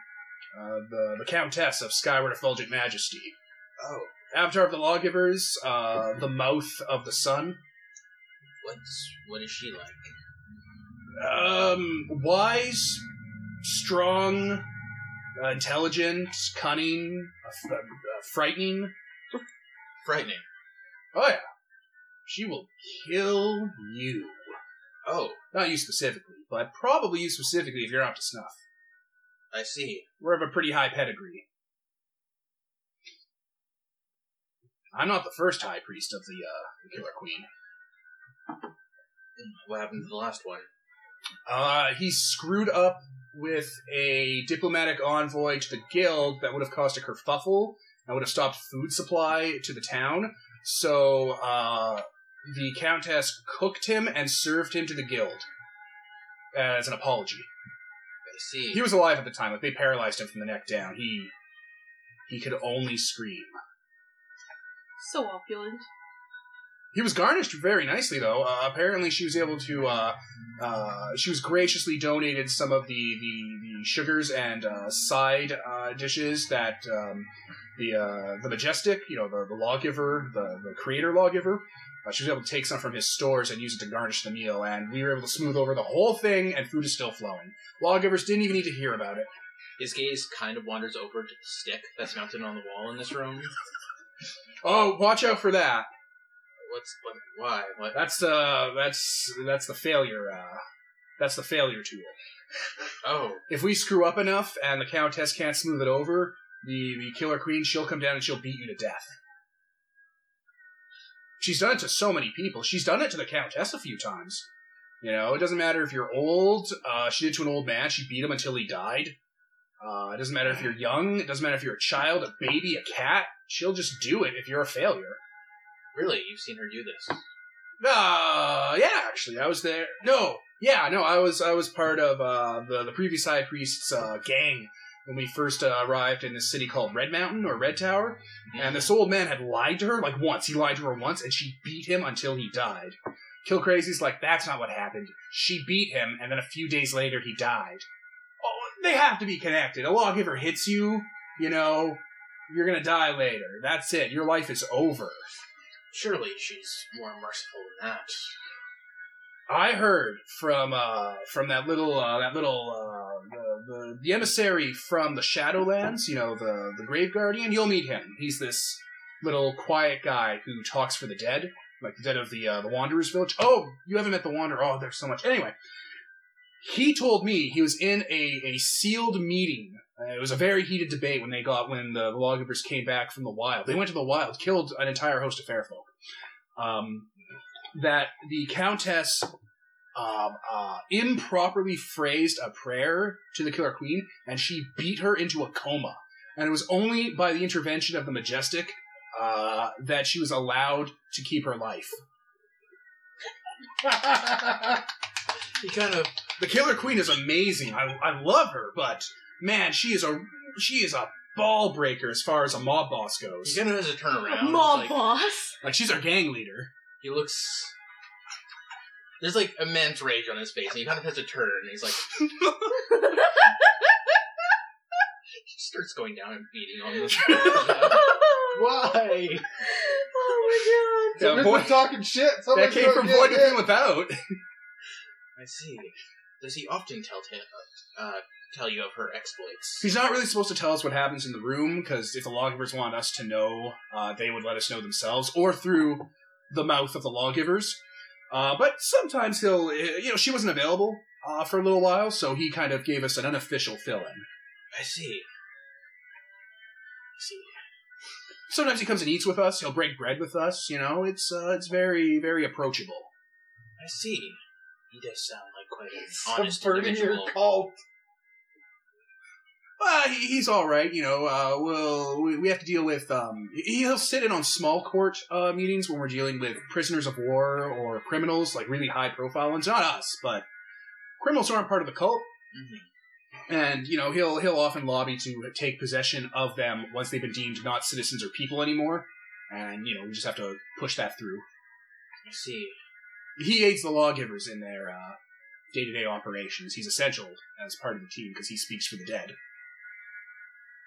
Speaker 1: uh, the the countess of Skyward Effulgent Majesty.
Speaker 2: Oh,
Speaker 1: Avatar of the lawgivers. Uh, the mouth of the sun.
Speaker 2: what's what is she like?
Speaker 1: um, wise, strong, uh, intelligent, cunning, uh, f- uh, frightening.
Speaker 2: Frightening.
Speaker 1: Oh yeah, she will kill you.
Speaker 2: Oh,
Speaker 1: Not you specifically, but probably you specifically if you're up to snuff.
Speaker 2: I see.
Speaker 1: We're of a pretty high pedigree. I'm not the first high priest of the, uh, the Killer Queen.
Speaker 2: What happened to the last one?
Speaker 1: Uh, he screwed up with a diplomatic envoy to the guild that would have caused a kerfuffle and would have stopped food supply to the town. So uh, the countess cooked him and served him to the guild as an apology.
Speaker 2: I see.
Speaker 1: He was alive at the time; like they paralyzed him from the neck down. He he could only scream.
Speaker 3: so opulent.
Speaker 1: He was garnished very nicely, though. Uh, apparently, she was able to. Uh, uh, she was graciously donated some of the the, the sugars and uh, side uh, dishes that um, the uh, the majestic, you know, the, the lawgiver, the, the creator lawgiver. Uh, she was able to take some from his stores and use it to garnish the meal, and we were able to smooth over the whole thing, and food is still flowing. Lawgivers didn't even need to hear about it.
Speaker 2: His gaze kind of wanders over to the stick that's mounted on the wall in this room.
Speaker 1: Oh, watch out for that!
Speaker 2: What's what? Why? What?
Speaker 1: That's the that's that's the failure. Uh, that's the failure tool.
Speaker 2: Oh,
Speaker 1: If we screw up enough and the countess can't smooth it over, the the killer queen she'll come down and she'll beat you to death. She's done it to so many people. She's done it to the countess a few times. You know, it doesn't matter if you're old. Uh, she did it to an old man. She beat him until he died. Uh, it doesn't matter if you're young. It doesn't matter if you're a child, a baby, a cat. She'll just do it if you're a failure.
Speaker 2: really? You've seen her do this?
Speaker 1: Uh, yeah, actually, I was there. No, yeah, no, I was I was part of uh, the the previous high priest's uh, gang when we first uh, arrived in this city called Red Mountain or Red Tower, and this old man had lied to her like once. He lied to her once, and she beat him until he died. Kill Crazy's like that's not what happened. She beat him, and then a few days later he died. Oh, they have to be connected. A lawgiver hits you, you know, you're gonna die later. That's it. Your life is over.
Speaker 2: Surely she's more merciful than that.
Speaker 1: I heard from uh, from that little uh, that little uh, the, the, the emissary from the Shadowlands, you know, the the Grave Guardian. You'll meet him. He's this little quiet guy who talks for the dead, like the dead of the uh, the Wanderers Village. Oh, you haven't met the Wanderer. Oh, there's so much. Anyway, he told me he was in a a sealed meeting. Uh, it was a very heated debate when they got when the, the lawgivers came back from the wild. They went to the wild, killed an entire host of fair folk. Um, that the countess um, uh, improperly phrased a prayer to the killer queen and she beat her into a coma and it was only by the intervention of the majestic uh, that she was allowed to keep her life
Speaker 2: He kind of
Speaker 1: the killer queen is amazing i, I love her but man she is a she is a ball breaker as far as a mob boss
Speaker 2: he
Speaker 1: goes
Speaker 2: kind of has a turnaround.
Speaker 3: Mob
Speaker 2: It's like-
Speaker 3: boss.
Speaker 1: like she's our gang leader
Speaker 2: He looks. There's like immense rage on his face, and he kind of has a turn, and he's like. He starts going down and beating on this. Why?
Speaker 3: oh my god.
Speaker 1: Yeah,
Speaker 5: Someone's
Speaker 1: boy-
Speaker 5: been talking shit.
Speaker 1: that
Speaker 5: Someone's
Speaker 1: came
Speaker 5: gonna
Speaker 1: from
Speaker 5: get
Speaker 1: void
Speaker 5: hit.
Speaker 1: within without
Speaker 2: I see. Does he often tell ta- uh, tell you of her exploits?
Speaker 1: He's not really supposed to tell us what happens in the room because if the lawgivers want us to know, uh, they would let us know themselves or through the mouth of the lawgivers. Uh, but sometimes he'll, eh, you know, she wasn't available uh, for a little while, so he kind of gave us an unofficial fill in.
Speaker 2: I see. I see.
Speaker 1: Sometimes he comes and eats with us. He'll break bread with us. You know, it's uh, it's very very approachable.
Speaker 2: I see. He does sound like quite an honest
Speaker 5: Subverting your
Speaker 2: individual.
Speaker 5: cult.
Speaker 1: Uh, he, he's all right, you know. Uh, we'll we, we have to deal with um. he- He'll sit in on small court uh, meetings when we're dealing with prisoners of war or criminals, like really high profile ones. Not us, but criminals who aren't part of the cult.
Speaker 2: Mhm.
Speaker 1: Mm-hmm. And you know he'll he'll often lobby to take possession of them once they've been deemed not citizens or people anymore. And you know we just have to push that through.
Speaker 2: I see.
Speaker 1: He aids the lawgivers in their uh, day-to-day operations. He's essential as part of the team because he speaks for the dead.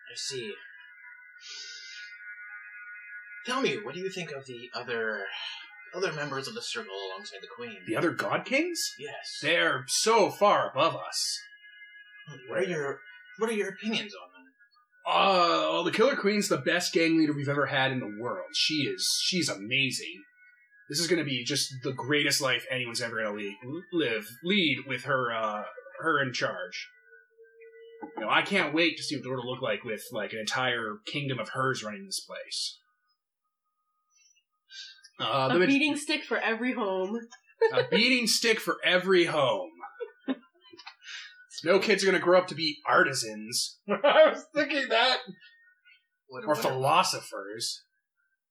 Speaker 2: I see. Tell me, what do you think of the other other members of the circle alongside the queen?
Speaker 1: The other god kings.
Speaker 2: Yes.
Speaker 1: They're so far above us.
Speaker 2: What are your What are your opinions on them?
Speaker 1: Uh, well, the Killer Queen's the best gang leader we've ever had in the world. She is. She's amazing. This is going to be just the greatest life anyone's ever going to le- live. Lead with her, uh, her in charge. You know, I can't wait to see what it'll look like with like an entire kingdom of hers running this place. Uh,
Speaker 3: a
Speaker 1: the-
Speaker 3: beating stick for every home.
Speaker 1: a beating stick for every home. No kids are going to grow up to be artisans.
Speaker 5: I was thinking that.
Speaker 2: What
Speaker 1: or
Speaker 2: a, wonder-
Speaker 1: philosophers.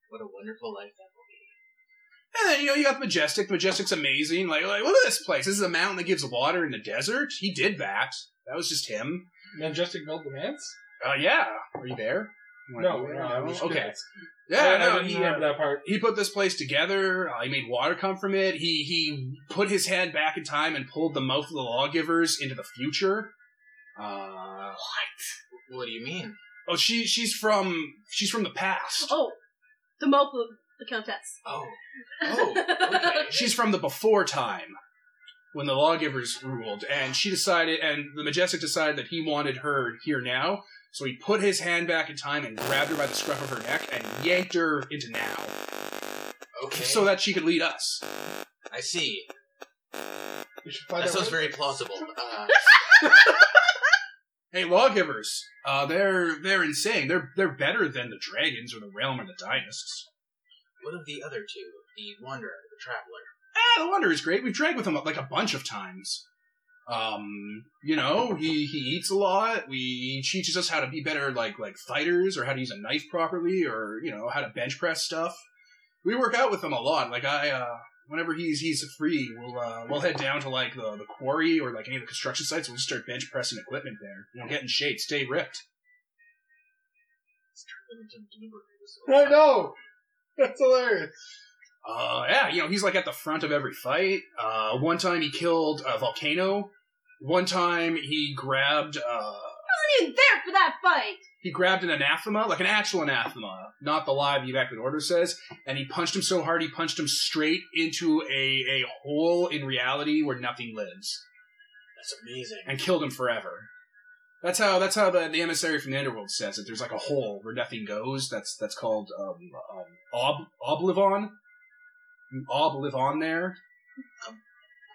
Speaker 2: what a wonderful life that
Speaker 1: And
Speaker 2: will be.
Speaker 1: then you know you got the majestic. The majestic's amazing. Like, like look at this place. This is a mountain that gives water in the desert. He did that. That was just him.
Speaker 4: Majestic built the manse?
Speaker 1: Uh, yeah. Are you there? You wanna
Speaker 4: No,
Speaker 1: go
Speaker 4: no,
Speaker 1: there?
Speaker 4: I was
Speaker 1: okay.
Speaker 4: curious.
Speaker 1: Yeah,
Speaker 4: I, I
Speaker 1: no,
Speaker 4: didn't
Speaker 1: he,
Speaker 4: remember
Speaker 1: uh,
Speaker 4: that part.
Speaker 1: he put this place together. Uh, he made water come from it. He he put his hand back in time and pulled the mouth of the lawgivers into the future. Uh,
Speaker 2: What do you mean?
Speaker 1: oh, she she's from she's from the past.
Speaker 3: Oh, the mouth of the countess.
Speaker 2: Oh, oh, okay.
Speaker 1: She's from the before time when the lawgivers ruled, and she decided, and the Majestic decided that he wanted her here now, so he put his hand back in time and grabbed her by the scruff of her neck and yanked her into now
Speaker 2: Okay.
Speaker 1: so that she could lead us.
Speaker 2: I see.
Speaker 4: We should find
Speaker 2: That
Speaker 4: out
Speaker 2: sounds
Speaker 4: what-
Speaker 2: very plausible. Uh,
Speaker 1: Hey, lawgivers, uh, they're they're insane. They're they're better than the dragons or the realm or the dynasts.
Speaker 2: what of the other two? The wanderer, the traveler.
Speaker 1: Ah, the Wanderer's great. We've drank with him like a bunch of times. Um, you know, he he eats a lot. We he teaches us how to be better, like like fighters, or how to use a knife properly, or you know how to bench press stuff. We work out with him a lot. Like I, uh, whenever he's he's free, we'll uh, we'll head down to like the the quarry or like any of the construction sites. We'll just start bench pressing equipment there. You know, get in shape, stay ripped.
Speaker 5: I know. That's hilarious.
Speaker 1: Uh, yeah, you know, he's like at the front of every fight. Uh, one time he killed a volcano. One time he grabbed uh.
Speaker 3: I wasn't even there for that fight.
Speaker 1: He grabbed an anathema, like an actual anathema, not the live evacuate order says, and he punched him so hard he punched him straight into a, a hole in reality where nothing lives
Speaker 2: That's amazing.
Speaker 1: and killed him forever. That's how that's how the, the emissary from the underworld says it. There's like a hole where nothing goes. That's that's called um, um ob oblivon. You oblivon there.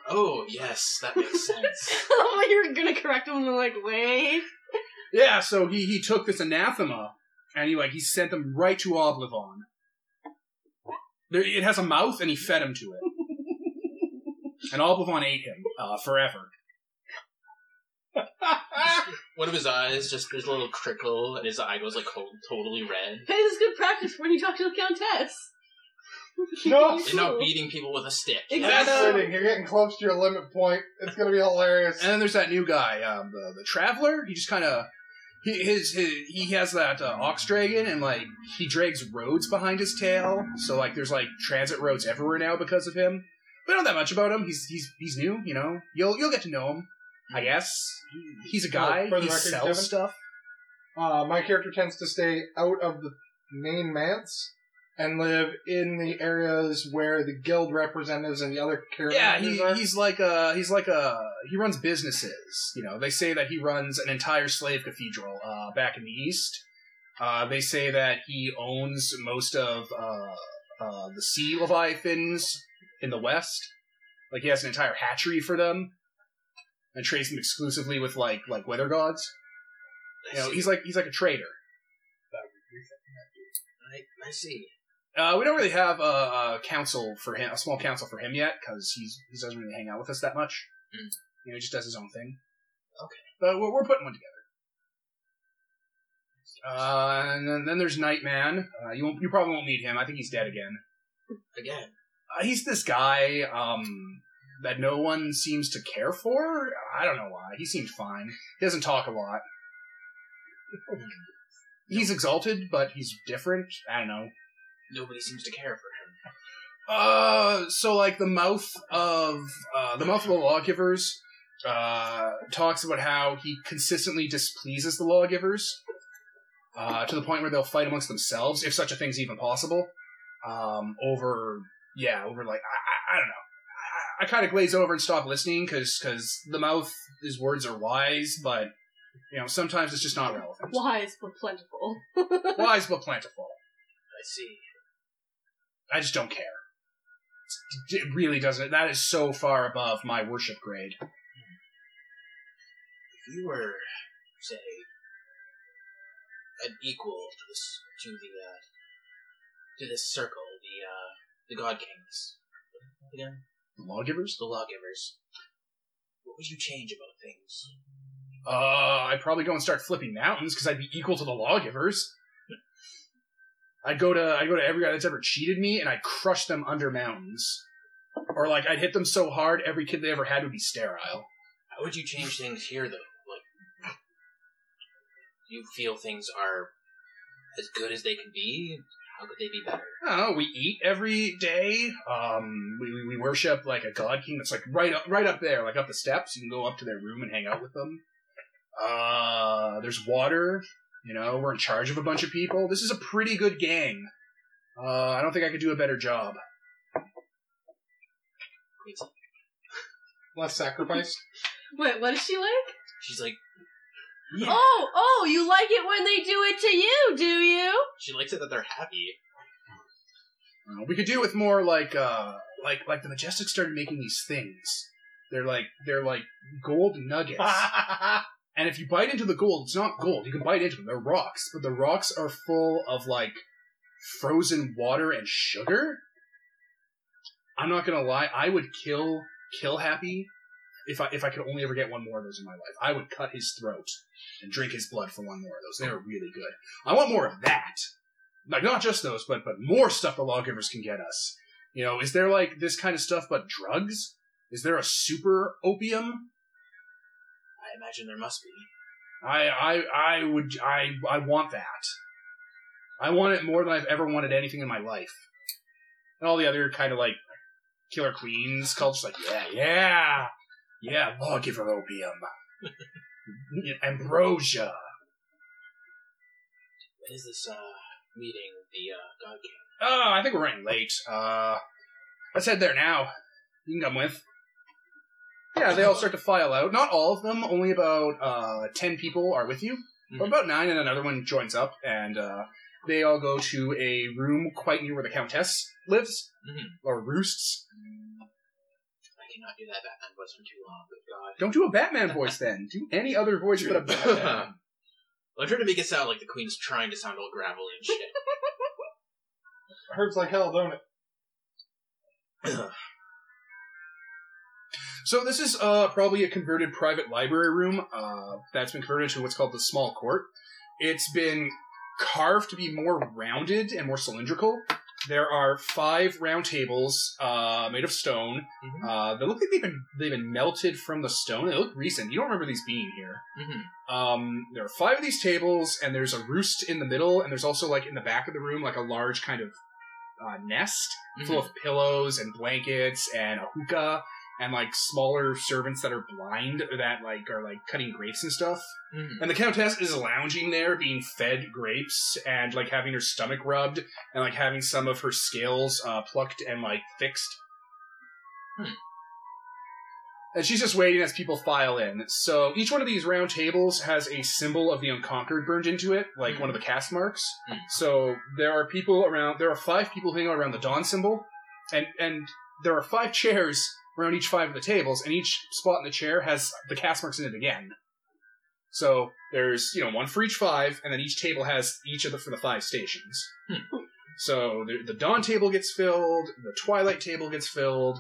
Speaker 2: Oh yes, that makes sense.
Speaker 3: oh, you're gonna correct him and I'm like, wait.
Speaker 1: Yeah. So he he took this anathema and he like he sent them right to oblivon. There, it has a mouth and he fed him to it. and oblivon ate him uh, forever.
Speaker 2: One of his eyes just there's a little crickle, and his eye goes like ho- totally red.
Speaker 3: Hey, this is good practice for when you talk to the countess.
Speaker 5: No.
Speaker 2: And not beating people with a stick.
Speaker 3: Exactly.
Speaker 5: That's fitting. You're getting close to your limit point. It's gonna be hilarious.
Speaker 1: And then there's that new guy, um, the, the traveler. He just kind of he his, his he has that uh, ox dragon, and like he drags roads behind his tail. So like there's like transit roads everywhere now because of him. We don't know that much about him. He's he's he's new, you know. You'll you'll get to know him, I guess. He's a guy.
Speaker 4: for
Speaker 1: he
Speaker 4: the record,
Speaker 1: sells
Speaker 4: Kevin?
Speaker 1: stuff.
Speaker 5: Uh, my character tends to stay out of the main manse and live in the areas where the guild representatives and the other characters
Speaker 1: Yeah, he,
Speaker 5: are.
Speaker 1: he's like a he's like a he runs businesses. You know, they say that he runs an entire slave cathedral uh, back in the east. Uh, they say that he owns most of uh, uh, the sea leviathans in the west. Like he has an entire hatchery for them, and trades them exclusively with like like weather gods. You know, he's like he's like a trader.
Speaker 2: I, I see.
Speaker 1: Uh, we don't really have a, a council for him, a small council for him yet, because he's he doesn't really hang out with us that much.
Speaker 2: Mm.
Speaker 1: You know, he just does his own thing.
Speaker 2: Okay.
Speaker 1: but we're, we're putting one together. Uh, and then, then there's Nightman. Uh, you won't, you probably won't meet him. I think he's dead again.
Speaker 2: Again,
Speaker 1: Uh, he's this guy um, that no one seems to care for. I don't know why. He seemed fine. He doesn't talk a lot. He's exalted, but he's different. I don't know.
Speaker 2: nobody seems to care for
Speaker 1: Uh, so like the mouth of uh, the mouth of the lawgivers uh, talks about how he consistently displeases the lawgivers uh, to the point where they'll fight amongst themselves, if such a thing's even possible. Um, over yeah, over like I, I, I don't know. I, I kind of glaze over and stop listening because the mouth his words are wise, but you know sometimes it's just not relevant.
Speaker 3: Wise but plentiful.
Speaker 1: wise but plentiful.
Speaker 2: him. I see.
Speaker 1: I just don't care. It really doesn't. That is so far above my worship grade.
Speaker 2: If you were, say, an equal to this to the uh, to this circle, the uh, the God Kings, again,
Speaker 1: Lawgivers?
Speaker 2: the lawgivers, what would you change about things?
Speaker 1: Uh, I'd probably go and start flipping mountains because I'd be equal to the lawgivers. I'd go to I'd go to every guy that's ever cheated me and I'd crush them under mountains, or like I'd hit them so hard every kid they ever had would be sterile.
Speaker 2: How would you change things here, though? Like, do you feel things are as good as they can be? How could they be better?
Speaker 1: I don't know, Oh, we eat every day. Um, we, we- we worship like a god king that's like right up, right up there, like up the steps. You can go up to their room and hang out with them. Uh, there's water. You know, we're in charge of a bunch of people. This is a pretty good gang. Uh, I don't think I could do a better job.
Speaker 5: less sacrifice.
Speaker 3: Wait, what is she like?
Speaker 2: She's like,
Speaker 3: Oh, oh, you like it when they do it to you, do you?
Speaker 2: she likes it that they're happy.
Speaker 1: Uh, we could do with more like, uh, like, like the Majestic started making these things. They're like, they're like gold nuggets. And if you bite into the gold, it's not gold. You can bite into them. They're rocks. But the rocks are full of, like, frozen water and sugar. I'm not gonna lie, I would kill kill Happy if I if I could only ever get one more of those in my life. I would cut his throat and drink his blood for one more of those. They are really good. I want more of that. Like not just those, but but more stuff the lawgivers can get us. You know, is there like this kind of stuff but drugs? Is there a super opium?
Speaker 2: I imagine there must be.
Speaker 1: I I I would I I want that. I want it more than I've ever wanted anything in my life. And all the other kind of like killer queens cults like yeah yeah yeah lawgiver opium ambrosia
Speaker 2: When is this uh, meeting with the uh, God King?
Speaker 1: Oh, I think we're running late. Uh, let's head there now. You can come with. Yeah, they all start to file out. Not all of them. Only about uh, ten people are with you. Or
Speaker 2: Mhm.
Speaker 1: about nine, and another one joins up, and uh, they all go to a room quite near where the Countess lives
Speaker 4: Mm-hmm.
Speaker 2: Mhm.
Speaker 1: or roosts.
Speaker 2: I cannot do that Batman voice for too long, good God.
Speaker 1: Don't do a Batman voice then. Do any other voice but a Batman.
Speaker 2: I'm trying to make it sound like the Queen's trying to sound all gravel and shit.
Speaker 5: Hurts like hell, don't it?
Speaker 1: So this is uh, probably a converted private library room uh, that's been converted to what's called the small court. It's been carved to be more rounded and more cylindrical. There are five round tables uh, made of stone.
Speaker 5: Mm-hmm.
Speaker 2: Mhm.
Speaker 1: Uh, they look like they've been they've been melted from the stone. They look recent. You don't remember these being here.
Speaker 2: Mhm.
Speaker 1: Um, there are five of these tables, and there's a roost in the middle, and there's also like in the back of the room like a large kind of uh, nest
Speaker 2: Mm-hmm.
Speaker 1: full of pillows and blankets and a hookah and like smaller servants that are blind or that like are like cutting grapes and stuff.
Speaker 2: Mhm.
Speaker 1: And the countess is lounging there, being fed grapes and like having her stomach rubbed and like having some of her scales uh, plucked and like fixed.
Speaker 2: Hmm.
Speaker 1: And she's just waiting as people file in. So each one of these round tables has a symbol of the Unconquered burned into it, like one of the cast marks.
Speaker 2: Hmm.
Speaker 1: So there are people around. There are five people hanging around the Dawn symbol, and and there are five chairs around each five of the tables, and each spot in the chair has the cast marks in it again. So there's you know one for each five, and then each table has each of the for the five stations. So the, the dawn table gets filled, the twilight table gets filled,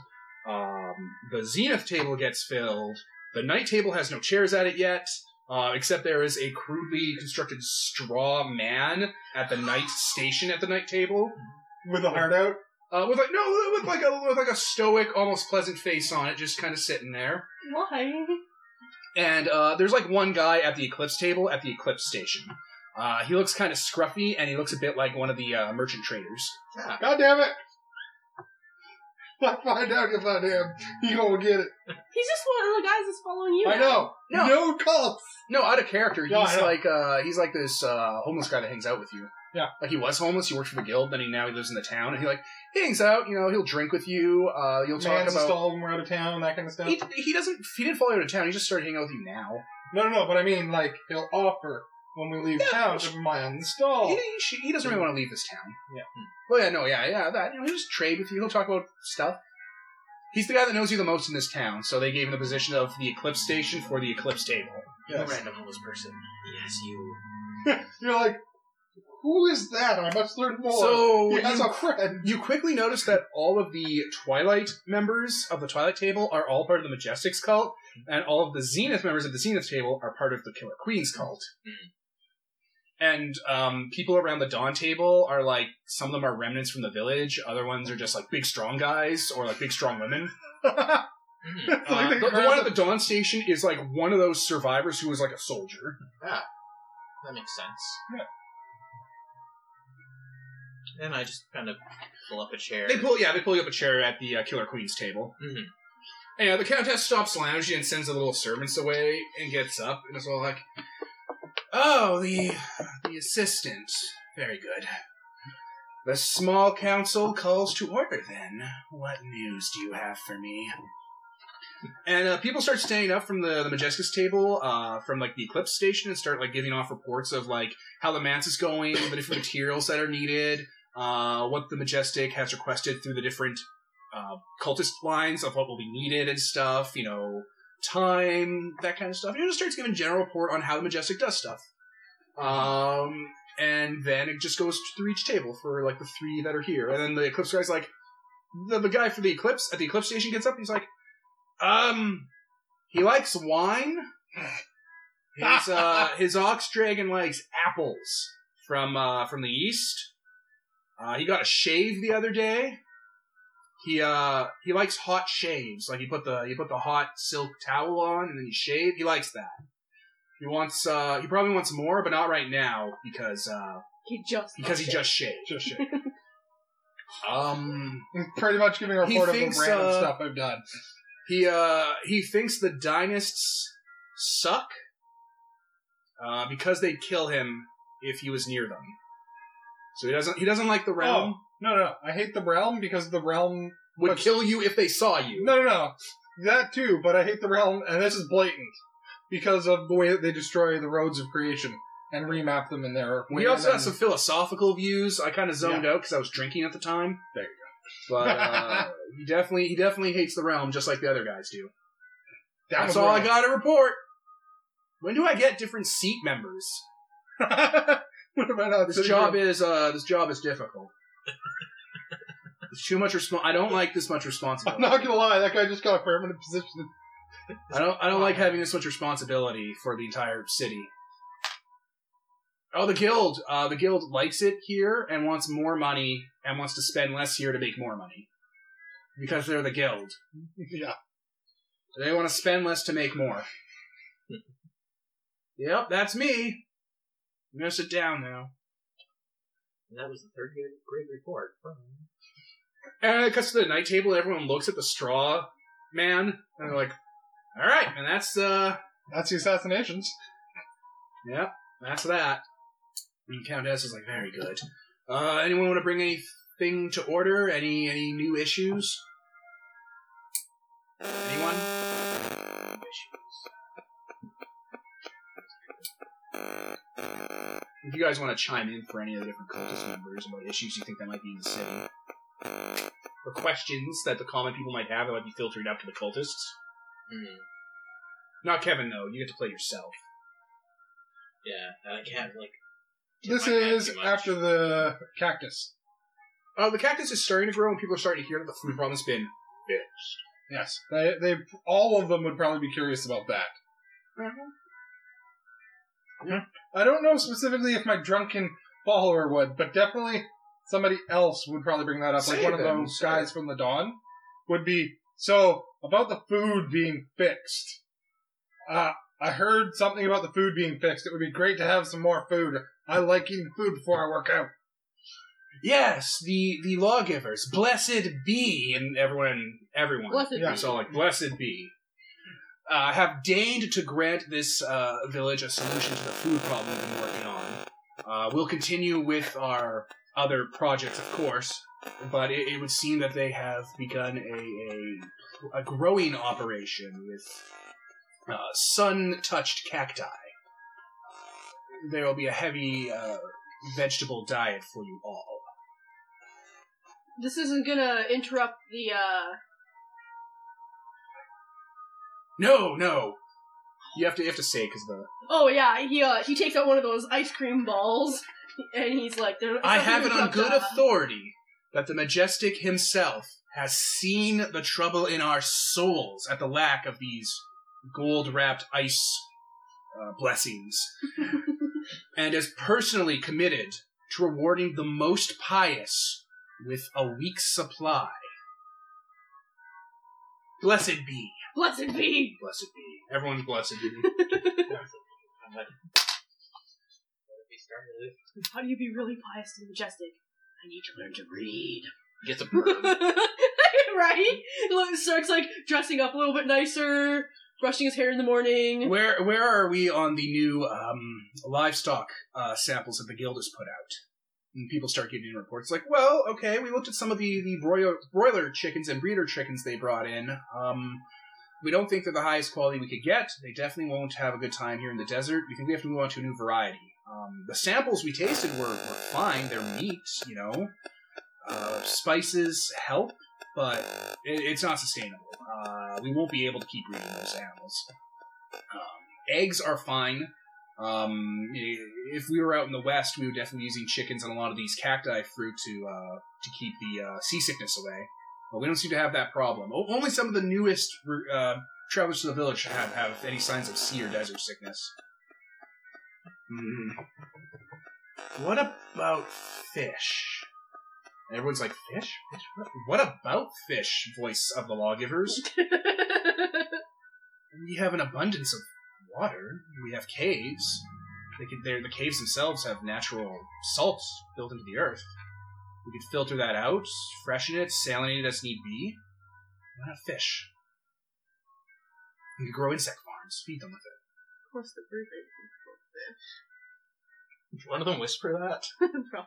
Speaker 1: um, the zenith table gets filled. The night table has no chairs at it yet, uh, except there is a crudely constructed straw man at the night station at the night table.
Speaker 5: With a heart out?
Speaker 1: Uh, with like no, with like a with like a stoic, almost pleasant face on it, just kind of sitting there.
Speaker 3: Why?
Speaker 1: And uh, there's like one guy at the eclipse table at the eclipse station. Uh, he looks kind of scruffy, and he looks a bit like one of the uh, merchant traders.
Speaker 5: God damn it! I find out about him, you gonna get it.
Speaker 3: He's just one of the guys that's following you.
Speaker 5: I
Speaker 3: now.
Speaker 5: know.
Speaker 1: No.
Speaker 5: No, calls.
Speaker 1: No, out of character. He's
Speaker 5: Yeah, I know.
Speaker 1: like uh, he's like this uh, homeless guy that hangs out with you.
Speaker 5: Yeah.
Speaker 1: like he was homeless. He worked for the guild. Then he now he lives in the town, and he like he hangs out. You know, he'll drink with you. Uh, you'll talk
Speaker 5: Man's
Speaker 1: about.
Speaker 5: installed when we're out of town, that kind of stuff.
Speaker 1: He, he doesn't. He didn't follow you out of town. He just started hanging out with you now.
Speaker 5: No, no, no, but I mean, like, he'll offer when we leave
Speaker 1: Yeah.
Speaker 5: town to man the stall.
Speaker 1: He, he, sh- he doesn't really want to leave this town.
Speaker 5: Oh.
Speaker 1: Hmm.
Speaker 5: Yeah.
Speaker 1: Well, yeah, no, yeah, yeah. That you know, he'll just trade with you. He'll talk about stuff. He's the guy that knows you the most in this town, so they gave him the position of the Eclipse Station for the Eclipse Table.
Speaker 2: You
Speaker 5: Yes.
Speaker 2: random homeless person. Yes, you.
Speaker 5: You're like, who is that? I must learn more.
Speaker 1: So
Speaker 5: he has
Speaker 1: you-
Speaker 5: a friend.
Speaker 1: You quickly notice that all of the Twilight members of the Twilight Table are all part of the Majestics cult, and all of the Zenith members of the Zenith Table are part of the Killer Queens cult. And um, people around the Dawn Table are like, some of them are remnants from the village, other ones are just like big strong guys or like big strong women.
Speaker 2: Mhm.
Speaker 5: It's like
Speaker 1: Uh,
Speaker 5: they
Speaker 1: the, the
Speaker 5: heard
Speaker 1: one at
Speaker 5: the-
Speaker 1: the Dawn Station is like one of those survivors who was like a soldier.
Speaker 2: That makes sense. Then I just kind of pull up a chair.
Speaker 1: They pull, yeah, they pull you up a chair at the uh, Killer Queen's table.
Speaker 2: Mhm.
Speaker 1: And yeah, the Countess stops lounging and sends the little servants away and gets up and is all like, "Oh, the the assistant, very good. The small council calls to order. Then, what news do you have for me?" And uh, people start standing up from the, the Majescus table, uh, from like the Eclipse station, and start like giving off reports of like how the manse is going, the different materials that are needed, uh, what the Majestic has requested through the different uh, cultist lines of what will be needed and stuff, you know, time, that kind of stuff. You know, just starts giving general report on how the Majestic does stuff. Um, and then it just goes through each table for like the three that are here. And then the Eclipse guy's like, the, the guy for the Eclipse at the Eclipse station gets up and he's like, um, he likes wine. His, uh, his ox dragon likes apples from uh, from the east. Uh, he got a shave the other day. He uh he likes hot shaves. Like you put the you put the hot silk towel on and then you shave. He likes that. He wants uh he probably wants more, but not right now because uh
Speaker 3: He just
Speaker 1: because he just shaved.
Speaker 5: Just shit.
Speaker 1: Um
Speaker 5: Pretty much giving a
Speaker 1: He
Speaker 5: report of the
Speaker 1: thinks,
Speaker 5: random
Speaker 1: uh,
Speaker 5: stuff I've done.
Speaker 1: he uh he thinks the dynasts suck uh because they kill him if he was near them. So he doesn't he doesn't like the realm.
Speaker 4: No, no, no. I hate the realm because the realm.
Speaker 1: Would
Speaker 4: But-
Speaker 1: kill you if they saw you.
Speaker 4: No, no, no. That too, but I hate the realm, and this is blatant because of the way that they destroy the roads of creation and remap them in their way.
Speaker 1: We also
Speaker 4: and-
Speaker 1: had some philosophical views. I kind of zoned out because I was drinking at the time. There you go. But uh, he definitely he definitely hates the realm just like the other guys do.
Speaker 4: That
Speaker 1: That's
Speaker 4: was
Speaker 1: all I
Speaker 4: wrong.
Speaker 1: got to report. When do I get different seat members?
Speaker 4: what about not
Speaker 1: This
Speaker 4: sitting
Speaker 1: job
Speaker 4: here?
Speaker 1: is uh this job is difficult. it's too much respons- I don't like this much
Speaker 4: I'm
Speaker 1: responsibility.
Speaker 4: not gonna lie, that guy just got a permanent position.
Speaker 1: I don't I don't like having this much responsibility for the entire city. Oh, the guild. Uh, the guild likes it here and wants more money and wants to spend less here to make more money. Because they're the guild.
Speaker 4: yeah.
Speaker 1: They want to spend less to make more. yep, that's me. I'm gonna sit down now.
Speaker 2: And that was the third grade- grade report. from-
Speaker 1: And it cuts to the night table, everyone looks at the straw man, and they're like, Alright, and that's uh
Speaker 4: That's the assassinations.
Speaker 1: Yep, that's that. And Countess is like, very good. Uh, anyone want to bring anything to order? Any any new issues? Anyone? If you guys want to chime in for any of the different cultist members about issues you think that might be in the city, or questions that the common people might have that might be filtered out to the cultists.
Speaker 2: Hmm.
Speaker 1: Not Kevin though. You get to play yourself.
Speaker 2: Yeah, and I can't like. tip
Speaker 4: This
Speaker 2: my hat
Speaker 4: is
Speaker 2: too much.
Speaker 4: after the cactus.
Speaker 1: Uh, the cactus is starting to grow, and people are starting to hear that the food problem's been fixed.
Speaker 4: Yes, they, they all of them would probably be curious about that.
Speaker 1: Mm-hmm.
Speaker 4: Yeah. I don't know specifically if my drunken follower would, but definitely somebody else would probably bring that up.
Speaker 1: Say
Speaker 4: like one
Speaker 1: then,
Speaker 4: of those
Speaker 1: say
Speaker 4: guys from the Dawn would be. So about the food being fixed, uh, I heard something about the food being fixed. It would be great to have some more food. I like eating food before I work out.
Speaker 1: Yes, the the lawgivers, blessed be, and everyone, everyone,
Speaker 3: Blessed
Speaker 4: Yeah.
Speaker 3: be.
Speaker 1: it's all like blessed be, uh, have deigned to grant this uh, village a solution to the food problem we've been working on. Uh, we'll continue with our other projects, of course, but it, it would seem that they have begun a a, a growing operation with uh, sun touched cacti. There will be a heavy uh, vegetable diet for you all.
Speaker 3: This isn't gonna interrupt the, uh,
Speaker 1: No, no. You have to you have to say because the
Speaker 3: oh yeah, he, uh, he takes out one of those ice cream balls, and he's like, there, it's
Speaker 1: I
Speaker 3: not
Speaker 1: have
Speaker 3: gonna
Speaker 1: it on
Speaker 3: interrupt uh,
Speaker 1: good
Speaker 3: that.
Speaker 1: authority that the majestic himself has seen the trouble in our souls at the lack of these gold wrapped ice uh, blessings, and is personally committed to rewarding the most pious with a week's supply. Blessed be,
Speaker 3: Blessed be!
Speaker 1: blessed be. Everyone, blessed be.
Speaker 2: I'm like, what if we started with-
Speaker 3: How do you be really pious and majestic? I need to learn to read.
Speaker 2: Gets a perm.
Speaker 3: right? Look, Starts like dressing up a little bit nicer, brushing his hair in the morning.
Speaker 1: Where where are we on the new um, livestock uh, samples that the guild has put out? And people start getting reports like, well, okay, we looked at some of the the broiler, broiler chickens and breeder chickens they brought in. Um, we don't think they're the highest quality we could get. They definitely won't have a good time here in the desert. We think we have to move on to a new variety. Um, the samples we tasted were, were fine. They're meat, you know. Uh, spices help, but it, it's not sustainable. Uh, we won't be able to keep breeding those animals. Um, eggs are fine. Um, i- if we were out in the West, we were definitely using chickens and a lot of these cacti fruit to uh, to keep the uh, seasickness away. But we don't seem to have that problem. O- only some of the newest uh, travelers to the village have, have any signs of sea or desert sickness. Hmm. What about fish? And everyone's like, fish? Fish? What- What about fish? Voice of the lawgivers. We have an abundance of water. We have caves. They could, they're, the caves themselves have natural salts built into the earth. We could filter that out, freshen it, salinate it as need be. Why not fish? We could grow insect farms, feed them with it.
Speaker 3: of course, the bird is-
Speaker 2: One of them whisper that.
Speaker 3: Bro.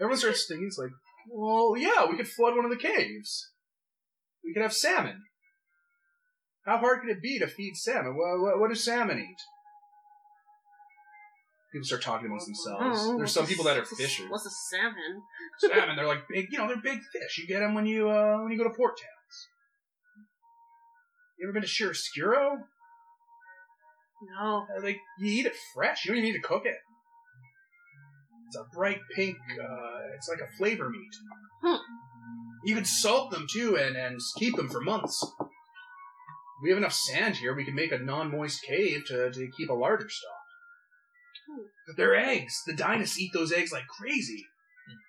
Speaker 1: Everyone starts thinking, it's like, well, yeah, we could flood one of the caves. We could have salmon. How hard could it be to feed salmon? Well, what, what does salmon eat? People start talking amongst themselves.
Speaker 3: Oh,
Speaker 1: There's some
Speaker 3: what's
Speaker 1: people
Speaker 3: a-
Speaker 1: that are
Speaker 3: what's a-
Speaker 1: fishers.
Speaker 3: What's a salmon?
Speaker 1: salmon, they're like big, you know, they're big fish. You get them when you uh, when you go to port towns. You ever been to Chiaroscuro?
Speaker 3: No.
Speaker 1: Uh, Like you eat it fresh. You don't even need to cook it. It's a bright pink. Uh, it's like a flavor meat.
Speaker 3: Hmm.
Speaker 1: You can salt them too, and and keep them for months. We have enough sand here. We can make a non-moist cave to to keep a larder stocked.
Speaker 3: Hmm.
Speaker 1: But their eggs, the dynasts eat those eggs like crazy.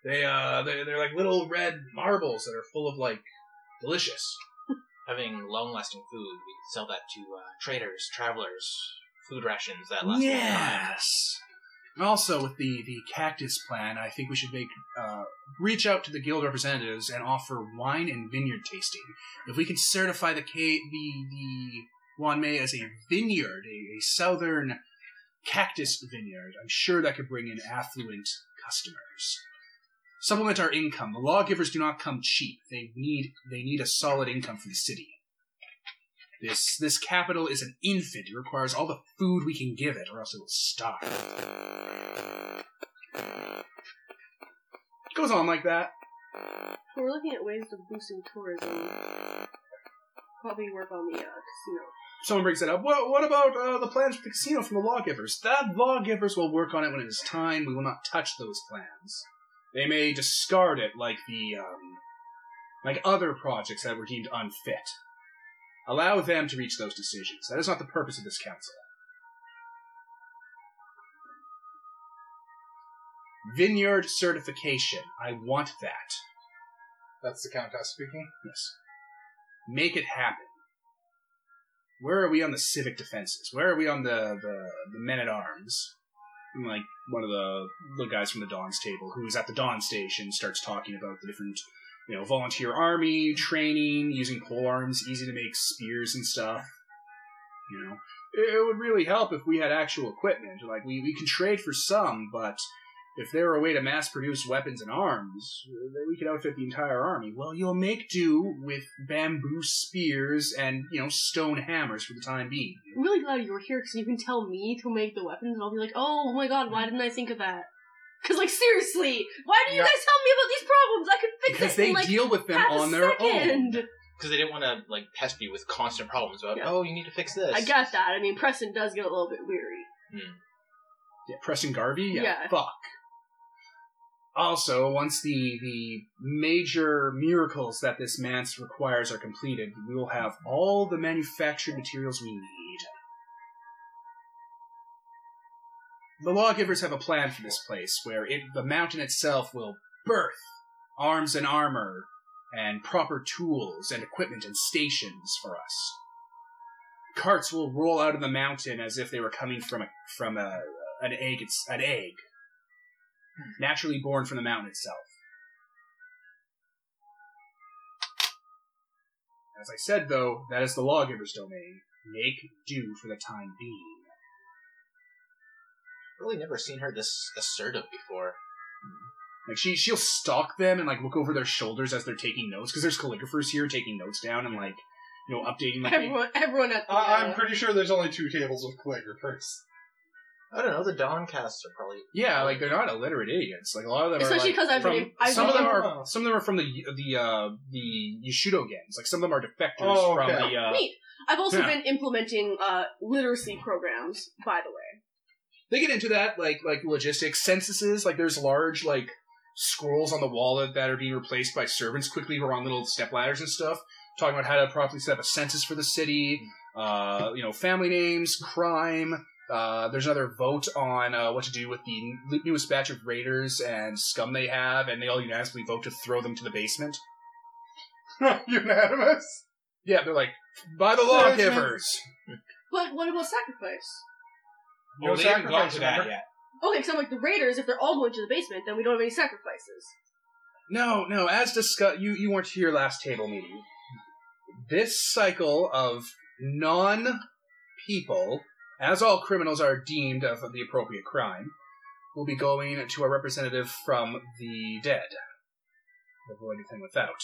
Speaker 1: They uh, they they're like little red marbles that are full of like delicious.
Speaker 2: Having long-lasting food, we could sell that to uh, traders, travelers, food rations that last. a long time.
Speaker 1: Yes. And also with the the cactus plan, I think we should make uh, reach out to the guild representatives and offer wine and vineyard tasting. If we can certify the ca- the the Wanmei as a vineyard, a, a southern cactus vineyard, I'm sure that could bring in affluent customers. Supplement our income. The lawgivers do not come cheap. They need they need a solid income for the city. This this capital is an infant. It requires all the food we can give it, or else it will starve. Goes on like that.
Speaker 3: So we're looking at ways of boosting tourism. Probably work on the uh, casino.
Speaker 1: Someone brings that up. What, what about uh, the plans for the casino from the lawgivers? That lawgivers will work on it when it is time. We will not touch those plans. They may discard it like the um, like other projects that were deemed unfit. Allow them to reach those decisions. That is not the purpose of this council. Vineyard certification. I want that.
Speaker 5: That's the Countess speaking.
Speaker 1: Yes. Make it happen. Where are we on the civic defenses? Where are we on the the, the men at arms? And, like one of the the guys from the Dawn's table who is at the Dawn station starts talking about the different you know, volunteer army, training, using pole arms, easy to make spears and stuff. You know. It it would really help if we had actual equipment. Like we, we can trade for some, but if there were a way to mass produce weapons and arms, uh, then we could outfit the entire army. Well, you'll make do with bamboo spears and, you know, stone hammers for the time being.
Speaker 3: I'm really glad you were here because you can tell me to make the weapons, and I'll be like, oh my god, why didn't I think of that? Because, like, seriously, why do you
Speaker 5: Yeah.
Speaker 3: guys tell me about these problems? I could fix
Speaker 1: Because
Speaker 3: this
Speaker 1: they
Speaker 3: in like
Speaker 1: deal with them
Speaker 3: half
Speaker 1: on
Speaker 3: a
Speaker 1: their
Speaker 3: second.
Speaker 1: own.
Speaker 2: because they didn't want to like pest you with constant problems about.
Speaker 3: Yeah.
Speaker 2: Oh, you need to fix this.
Speaker 3: I get that. I mean, Preston does get a little bit weary.
Speaker 1: Yeah, Preston Garvey? Yeah.
Speaker 3: Yeah.
Speaker 1: Fuck. Also, once the the major miracles that this manse requires are completed, we will have all the manufactured materials we need. The lawgivers have a plan for this place where it, the mountain itself will birth arms and armor and proper tools and equipment and stations for us. Carts will roll out of the mountain as if they were coming from a from a an egg. It's an egg, naturally born from the mountain itself. As I said, though, that is the lawgiver's domain. Make do for the time being.
Speaker 2: Really, never seen her this assertive before.
Speaker 1: Like she, she'll stalk them and like look over their shoulders as they're taking notes because there's calligraphers here taking notes down and like you know updating. Like,
Speaker 3: Everyone, everyone at the.
Speaker 5: I- I'm
Speaker 3: uh,
Speaker 5: pretty sure there's only two tables of calligraphers.
Speaker 2: I don't know. The Dawncasts are probably
Speaker 1: yeah, like they're not illiterate idiots. Like a lot of them
Speaker 3: Especially
Speaker 1: are.
Speaker 3: because I've
Speaker 1: Like, from,
Speaker 3: been. I've
Speaker 1: some of
Speaker 3: been-
Speaker 1: them are some of them are from the the uh, the Yoshido gangs. Like some of them are defectors
Speaker 5: Oh, okay.
Speaker 1: from the uh,
Speaker 3: Neat. I've also
Speaker 1: Yeah.
Speaker 3: been implementing uh, literacy programs, by the way.
Speaker 1: they get into that like like logistics censuses like there's large like scrolls on the wall that, that are being replaced by servants quickly who are on little step ladders and stuff talking about how to properly set up a census for the city uh, you know family names crime uh, there's another vote on uh, what to do with the n- newest batch of raiders and scum they have and they all unanimously vote to throw them to the basement
Speaker 5: Unanimous.
Speaker 1: yeah they're like by the lawgivers
Speaker 3: But what about sacrifice?
Speaker 5: No
Speaker 2: Well, they haven't gotten
Speaker 5: sacrifice,
Speaker 2: to that
Speaker 5: remember?
Speaker 2: yet.
Speaker 3: Okay, because I'm like, the Raiders, if they're all going to the basement, then we don't have any sacrifices.
Speaker 1: No, no. As discussed, you you weren't to your last table meeting. This cycle of non people as all criminals are deemed of the appropriate crime, will be going to a representative from the dead. Avoid anything without.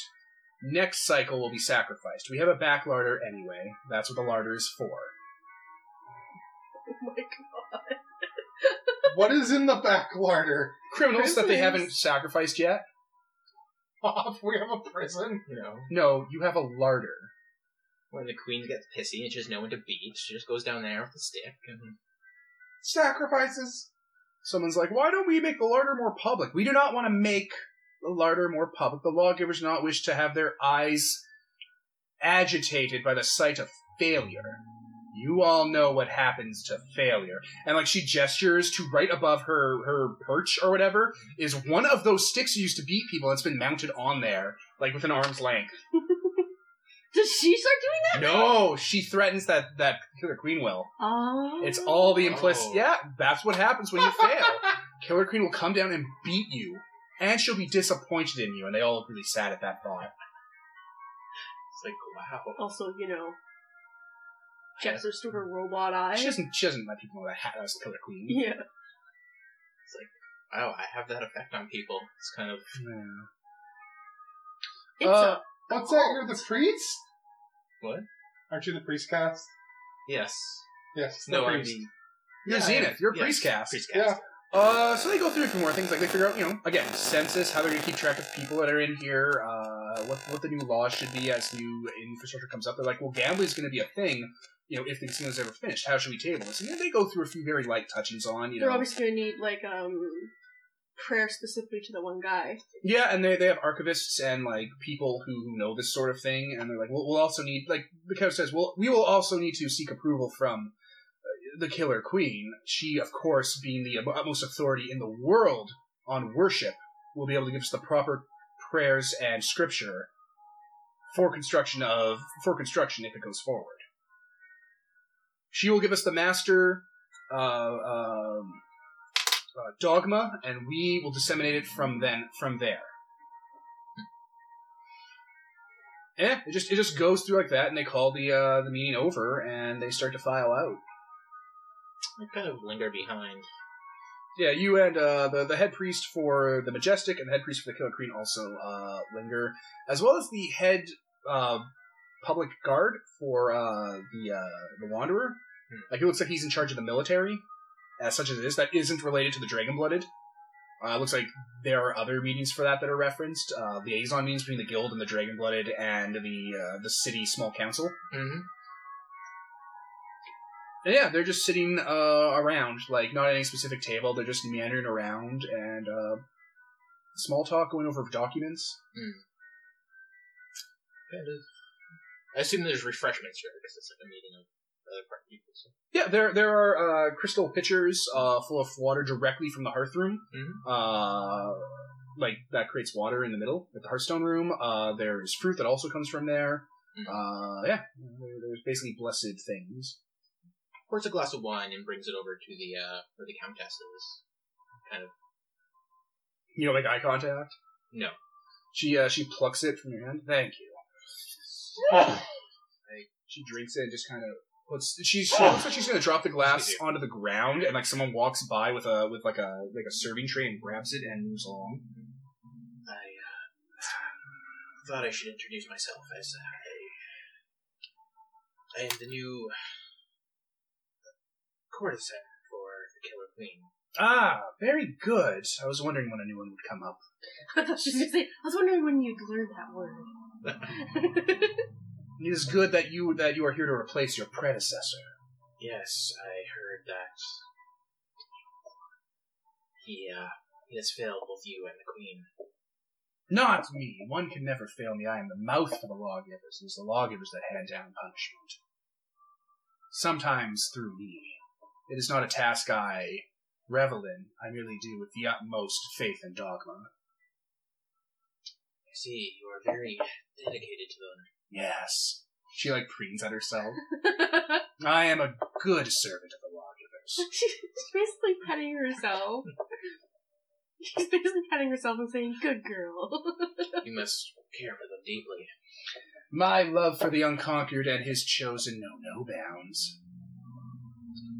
Speaker 1: Next cycle will be sacrificed. We have a back larder anyway. That's what the larder is for.
Speaker 3: Oh my god.
Speaker 5: What is in the back larder?
Speaker 1: Criminals that they haven't
Speaker 3: Prisoners.
Speaker 1: sacrificed yet?
Speaker 5: Off, we have a prison.
Speaker 2: You know,
Speaker 1: No, you have a larder.
Speaker 2: when the queen gets pissy and she doesn't know when to beat, she just goes down there with a stick and
Speaker 5: Sacrifices.
Speaker 1: Someone's like, why don't we make the larder more public? We do not want to make the larder more public. The lawgivers do not wish to have their eyes agitated by the sight of failure. You all know what happens to failure. And like she gestures to right above her her perch or whatever is one of those sticks used to beat people that's been mounted on there, like with an arm's length.
Speaker 3: Does she start doing that?
Speaker 1: No, she threatens that that Killer Queen will.
Speaker 3: Oh.
Speaker 1: It's all the implicit.
Speaker 2: Oh.
Speaker 1: Yeah, that's what happens when you fail. Killer Queen will come down and beat you, and she'll be disappointed in you. And they all look really sad at that thought.
Speaker 2: it's like, wow.
Speaker 3: Also, you know, checks her stupid robot eyes.
Speaker 1: She doesn't. She doesn't let people know that hat was Killer Queen.
Speaker 3: yeah.
Speaker 2: Wow, oh, I have that effect on people. It's kind of
Speaker 1: No.
Speaker 3: It's
Speaker 1: Uh,
Speaker 3: a.
Speaker 5: What's that? You're the priest.
Speaker 2: What?
Speaker 5: Aren't you the priest cast?
Speaker 2: yes.
Speaker 5: Yes.
Speaker 2: No,
Speaker 5: the
Speaker 2: I
Speaker 5: priest.
Speaker 2: mean
Speaker 1: You're
Speaker 2: Yeah,
Speaker 1: Zenith. You're
Speaker 2: yeah,
Speaker 1: priest cast.
Speaker 2: priest cast.
Speaker 5: Yeah.
Speaker 1: Uh, so they go through a few more things, like they figure out, you know, again, census, how they're gonna keep track of people that are in here, uh, what what the new laws should be as new infrastructure comes up. They're like, well, gambling's gonna be a thing, you know, if the casino's ever finished. How should we table this? And then they go through a few very light touchings on, you
Speaker 3: They're
Speaker 1: know,
Speaker 3: obviously gonna need, like, um, prayer specifically to the one guy.
Speaker 1: yeah, and they they have archivists and like people who, who know this sort of thing, and they're like, well, we'll also need like the coach says, well, we will also need to seek approval from uh, the Killer Queen. She, of course, being the utmost authority in the world on worship, will be able to give us the proper prayers and scripture for construction of for construction if it goes forward. She will give us the master uh, um, uh, dogma, and we will disseminate it from then from there. Yeah, Eh, it just it just goes through like that, and they call the uh, the meeting over, and they start to file out.
Speaker 2: I kind of linger behind.
Speaker 1: Yeah, you and uh, the the head priest for the majestic and the head priest for the killer queen also uh, linger, as well as the head uh, public guard for uh, the uh, the wanderer.
Speaker 2: Hmm.
Speaker 1: Like it looks like he's in charge of the military, as such as it is. That isn't related to the dragon blooded. Uh, it looks like there are other meetings for that that are referenced. Uh, liaison meetings between the guild and the dragon blooded and the uh, the city small council.
Speaker 2: Mm-hmm.
Speaker 1: And yeah, they're just sitting uh, around, like not at any specific table. They're just meandering around and uh, small talk, going over documents.
Speaker 2: I assume there's refreshments here because it's like a meeting of other part people. So.
Speaker 1: Yeah, there there are uh, crystal pitchers uh, full of water directly from the hearth room.
Speaker 2: Mhm.
Speaker 1: Uh, like that creates water in the middle at the hearthstone room. Uh, there's fruit that also comes from there.
Speaker 2: Mhm.
Speaker 1: Uh, yeah, there- there's basically blessed things.
Speaker 2: Pours a glass of wine and brings it over to the uh where the countess is. Kind of
Speaker 1: You know, like eye contact.
Speaker 2: no.
Speaker 1: She uh, she plucks it from your hand. Thank you.
Speaker 5: Oh,
Speaker 1: She drinks it and just kind of puts. She's, she looks like she's gonna drop the glass
Speaker 2: Excuse
Speaker 1: onto the ground, and like someone walks by with a with like a like a serving tray and grabs it and moves along.
Speaker 2: I uh, thought I should introduce myself as I. I am the new uh, courtesan for the Killer Queen.
Speaker 1: Ah, very good. I was wondering when a new one would come up.
Speaker 3: I thought she was gonna say, I was wondering when you'd learn that word.
Speaker 1: It is good that you that you are here to replace your predecessor.
Speaker 2: Yes, I heard that he uh, he has failed both you and the Queen.
Speaker 1: Not me. One can never fail me. I am the mouth for the lawgivers. It is the lawgivers that hand down punishment. Sometimes through me. It is not a task I revel in. I merely do with the utmost faith and dogma.
Speaker 2: I see you are very dedicated to them.
Speaker 1: Yes. She like preens at herself. I am a good servant of the lawgivers.
Speaker 3: She's basically petting herself. She's basically petting herself and saying, good girl.
Speaker 2: You must care for them deeply.
Speaker 1: My love for the unconquered and his chosen know no bounds.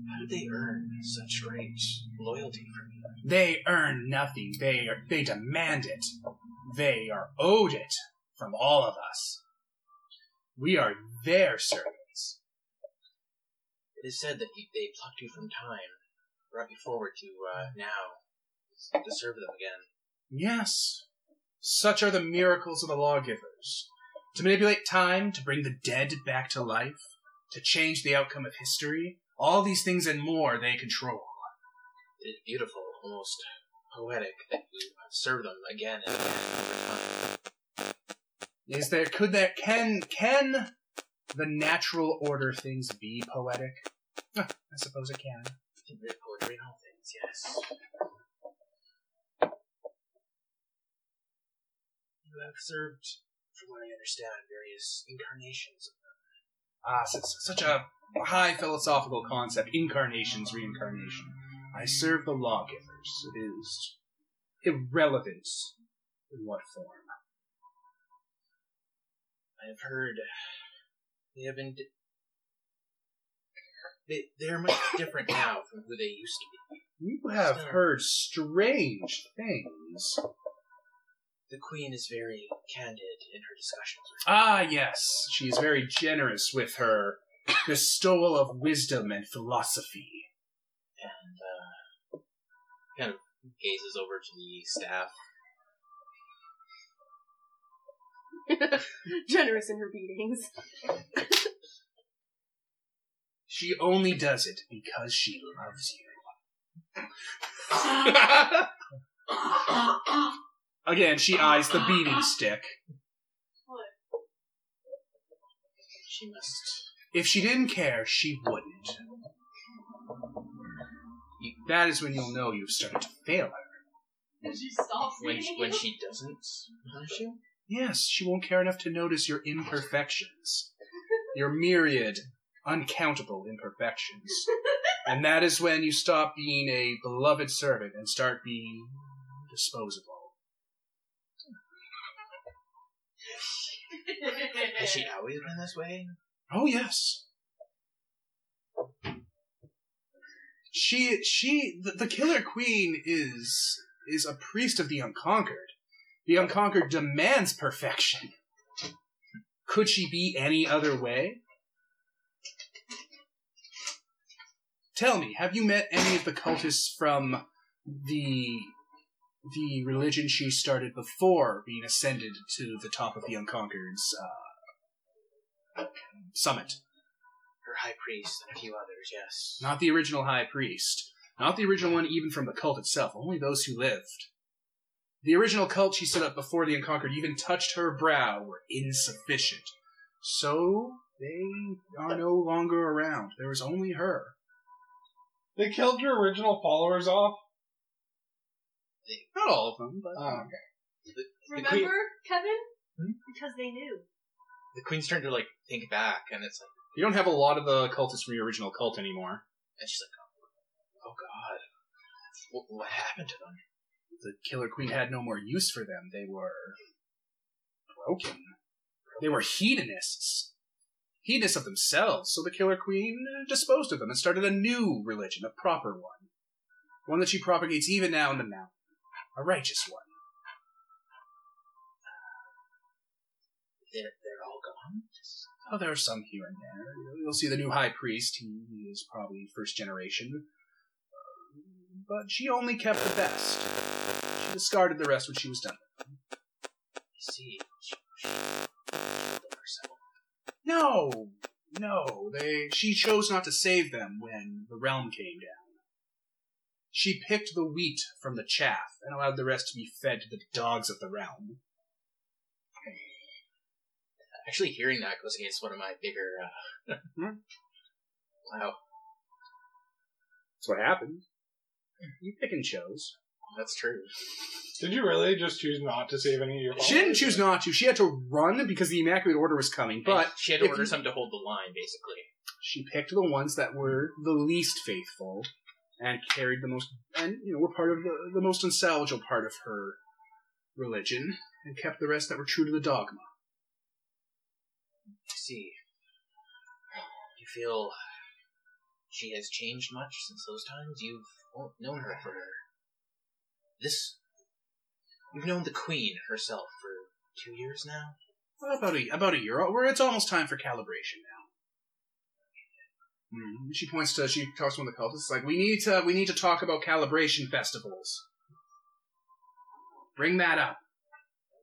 Speaker 2: How did they earn such great loyalty from you?
Speaker 1: They earn nothing. They are, they demand it. They are owed it from all of us. We are their servants.
Speaker 2: It is said that you, they plucked you from time, brought you forward to uh, now, to serve them again.
Speaker 1: Yes, such are the miracles of the lawgivers. To manipulate time, to bring the dead back to life, to change the outcome of history, all these things and more they control.
Speaker 2: It is beautiful, almost poetic, that you have served them again and again over time.
Speaker 1: Is there could there can can the natural order of things be poetic? Huh, I suppose it can.
Speaker 2: The poetry in all things, yes. You have served, from what I understand, various incarnations of
Speaker 1: Ah, su- su- such a high philosophical concept. Incarnations, reincarnation. I serve the lawgivers. It is irrelevant in what form.
Speaker 2: I have heard they have been. Di- they, they're much different now from who they used to be.
Speaker 1: You have heard strange things.
Speaker 2: The queen is very candid in her discussions with
Speaker 1: Ah, yes. She is very generous with her bestowal of wisdom and philosophy.
Speaker 2: and uh, kind of gazes over to the staff.
Speaker 3: Generous in her beatings.
Speaker 1: She only does it because she loves you. Again, she eyes the beating stick.
Speaker 2: She must.
Speaker 1: If she didn't care, she wouldn't. You- That is when you'll know you've started to fail her.
Speaker 6: she stops
Speaker 2: When she, when she doesn't punish you?
Speaker 1: Yes, she won't care enough to notice your imperfections, your myriad, uncountable imperfections. And that is when you stop being a beloved servant and start being disposable.
Speaker 2: Has she always been this way?
Speaker 1: Oh yes. She she the, the killer queen is is a priest of the unconquered. The unconquered demands perfection. Could she be any other way? Tell me, have you met any of the cultists from the the religion she started before being ascended to the top of the unconquered's uh, summit?
Speaker 2: Her high priest and a few others, yes.
Speaker 1: Not the original high priest. Not the original one, even from the cult itself. Only those who lived. The original cult she set up before the Unconquered even touched her brow were insufficient. So they are no longer around. There is only her.
Speaker 5: They killed your original followers off.
Speaker 1: Not all of them, but
Speaker 5: Oh,
Speaker 6: Remember, Kevin?
Speaker 2: Hmm?
Speaker 6: Because they knew.
Speaker 2: The queen's starting to like think back, and it's like,
Speaker 1: you don't have a lot of the cultists from your original cult anymore.
Speaker 2: and she's like, oh god, what, what happened to them?
Speaker 1: The Killer Queen had no more use for them. They were broken. They were hedonists. Hedonists of themselves, so the Killer Queen disposed of them and started a new religion, a proper one. One that she propagates even now in the mountain. A righteous one.
Speaker 2: They're they're all gone.
Speaker 1: Oh, there are some here and there. You'll see the new high priest. He, he is probably first generation. Uh, But she only kept the best. She discarded the rest when she was done.
Speaker 2: I see. She, she killed them herself.
Speaker 1: No, no. They she chose not to save them when the realm came down. She picked the wheat from the chaff and allowed the rest to be fed to the dogs of the realm.
Speaker 2: Actually, hearing that goes against one of my bigger. Uh,
Speaker 1: Hmm?
Speaker 2: Wow,
Speaker 1: That's what happened. You pick and chose.
Speaker 2: that's true.
Speaker 5: Did you really just choose not to save any of your followers?
Speaker 1: She didn't choose not to. She had to run because the Immaculate Order was coming, but
Speaker 2: And she had to
Speaker 1: if
Speaker 2: order
Speaker 1: you-
Speaker 2: some to hold the line, basically.
Speaker 1: she picked the ones that were the least faithful and carried the most, and, you know, were part of the, the most unsalvageable part of her religion and kept the rest that were true to the dogma.
Speaker 2: I see. You feel she has changed much since those times. You've o- known her for this. You've known the queen herself for two years now.
Speaker 1: Well, about a about a year. We're, it's almost time for calibration now. Mm, She points to she talks to one of the cultists. Like we need to we need to talk about calibration festivals. Bring that up.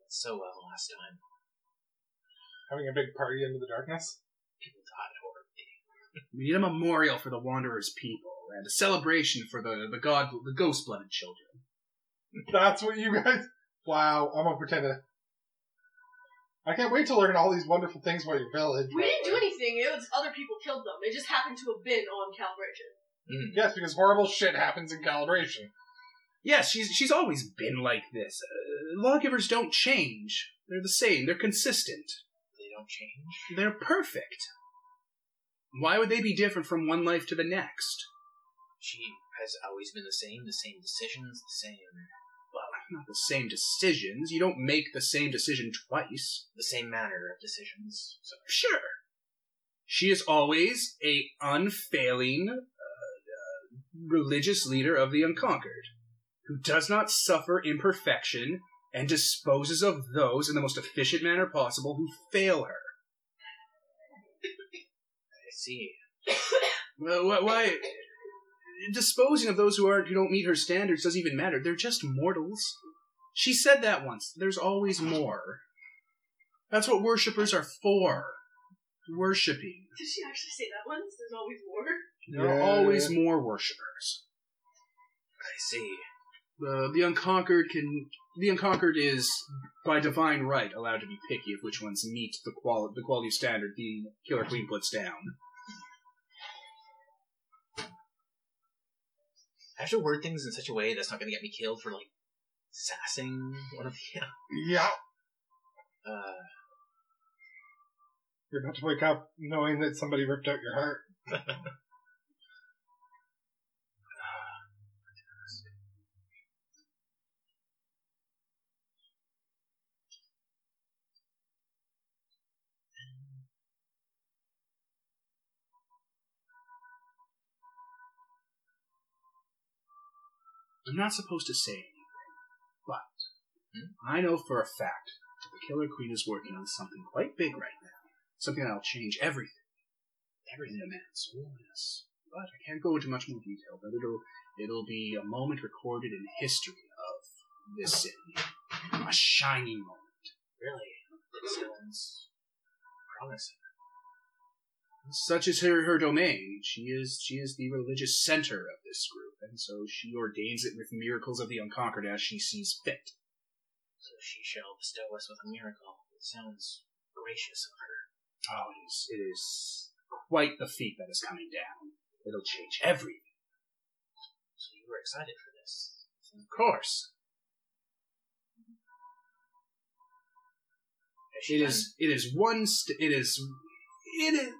Speaker 2: So well last time.
Speaker 5: Having a big party into the darkness.
Speaker 2: People died horribly.
Speaker 1: We need a memorial for the Wanderer's people and a celebration for the the god the ghost blooded children.
Speaker 5: That's what you guys. Wow, I'm gonna pretend to. I can't wait to learn all these wonderful things about your village.
Speaker 3: We didn't do anything. It was other people killed them. It just happened to have been on calibration.
Speaker 2: Mm-hmm.
Speaker 5: Yes, because horrible shit happens in calibration.
Speaker 1: Yes, she's she's always been like this. Uh, lawgivers don't change. They're the same. They're consistent.
Speaker 2: They don't change.
Speaker 1: They're perfect. Why would they be different from one life to the next?
Speaker 2: She has always been the same. The same decisions. The same.
Speaker 1: Well, not the same decisions. You don't make the same decision twice.
Speaker 2: The same manner of decisions. So
Speaker 1: Sure. She is always a unfailing uh, uh, religious leader of the unconquered, who does not suffer imperfection and disposes of those in the most efficient manner possible who fail her.
Speaker 2: I see.
Speaker 1: Well, why, why disposing of those who aren't who don't meet her standards doesn't even matter. They're just mortals. She said that once. There's always more. That's what worshippers are for. Worshipping.
Speaker 3: Did she actually say that once? There's always war.
Speaker 1: There are
Speaker 5: Yeah.
Speaker 1: always more worshippers.
Speaker 2: I see.
Speaker 1: The the unconquered can the unconquered is by divine right allowed to be picky of which ones meet the quality the quality standard the killer queen puts down.
Speaker 2: I have to word things in such a way that's not going to get me killed for like sassing one of the.
Speaker 5: Yeah,
Speaker 2: Uh,
Speaker 5: you're about to wake up knowing that somebody ripped out your heart.
Speaker 1: I'm not supposed to say anything, but hmm, I know for a fact that the Killer Queen is working on something quite big right now. Something that'll change everything. Everything to man's yes. But I can't go into much more detail, but it'll it'll be a moment recorded in history of this city. A shining moment.
Speaker 2: really? That sounds promising.
Speaker 1: Such is her, her domain. She is she is the religious center of this group, and so she ordains it with miracles of the unconquered as she sees fit.
Speaker 2: So she shall bestow us with a miracle. It sounds gracious of her.
Speaker 1: Oh, it is, it is quite the feat that is coming down. It'll change everything.
Speaker 2: So you were excited for this.
Speaker 1: Of course.
Speaker 2: Has she
Speaker 1: It
Speaker 2: done-
Speaker 1: is, it is one, st- it is, it is,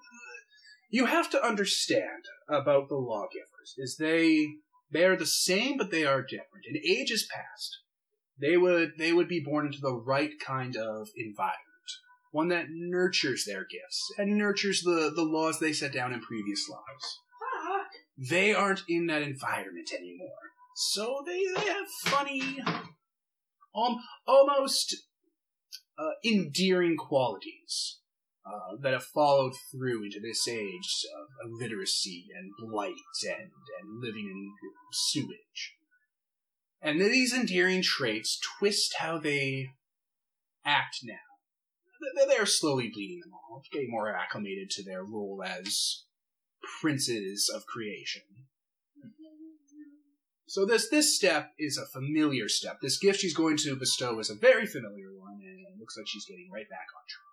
Speaker 1: you have to understand about the lawgivers is they, they are the same, but they are different. In ages past, they would, they would be born into the right kind of environment. One that nurtures their gifts and nurtures the, the laws they set down in previous lives.
Speaker 3: Fuck.
Speaker 1: they aren't in that environment anymore. So they, they have funny, um, almost uh, endearing qualities uh, that have followed through into this age of illiteracy and blight and, and living in sewage. And these endearing traits twist how they act now. They- They are slowly bleeding them all, getting more acclimated to their role as princes of creation. So this this step is a familiar step. This gift she's going to bestow is a very familiar one, and it looks like she's getting right back on track.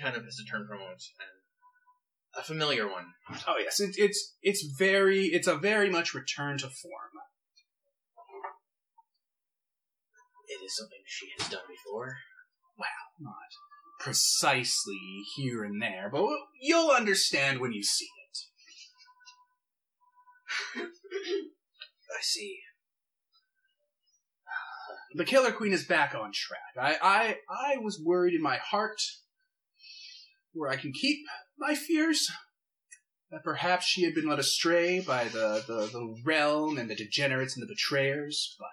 Speaker 2: kind of has to turn for a moment. And a familiar one.
Speaker 1: Oh yes, it, it's it's very it's a very much return to form.
Speaker 2: It is something she has done before.
Speaker 1: Not precisely here and there, but you'll understand when you see it.
Speaker 2: I see.
Speaker 1: The Killer Queen is back on track. I, I, I was worried in my heart where I can keep my fears, that perhaps she had been led astray by the, the, the realm and the degenerates and the betrayers, but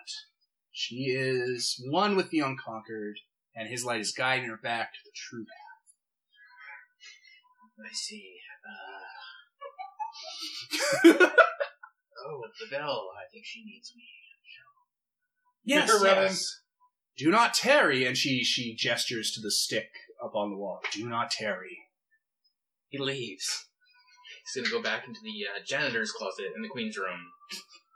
Speaker 1: she is one with the unconquered, and his light is guiding her back to the true path.
Speaker 2: I see. Uh, oh, the bell. I think she needs me.
Speaker 1: Yes,
Speaker 4: You're running.
Speaker 1: yes. Do not tarry, and she she gestures to the stick up on the wall. Do not tarry.
Speaker 2: He leaves. He's gonna go back into the uh, janitor's closet in the queen's room.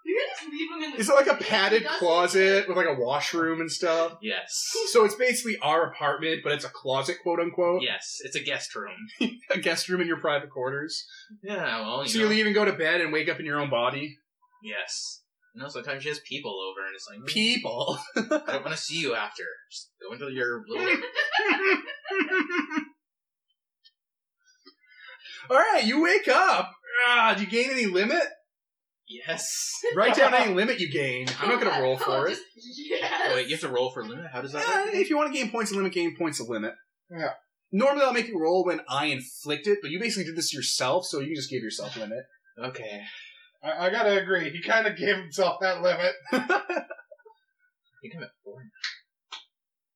Speaker 6: You're gonna just leave him in the.
Speaker 1: Is it like a
Speaker 6: He
Speaker 1: padded
Speaker 6: doesn't-
Speaker 1: closet with like a washroom and stuff?
Speaker 2: Yes.
Speaker 1: So it's basically our apartment, but it's a closet, quote unquote,
Speaker 2: Yes, it's a guest room.
Speaker 1: a guest room in your private quarters.
Speaker 2: Yeah, well, Oh, you
Speaker 1: So
Speaker 2: know.
Speaker 1: you leave and go to bed and wake up in your own body.
Speaker 2: Yes. You know, sometimes she has people over, and it's like, "Hmm,
Speaker 1: People.
Speaker 2: I don't want to see you after. Just go into your little.
Speaker 1: All right, you wake up. Ah, do you gain any limit?
Speaker 2: yes.
Speaker 1: Write down any limit you gain. I'm not gonna roll for it.
Speaker 6: Just, yes.
Speaker 2: Oh, wait, you have to roll for limit. How does that
Speaker 1: Eh,
Speaker 2: work?
Speaker 1: if you want to gain points of limit, gain points of limit.
Speaker 5: Yeah.
Speaker 1: Normally, I'll make you roll when I inflict it, but you basically did this yourself, so you just gave yourself limit.
Speaker 2: Okay. I
Speaker 5: I, I gotta agree. He kind of gave himself that limit.
Speaker 2: think I'm at four. now.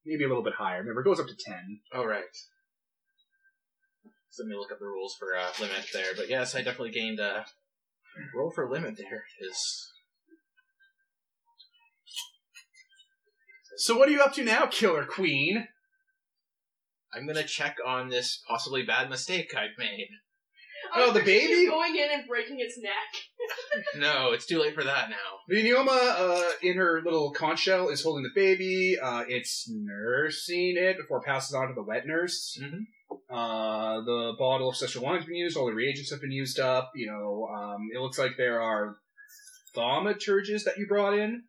Speaker 1: Maybe a little bit higher. Remember, it goes up to ten.
Speaker 2: Oh, right. So let me look up the rules for uh, limit there. But yes, I definitely gained uh, roll for limit there. Is
Speaker 1: So, what are you up to now, Killer Queen?
Speaker 2: I'm gonna check on this possibly bad mistake I've made.
Speaker 6: I
Speaker 1: Oh, the
Speaker 6: appreciate
Speaker 1: baby?
Speaker 6: you going in and breaking its neck.
Speaker 2: No, it's too late for that now.
Speaker 1: Vinyoma, uh, in her little conch shell, is holding the baby. Uh, it's nursing it before it passes on to the wet nurse.
Speaker 2: Mhm.
Speaker 1: Uh, the bottle of special wine has been used. All the reagents have been used up. You know, um, it looks like there are thaumaturges that you brought in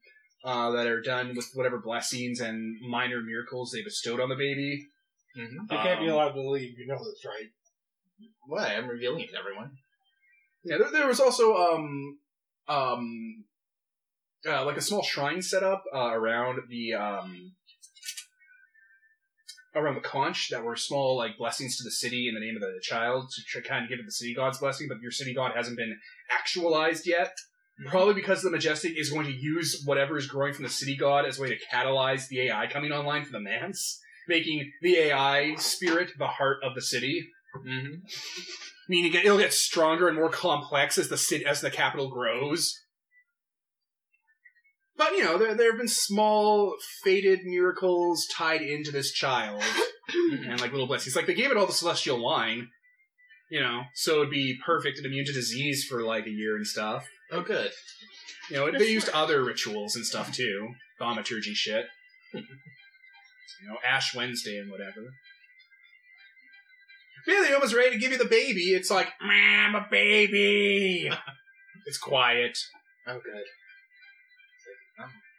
Speaker 1: uh, that are done with whatever blessings and minor miracles they bestowed on the baby.
Speaker 2: Mm-hmm.
Speaker 5: They can't be
Speaker 1: Um,
Speaker 5: allowed to leave. You know this, right?
Speaker 2: Why? I'm revealing it to everyone.
Speaker 1: Yeah, there, there was also um um uh, like a small shrine set up uh, around the um around the conch that were small like blessings to the city in the name of the child to try, kind of give it the city god's blessing, but your city god hasn't been actualized yet. Probably because the majestic is going to use whatever is growing from the city god as a way to catalyze the AI coming online for the manse, making the AI spirit the heart of the city
Speaker 2: Mm-hmm.
Speaker 1: meaning it- it'll get stronger and more complex as the city, as the capital grows. But you know, there there have been small fated miracles tied into this child, and like little blessings. Like they gave it all the celestial wine, you know, so it'd be perfect and immune to disease for like a year and stuff.
Speaker 2: Oh, good.
Speaker 1: You know, they used other rituals and stuff too, thaumaturgy shit. you know, Ash Wednesday and whatever. Billy almost ready to give you the baby. It's like, "Meh, I'm a baby. it's quiet.
Speaker 2: Oh, good.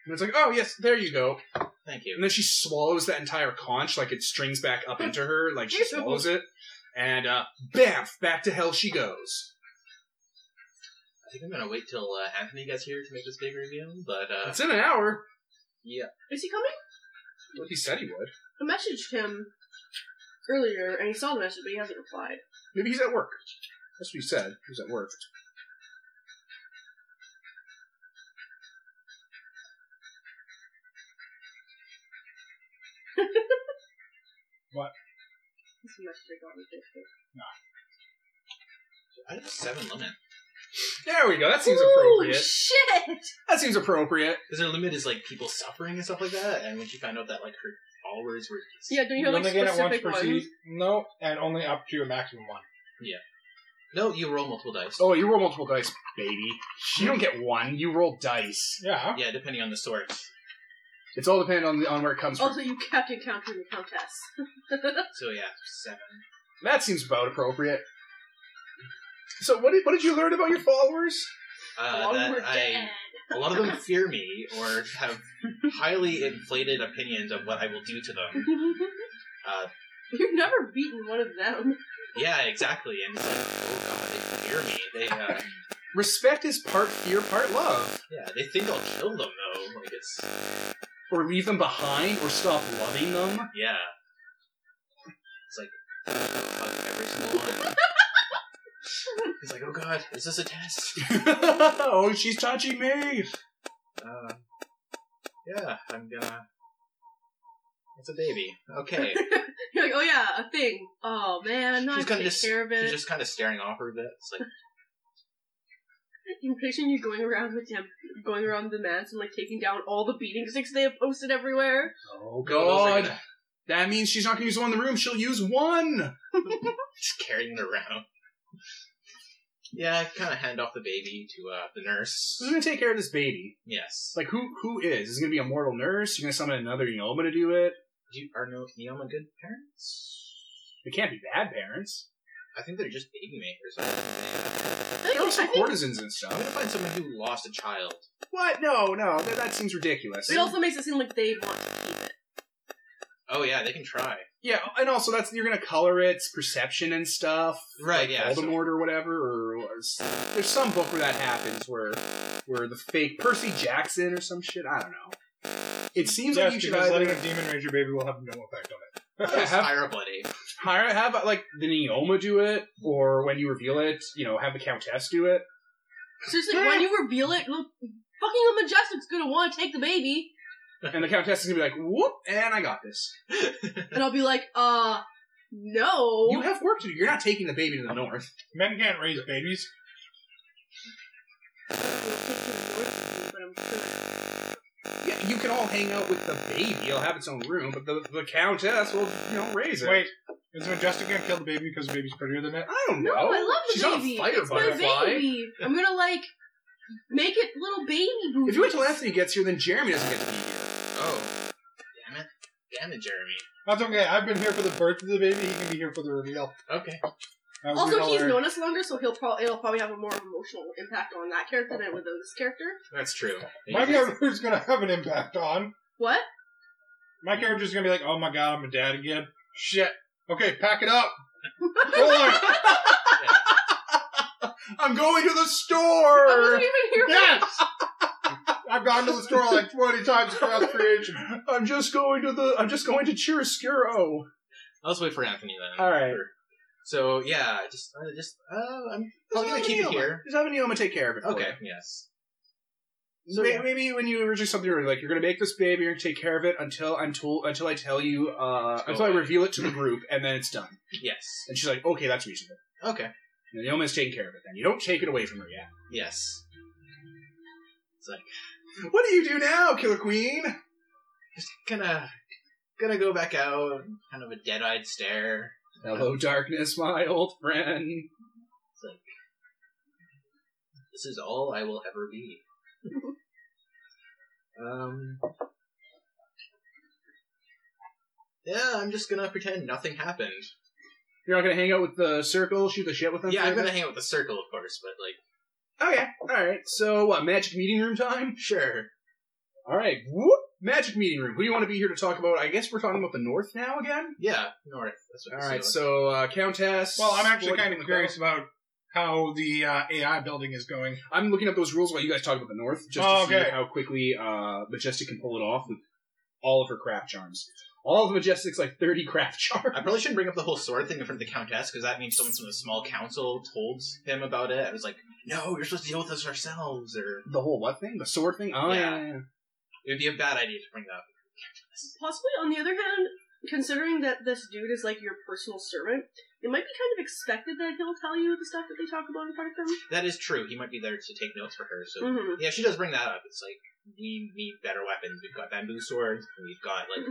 Speaker 1: And it's like, oh yes, there you go.
Speaker 2: Thank
Speaker 1: And
Speaker 2: you.
Speaker 1: then she swallows that entire conch, like it strings back up into her, like she swallows it, and uh, bamf, back to hell she goes.
Speaker 2: I think I'm gonna wait till uh, Anthony gets here to make this big reveal. But uh,
Speaker 1: It's in an hour.
Speaker 3: Is he coming?
Speaker 1: What he said he would.
Speaker 3: I messaged him earlier, and he saw the message, but he hasn't replied.
Speaker 1: Maybe he's at work. That's what he said. He was at work.
Speaker 3: This message I got on Facebook.
Speaker 2: I have seven limit.
Speaker 1: There we go. That seems
Speaker 3: Ooh,
Speaker 1: appropriate.
Speaker 3: shit!
Speaker 1: That seems appropriate.
Speaker 2: Because her limit is like people suffering and stuff like that. And when she found out that like her followers were
Speaker 3: Yeah, don't you have like
Speaker 5: Limit it at
Speaker 3: specific
Speaker 5: per
Speaker 3: ones?
Speaker 5: seat- No, and only up to a maximum one.
Speaker 2: no, you roll multiple dice.
Speaker 1: Oh, you roll multiple dice, baby. You don't get one. You roll dice.
Speaker 5: Yeah.
Speaker 2: yeah, depending on the source.
Speaker 1: It's all dependent on the, on where it comes from.
Speaker 3: Also, you kept encountering the Countess.
Speaker 1: Uh,
Speaker 2: So yeah, seven.
Speaker 1: That seems about appropriate. So, what did, what did you learn about your followers?
Speaker 2: Uh, that
Speaker 6: we're
Speaker 2: I
Speaker 6: dead.
Speaker 2: a lot of them fear me or have highly inflated opinions of what I will do to them. Uh,
Speaker 3: You've never beaten one of them.
Speaker 2: yeah, exactly. And it's like, oh god, they fear me. They uh,
Speaker 1: Respect is part fear, part love.
Speaker 2: yeah, they think I'll kill them though. Like it's
Speaker 1: Or leave them behind, or stop loving them.
Speaker 2: yeah. It's like fuck every single one. He's like, oh god, is this a test?
Speaker 1: oh, she's touching me.
Speaker 2: Uh, yeah, I'm gonna. It's a baby. Okay.
Speaker 3: You're like, oh yeah, a thing. Oh man, I'm not
Speaker 2: She's gonna
Speaker 3: taking
Speaker 2: just-
Speaker 3: care of it.
Speaker 2: She's just kind of staring off her a bit. It's like,
Speaker 3: Envision you going around with him, going around the manse and like taking down all the beating sticks they have posted everywhere.
Speaker 1: Oh
Speaker 2: "Those are
Speaker 1: God,
Speaker 2: gonna-
Speaker 1: that means she's not going to use the one in the room. She'll use one.
Speaker 2: just carrying it around. Yeah, I kind of hand off the baby to uh, the nurse.
Speaker 1: Who's going to take care of this baby?
Speaker 2: Yes.
Speaker 1: It's like who who is? Is it going to be a mortal nurse? You're going to summon another Yoma to do it?
Speaker 2: You, are no Neoma good parents?
Speaker 1: They can't be bad parents.
Speaker 2: I think they're just baby makers.
Speaker 1: They're also
Speaker 3: I think-
Speaker 1: courtisans and
Speaker 2: I'm gonna
Speaker 1: stuff.
Speaker 2: find someone who lost a child.
Speaker 1: What? No, no, that, that seems ridiculous.
Speaker 3: It also makes it seem like they want to keep it.
Speaker 2: Oh yeah, they can try.
Speaker 1: Yeah, and also that's you're gonna color its perception and stuff, like
Speaker 2: Right, yeah. so-
Speaker 1: Voldemort or whatever. Or, or s- there's some book where that happens, where where the fake Percy Jackson or some shit. I don't know. It seems
Speaker 4: yes,
Speaker 1: like you should
Speaker 4: because letting
Speaker 1: either
Speaker 4: a demon raise your baby will have no effect on it.
Speaker 2: Yeah,
Speaker 1: have-
Speaker 2: hire a buddy.
Speaker 1: hire have like the Neoma do it, or when you reveal it, you know, have the Countess do it.
Speaker 3: Seriously, when you reveal it, look, fucking the Majestic's gonna want to take the baby,
Speaker 1: And the Countess is gonna be like, "Whoop!" And I got this.
Speaker 3: and I'll be like, uh, no.
Speaker 1: You have work to do. You're not taking the baby to the north.
Speaker 4: Men can't raise babies.
Speaker 3: But I'm sure-
Speaker 1: Yeah, you can all hang out with the baby. It'll have its own room, but the the Countess will, you know, raise it.
Speaker 4: Wait, is Majestic gonna kill the baby because the baby's prettier than it?
Speaker 1: I don't
Speaker 3: No,
Speaker 1: know.
Speaker 3: I love the
Speaker 1: She's not a
Speaker 3: baby.
Speaker 1: fire
Speaker 3: it's my
Speaker 1: butterfly.
Speaker 3: baby. I'm gonna like make it little baby boobies.
Speaker 1: If you wait till Anthony gets here, then Jeremy doesn't get to be here.
Speaker 2: Oh, damn it, damn it, Jeremy.
Speaker 4: That's okay. I've been here for the birth of the baby. He can be here for the reveal.
Speaker 2: Okay.
Speaker 4: That was
Speaker 3: Also,
Speaker 4: Riddler.
Speaker 3: he's known us longer, so he'll probably it'll probably have a more emotional impact on that character than it would on this character.
Speaker 2: That's true.
Speaker 4: My character's gonna have an impact on.
Speaker 3: What?
Speaker 4: My character's gonna be like, oh my god, I'm a dad again. Shit. Okay, pack it up. Go on.
Speaker 1: I'm going to the
Speaker 3: I
Speaker 1: store.
Speaker 3: wasn't even here.
Speaker 4: Yes. I've gone to the store like 20 times for us creation.
Speaker 1: I'm just going to the. I'm just going to Chiaroscuro.
Speaker 2: I'll just wait for Anthony then.
Speaker 1: All right.
Speaker 2: Sure. So yeah, just uh, just uh, I'm
Speaker 1: Just
Speaker 2: probably gonna
Speaker 1: have
Speaker 2: keep it
Speaker 1: Neoma.
Speaker 2: here.
Speaker 1: Just have Neoma take care of it. for
Speaker 2: Okay.
Speaker 1: you.
Speaker 2: Yes.
Speaker 1: So may- maybe when you originally something you were like, you're gonna make this baby, you're gonna take care of it until I'm told, until I tell you, uh, until I
Speaker 2: Totally.
Speaker 1: reveal it to the group, and then it's done.
Speaker 2: Yes.
Speaker 1: And she's like, okay, that's reasonable.
Speaker 2: Okay.
Speaker 1: And Neoma's taking care of it. Then you don't take it away from her yet.
Speaker 2: Yes.
Speaker 1: What do you do now, Killer Queen?
Speaker 2: Just gonna gonna go back out, kind of a dead-eyed stare.
Speaker 1: Hello, darkness, my old friend.
Speaker 2: This is all I will ever be. um. Yeah, I'm just gonna pretend nothing happened.
Speaker 1: You're not gonna hang out with the circle, shoot the shit with them.
Speaker 2: yeah,
Speaker 1: for a
Speaker 2: I'm
Speaker 1: bit?
Speaker 2: gonna hang out with the circle, of course, but like,
Speaker 1: Oh yeah. All right. So what? Magic meeting room time.
Speaker 2: sure.
Speaker 1: All right. Whoop. Magic meeting room. Who do you want to be here to talk about? I guess we're talking about the North now again.
Speaker 2: Yeah, north. That's what
Speaker 1: All
Speaker 2: it's
Speaker 1: right.
Speaker 2: doing.
Speaker 1: So uh, Countess.
Speaker 4: Well, I'm actually
Speaker 1: Floyd-
Speaker 4: kind of curious about how the uh, AI building is going.
Speaker 1: I'm looking up those rules while you guys talk about the North, just
Speaker 4: Oh,
Speaker 1: to see
Speaker 4: okay.
Speaker 1: how quickly uh, Majestic can pull it off with all of her craft charms. All of Majestic's like 30 craft charms.
Speaker 2: I probably shouldn't bring up the whole sword thing in front of the countess because that means someone from the small council told him about it. I was like, no, you're supposed to deal with this ourselves, or
Speaker 1: The whole what thing? The sword thing? Oh
Speaker 2: Yeah.
Speaker 1: yeah. yeah, yeah.
Speaker 2: it would be a bad idea to bring that up.
Speaker 3: Possibly, on the other hand, considering that this dude is like your personal servant, it might be kind of expected that he'll tell you the stuff that they talk about in front of him.
Speaker 2: That is true. He might be there to take notes for her. So
Speaker 3: Mm-hmm.
Speaker 2: yeah, she does bring that up. It's like we need better weapons. We've got bamboo swords. and We've got like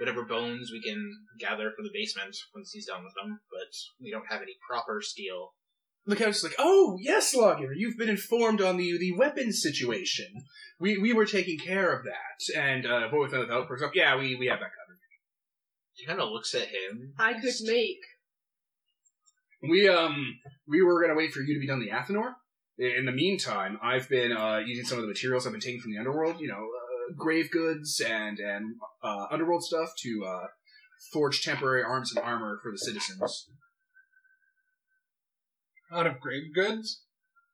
Speaker 2: whatever bones we can gather from the basement once he's done with them. But we don't have any proper steel.
Speaker 1: The Countess is like, oh yes, Logger, you've been informed on the the weapons situation. We we were taking care of that, and uh, boy with another help, for example, yeah, we we have that.
Speaker 2: She kind of looks at him.
Speaker 3: I could make.
Speaker 1: We um we were gonna wait for you to be done the Athenor. In the meantime, I've been uh, using some of the materials I've been taking from the underworld, you know, uh, grave goods and and uh, underworld stuff to uh, forge temporary arms and armor for the citizens.
Speaker 4: Out of grave goods?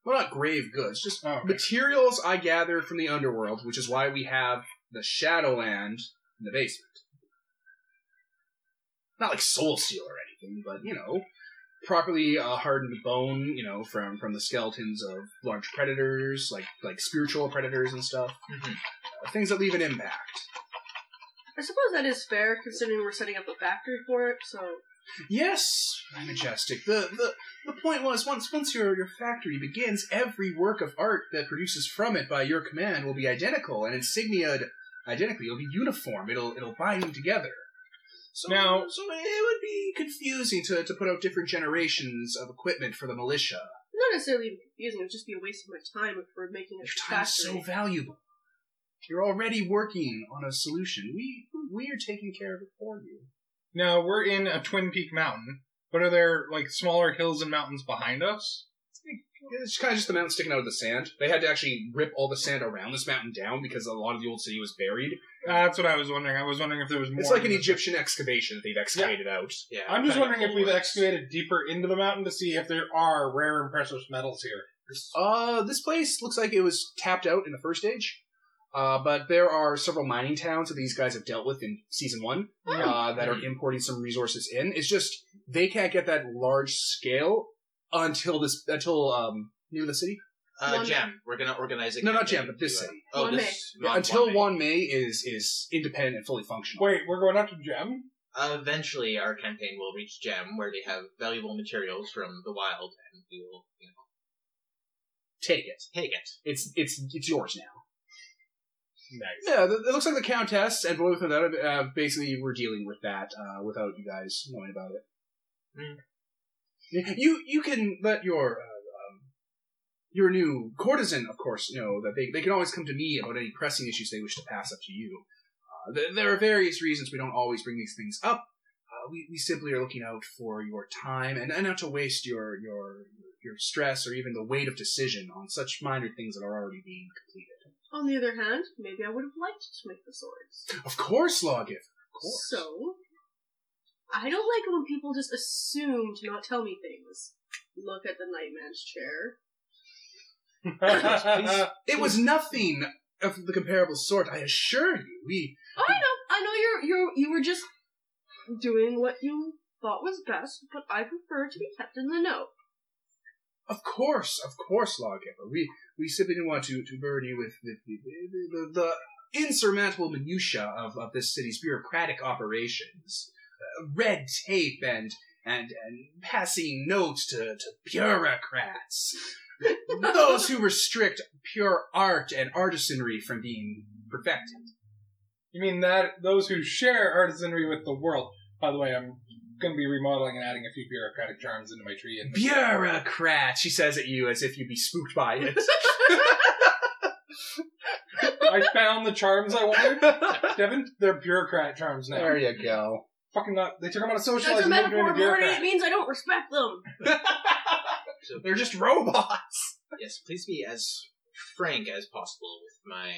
Speaker 1: Well, not grave goods, just
Speaker 4: Oh, okay.
Speaker 1: materials I gathered from the underworld, which is why we have the Shadowland in the basement. Not like Soul Steel or anything, but you know, properly uh, hardened bone, you know, from from the skeletons of large predators, like like spiritual predators and stuff.
Speaker 2: Mhm.
Speaker 1: Uh, things that leave an impact.
Speaker 3: I suppose that is fair, considering we're setting up a factory for it. So
Speaker 1: Yes, my majestic. The, the the point was once once your your factory begins, every work of art that produces from it by your command will be identical and insigniaed identically. It'll be uniform. It'll it'll bind them together. So
Speaker 4: Now-
Speaker 1: so it would be confusing to, to put out different generations of equipment for the militia.
Speaker 3: not necessarily confusing. It would just be a waste of my time if we're making a
Speaker 1: Your time's so
Speaker 3: factory.
Speaker 1: valuable. You're already working on a solution. We we are taking care of it for you.
Speaker 4: Now we're in a Twin Peak mountain, but are there like smaller hills and mountains behind us?
Speaker 1: It's kind of just the mountain sticking out of the sand. They had to actually rip all the sand around this mountain down because a lot of the old city was buried.
Speaker 4: Uh, that's what I was wondering. I was wondering if there was more.
Speaker 1: It's like an
Speaker 4: than-
Speaker 1: Egyptian excavation that they've excavated out.
Speaker 2: Yeah.
Speaker 4: I'm just
Speaker 2: kinda
Speaker 4: wondering if we've
Speaker 2: forward.
Speaker 4: excavated deeper into the mountain to see if there are rare and precious metals here.
Speaker 1: Uh, this place looks like it was tapped out in the first age. Uh, but there are several mining towns that these guys have dealt with in season one uh, that are importing some resources in. It's just they can't get that large scale until this until um near the city.
Speaker 2: Uh,
Speaker 3: One
Speaker 2: Gem. We're gonna organize it.
Speaker 1: No, not Gem, but this city.
Speaker 2: Oh,
Speaker 3: One
Speaker 2: this.
Speaker 1: Yeah,
Speaker 2: Mon-
Speaker 1: until
Speaker 2: Wanmei.
Speaker 1: Wan Mei is is independent and fully functional.
Speaker 4: Wait, we're going up to Gem?
Speaker 2: Eventually, our campaign will reach Gem, where they have valuable materials from the wild, and we will you know,
Speaker 1: Take it.
Speaker 2: take it.
Speaker 1: It's it's it's yours now.
Speaker 4: Nice.
Speaker 1: Yeah, th- it looks like the Countess and Boy with Vendetta uh, basically were dealing with that uh, without you guys knowing about it.
Speaker 2: Mm.
Speaker 1: Y- Mm. You you can let your uh, um, your new courtesan, of course, know that they they can always come to me about any pressing issues they wish to pass up to you. Uh, th- there are various reasons we don't always bring these things up. Uh, we we simply are looking out for your time and, and not to waste your your your stress or even the weight of decision on such minor things that are already being completed.
Speaker 3: On the other hand, maybe I would have liked to make the swords.
Speaker 1: Of course, Lawgiver. Of course.
Speaker 3: So, I don't like it when people just assume to not tell me things. Look at the Nightman's chair.
Speaker 1: it was nothing of the comparable sort, I assure you. We
Speaker 3: Oh, I know, I know you're you're you were just doing what you thought was best, but I prefer to be kept in the know.
Speaker 1: of course, of course, Lawgiver. We we simply didn't want to, to burden you with the the, the, the, the insurmountable minutia of, of this city's bureaucratic operations. Uh, red tape and and, and passing notes to, to bureaucrats. Those who restrict pure art and artisanry from being perfected.
Speaker 4: You mean that those who share artisanry with the world? By the way, I'm going to be remodeling and adding a few bureaucratic charms into my tree. And
Speaker 1: Bureaucrat, she says at you as if you'd be spooked by it.
Speaker 4: I found the charms I wanted. Devin, they're bureaucrat charms now.
Speaker 1: you go.
Speaker 4: Fucking not. They took them out of socializing.
Speaker 3: That's a
Speaker 4: and moved them
Speaker 3: metaphor,
Speaker 4: into
Speaker 3: Morty.
Speaker 4: bureaucrat.
Speaker 3: It means I don't respect them.
Speaker 2: So
Speaker 1: They're just robots.
Speaker 2: yes, please be as frank as possible with my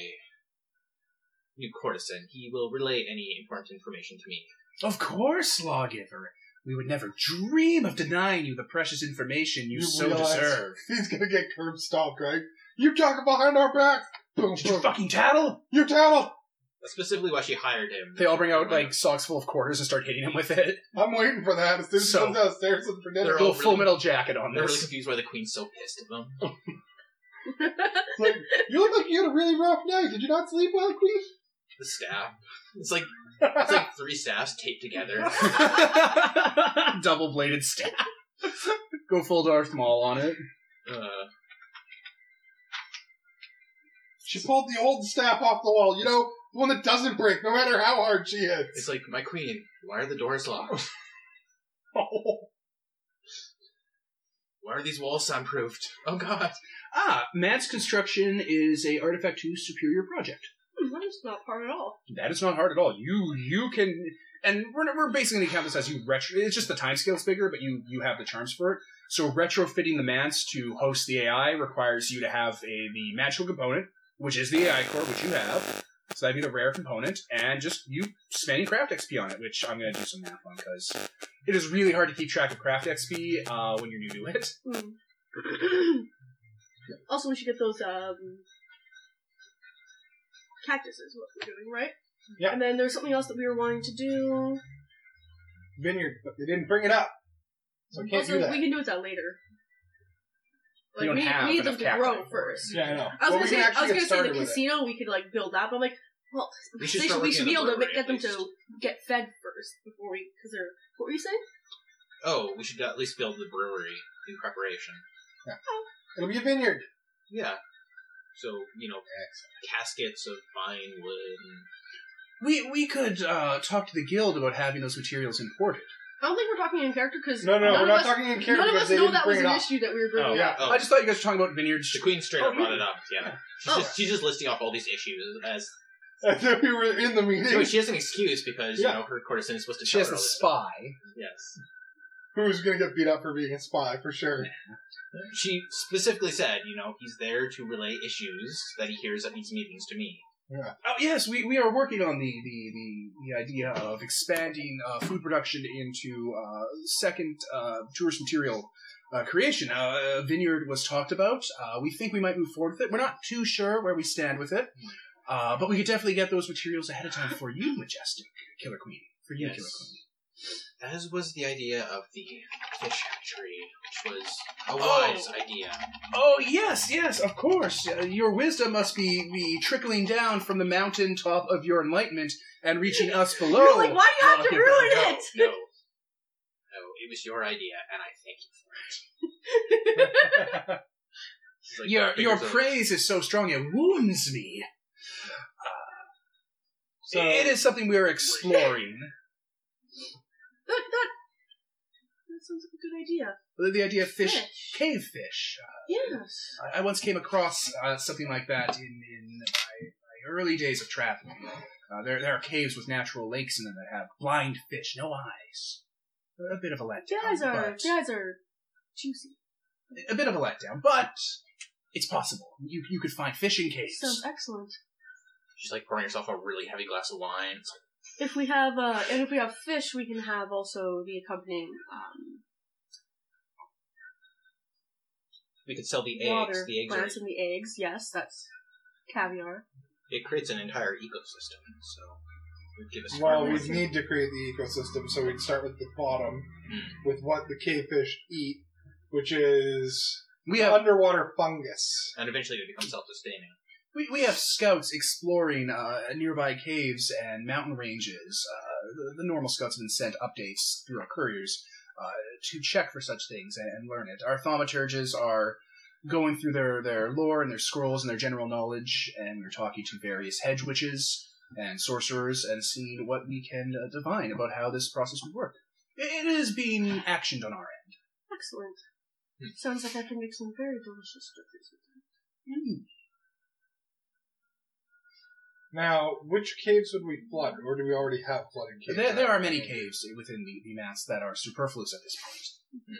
Speaker 2: new courtesan. He will relay any important information to me.
Speaker 1: Of course, lawgiver. We would never dream of denying you the precious information you,
Speaker 5: You
Speaker 1: so
Speaker 5: realize-
Speaker 1: deserve.
Speaker 5: He's gonna get curb stomped, right? You talking behind our back? Boom,
Speaker 1: Did you
Speaker 5: boom.
Speaker 1: fucking tattle?
Speaker 5: You tattle!
Speaker 2: That's specifically why she hired him.
Speaker 1: They all bring out like socks full of quarters and start hitting him with it.
Speaker 5: I'm waiting for that as soon as
Speaker 1: So-
Speaker 5: he comes downstairs with
Speaker 2: They're
Speaker 5: Fernando.
Speaker 1: Go
Speaker 2: all
Speaker 1: full
Speaker 2: really-
Speaker 1: metal jacket on
Speaker 2: They're really
Speaker 1: this.
Speaker 2: confused why the queen's so pissed at them.
Speaker 5: It's like, you look like you had a really rough night. Did you not sleep well, Queen?
Speaker 2: The staff. It's like it's like three staffs taped together.
Speaker 1: Double bladed staff. Go full Darth Maul on it.
Speaker 2: Uh,
Speaker 5: She pulled the old staff off the wall, you know, the one that doesn't break, no matter how hard she hits.
Speaker 2: it's like my queen. Why are the doors locked? Why are these walls soundproofed? Oh God!
Speaker 1: Ah, Matt's construction is a artifact to superior project.
Speaker 3: That is not hard at all.
Speaker 1: That is not hard at all. You you can, and we're, we're basically going to count this as you retro. It's just the time scale's bigger, but you you have the charms for it. So retrofitting the manse to host the AI requires you to have a the magical component, which is the AI core, which you have. So that'd be the rare component, and just you spending craft XP on it, which I'm going to do some math on because it is really hard to keep track of craft XP uh, when you're new to it.
Speaker 3: Hmm. also, we should get those um cactuses. What we're doing, right?
Speaker 4: Yeah.
Speaker 3: And then there's something else that we were wanting to do.
Speaker 4: Vineyard, but they didn't bring it up.
Speaker 5: So we can't
Speaker 3: Also,
Speaker 5: do that.
Speaker 3: we can do that later.
Speaker 1: You
Speaker 3: Like
Speaker 1: don't
Speaker 3: we
Speaker 1: have
Speaker 3: we need them
Speaker 1: enough
Speaker 3: to
Speaker 1: capital
Speaker 3: grow
Speaker 1: for it.
Speaker 3: first.
Speaker 5: yeah, I know.
Speaker 3: I was
Speaker 5: But we
Speaker 3: gonna say
Speaker 5: can
Speaker 3: I
Speaker 5: actually get
Speaker 3: was gonna say
Speaker 5: started
Speaker 3: the
Speaker 5: with it.
Speaker 3: casino we could like build that, but I'm like, well,
Speaker 2: We should
Speaker 3: they
Speaker 2: start
Speaker 3: we
Speaker 2: working
Speaker 3: should
Speaker 2: on
Speaker 3: be
Speaker 2: the
Speaker 3: able to
Speaker 2: brewery,
Speaker 3: get
Speaker 2: at
Speaker 3: them
Speaker 2: least.
Speaker 3: to get fed first before we because they're what were you saying?
Speaker 2: Oh, we should at least build the brewery in preparation.
Speaker 5: It'll be a vineyard.
Speaker 2: Yeah. So, you know, caskets of fine wood and
Speaker 1: We we could uh, talk to the guild about having those materials imported.
Speaker 3: I don't think we're talking in character because
Speaker 5: No, no,
Speaker 3: none
Speaker 5: we're
Speaker 3: of
Speaker 5: not
Speaker 3: us,
Speaker 5: talking in character
Speaker 3: None of
Speaker 5: because
Speaker 3: us
Speaker 5: they
Speaker 3: know
Speaker 5: didn't
Speaker 3: that
Speaker 5: bring
Speaker 3: was
Speaker 5: it
Speaker 3: an
Speaker 5: up.
Speaker 3: issue that we were bringing
Speaker 1: Oh.
Speaker 3: up.
Speaker 5: Yeah.
Speaker 2: Oh.
Speaker 1: I just thought you guys were talking about vineyards.
Speaker 2: The queen straight
Speaker 1: Oh,
Speaker 2: up brought
Speaker 1: really?
Speaker 2: it up. Yeah, she's,
Speaker 3: Oh.
Speaker 2: just, she's just listing off all these issues as
Speaker 5: I thought we were in the meeting.
Speaker 2: But she has an excuse because
Speaker 5: Yeah.
Speaker 2: you know her courtesan is supposed to.
Speaker 1: She has
Speaker 2: cover
Speaker 1: the
Speaker 2: all this
Speaker 1: spy.
Speaker 2: stuff. Yes,
Speaker 5: Who's gonna get beat up for being a spy for sure?
Speaker 2: she specifically said, you know, he's there to relay issues that he hears at these meetings to me.
Speaker 1: Oh yes, we, we are working on the the, the, the idea of expanding uh, food production into uh, second uh, tourist material uh, creation. Uh, a vineyard was talked about. Uh, we think we might move forward with it. We're not too sure where we stand with it,
Speaker 3: Hmm.
Speaker 1: uh, but we could definitely get those materials ahead of time for you, majestic killer queen. For you,
Speaker 2: Yes.
Speaker 1: killer queen.
Speaker 2: As was the idea of the fish hatchery, which was a wise idea.
Speaker 1: Oh yes, yes, of course. Uh, your wisdom must be be trickling down from the mountain top of your enlightenment and reaching us below.
Speaker 3: You're like, why do you have to
Speaker 1: Malachite
Speaker 3: ruin
Speaker 1: Brown."
Speaker 3: it?
Speaker 2: No, no, no, it was your idea, and I thank you for it. She's like,
Speaker 1: your your
Speaker 2: fingers up.
Speaker 1: praise is so strong it wounds me.
Speaker 5: So
Speaker 1: it is something we are exploring.
Speaker 3: That, that, that sounds like a good idea.
Speaker 1: the, the idea of fish,
Speaker 3: Fish.
Speaker 1: cave fish.
Speaker 3: Yes.
Speaker 1: I, I once came across uh, something like that in in my, my early days of traveling. Uh, there there are caves with natural lakes in them that have blind fish, no eyes. A bit of a letdown.
Speaker 3: Jazz are
Speaker 1: but-
Speaker 3: jazz are juicy.
Speaker 1: a bit of a letdown, but it's possible. You you could find fishing caves.
Speaker 3: Sounds excellent.
Speaker 2: She's like pouring herself a really heavy glass of wine. It's like,
Speaker 3: If we have uh, and if we have fish, we can have also the accompanying um,
Speaker 2: we could sell the
Speaker 3: water
Speaker 2: eggs. The eggs are
Speaker 3: plants and the eggs. Yes, that's caviar.
Speaker 2: it creates an entire ecosystem. So it would give us
Speaker 5: well,
Speaker 2: far more
Speaker 5: we'd need to create the ecosystem, so we'd start with the bottom,
Speaker 2: Hmm.
Speaker 5: with what the cavefish eat, which is
Speaker 1: we have
Speaker 5: underwater fungus.
Speaker 2: and eventually it becomes self-sustaining.
Speaker 1: we, we have scouts exploring uh, nearby caves and mountain ranges. Uh, the, the normal scouts have been sent updates through our couriers uh, to check for such things and, and learn it. Our thaumaturges are going through their, their lore and their scrolls and their general knowledge, and we're talking to various hedge witches and sorcerers and seeing what we can uh, divine about how this process would work. It it is being actioned on our end.
Speaker 3: Excellent.
Speaker 2: Hmm.
Speaker 3: Sounds like I can make some very delicious dishes with them.
Speaker 5: Now, which caves would we flood, or do we already have flooded caves?
Speaker 1: There, there are many caves within the, the mass that are superfluous at this point.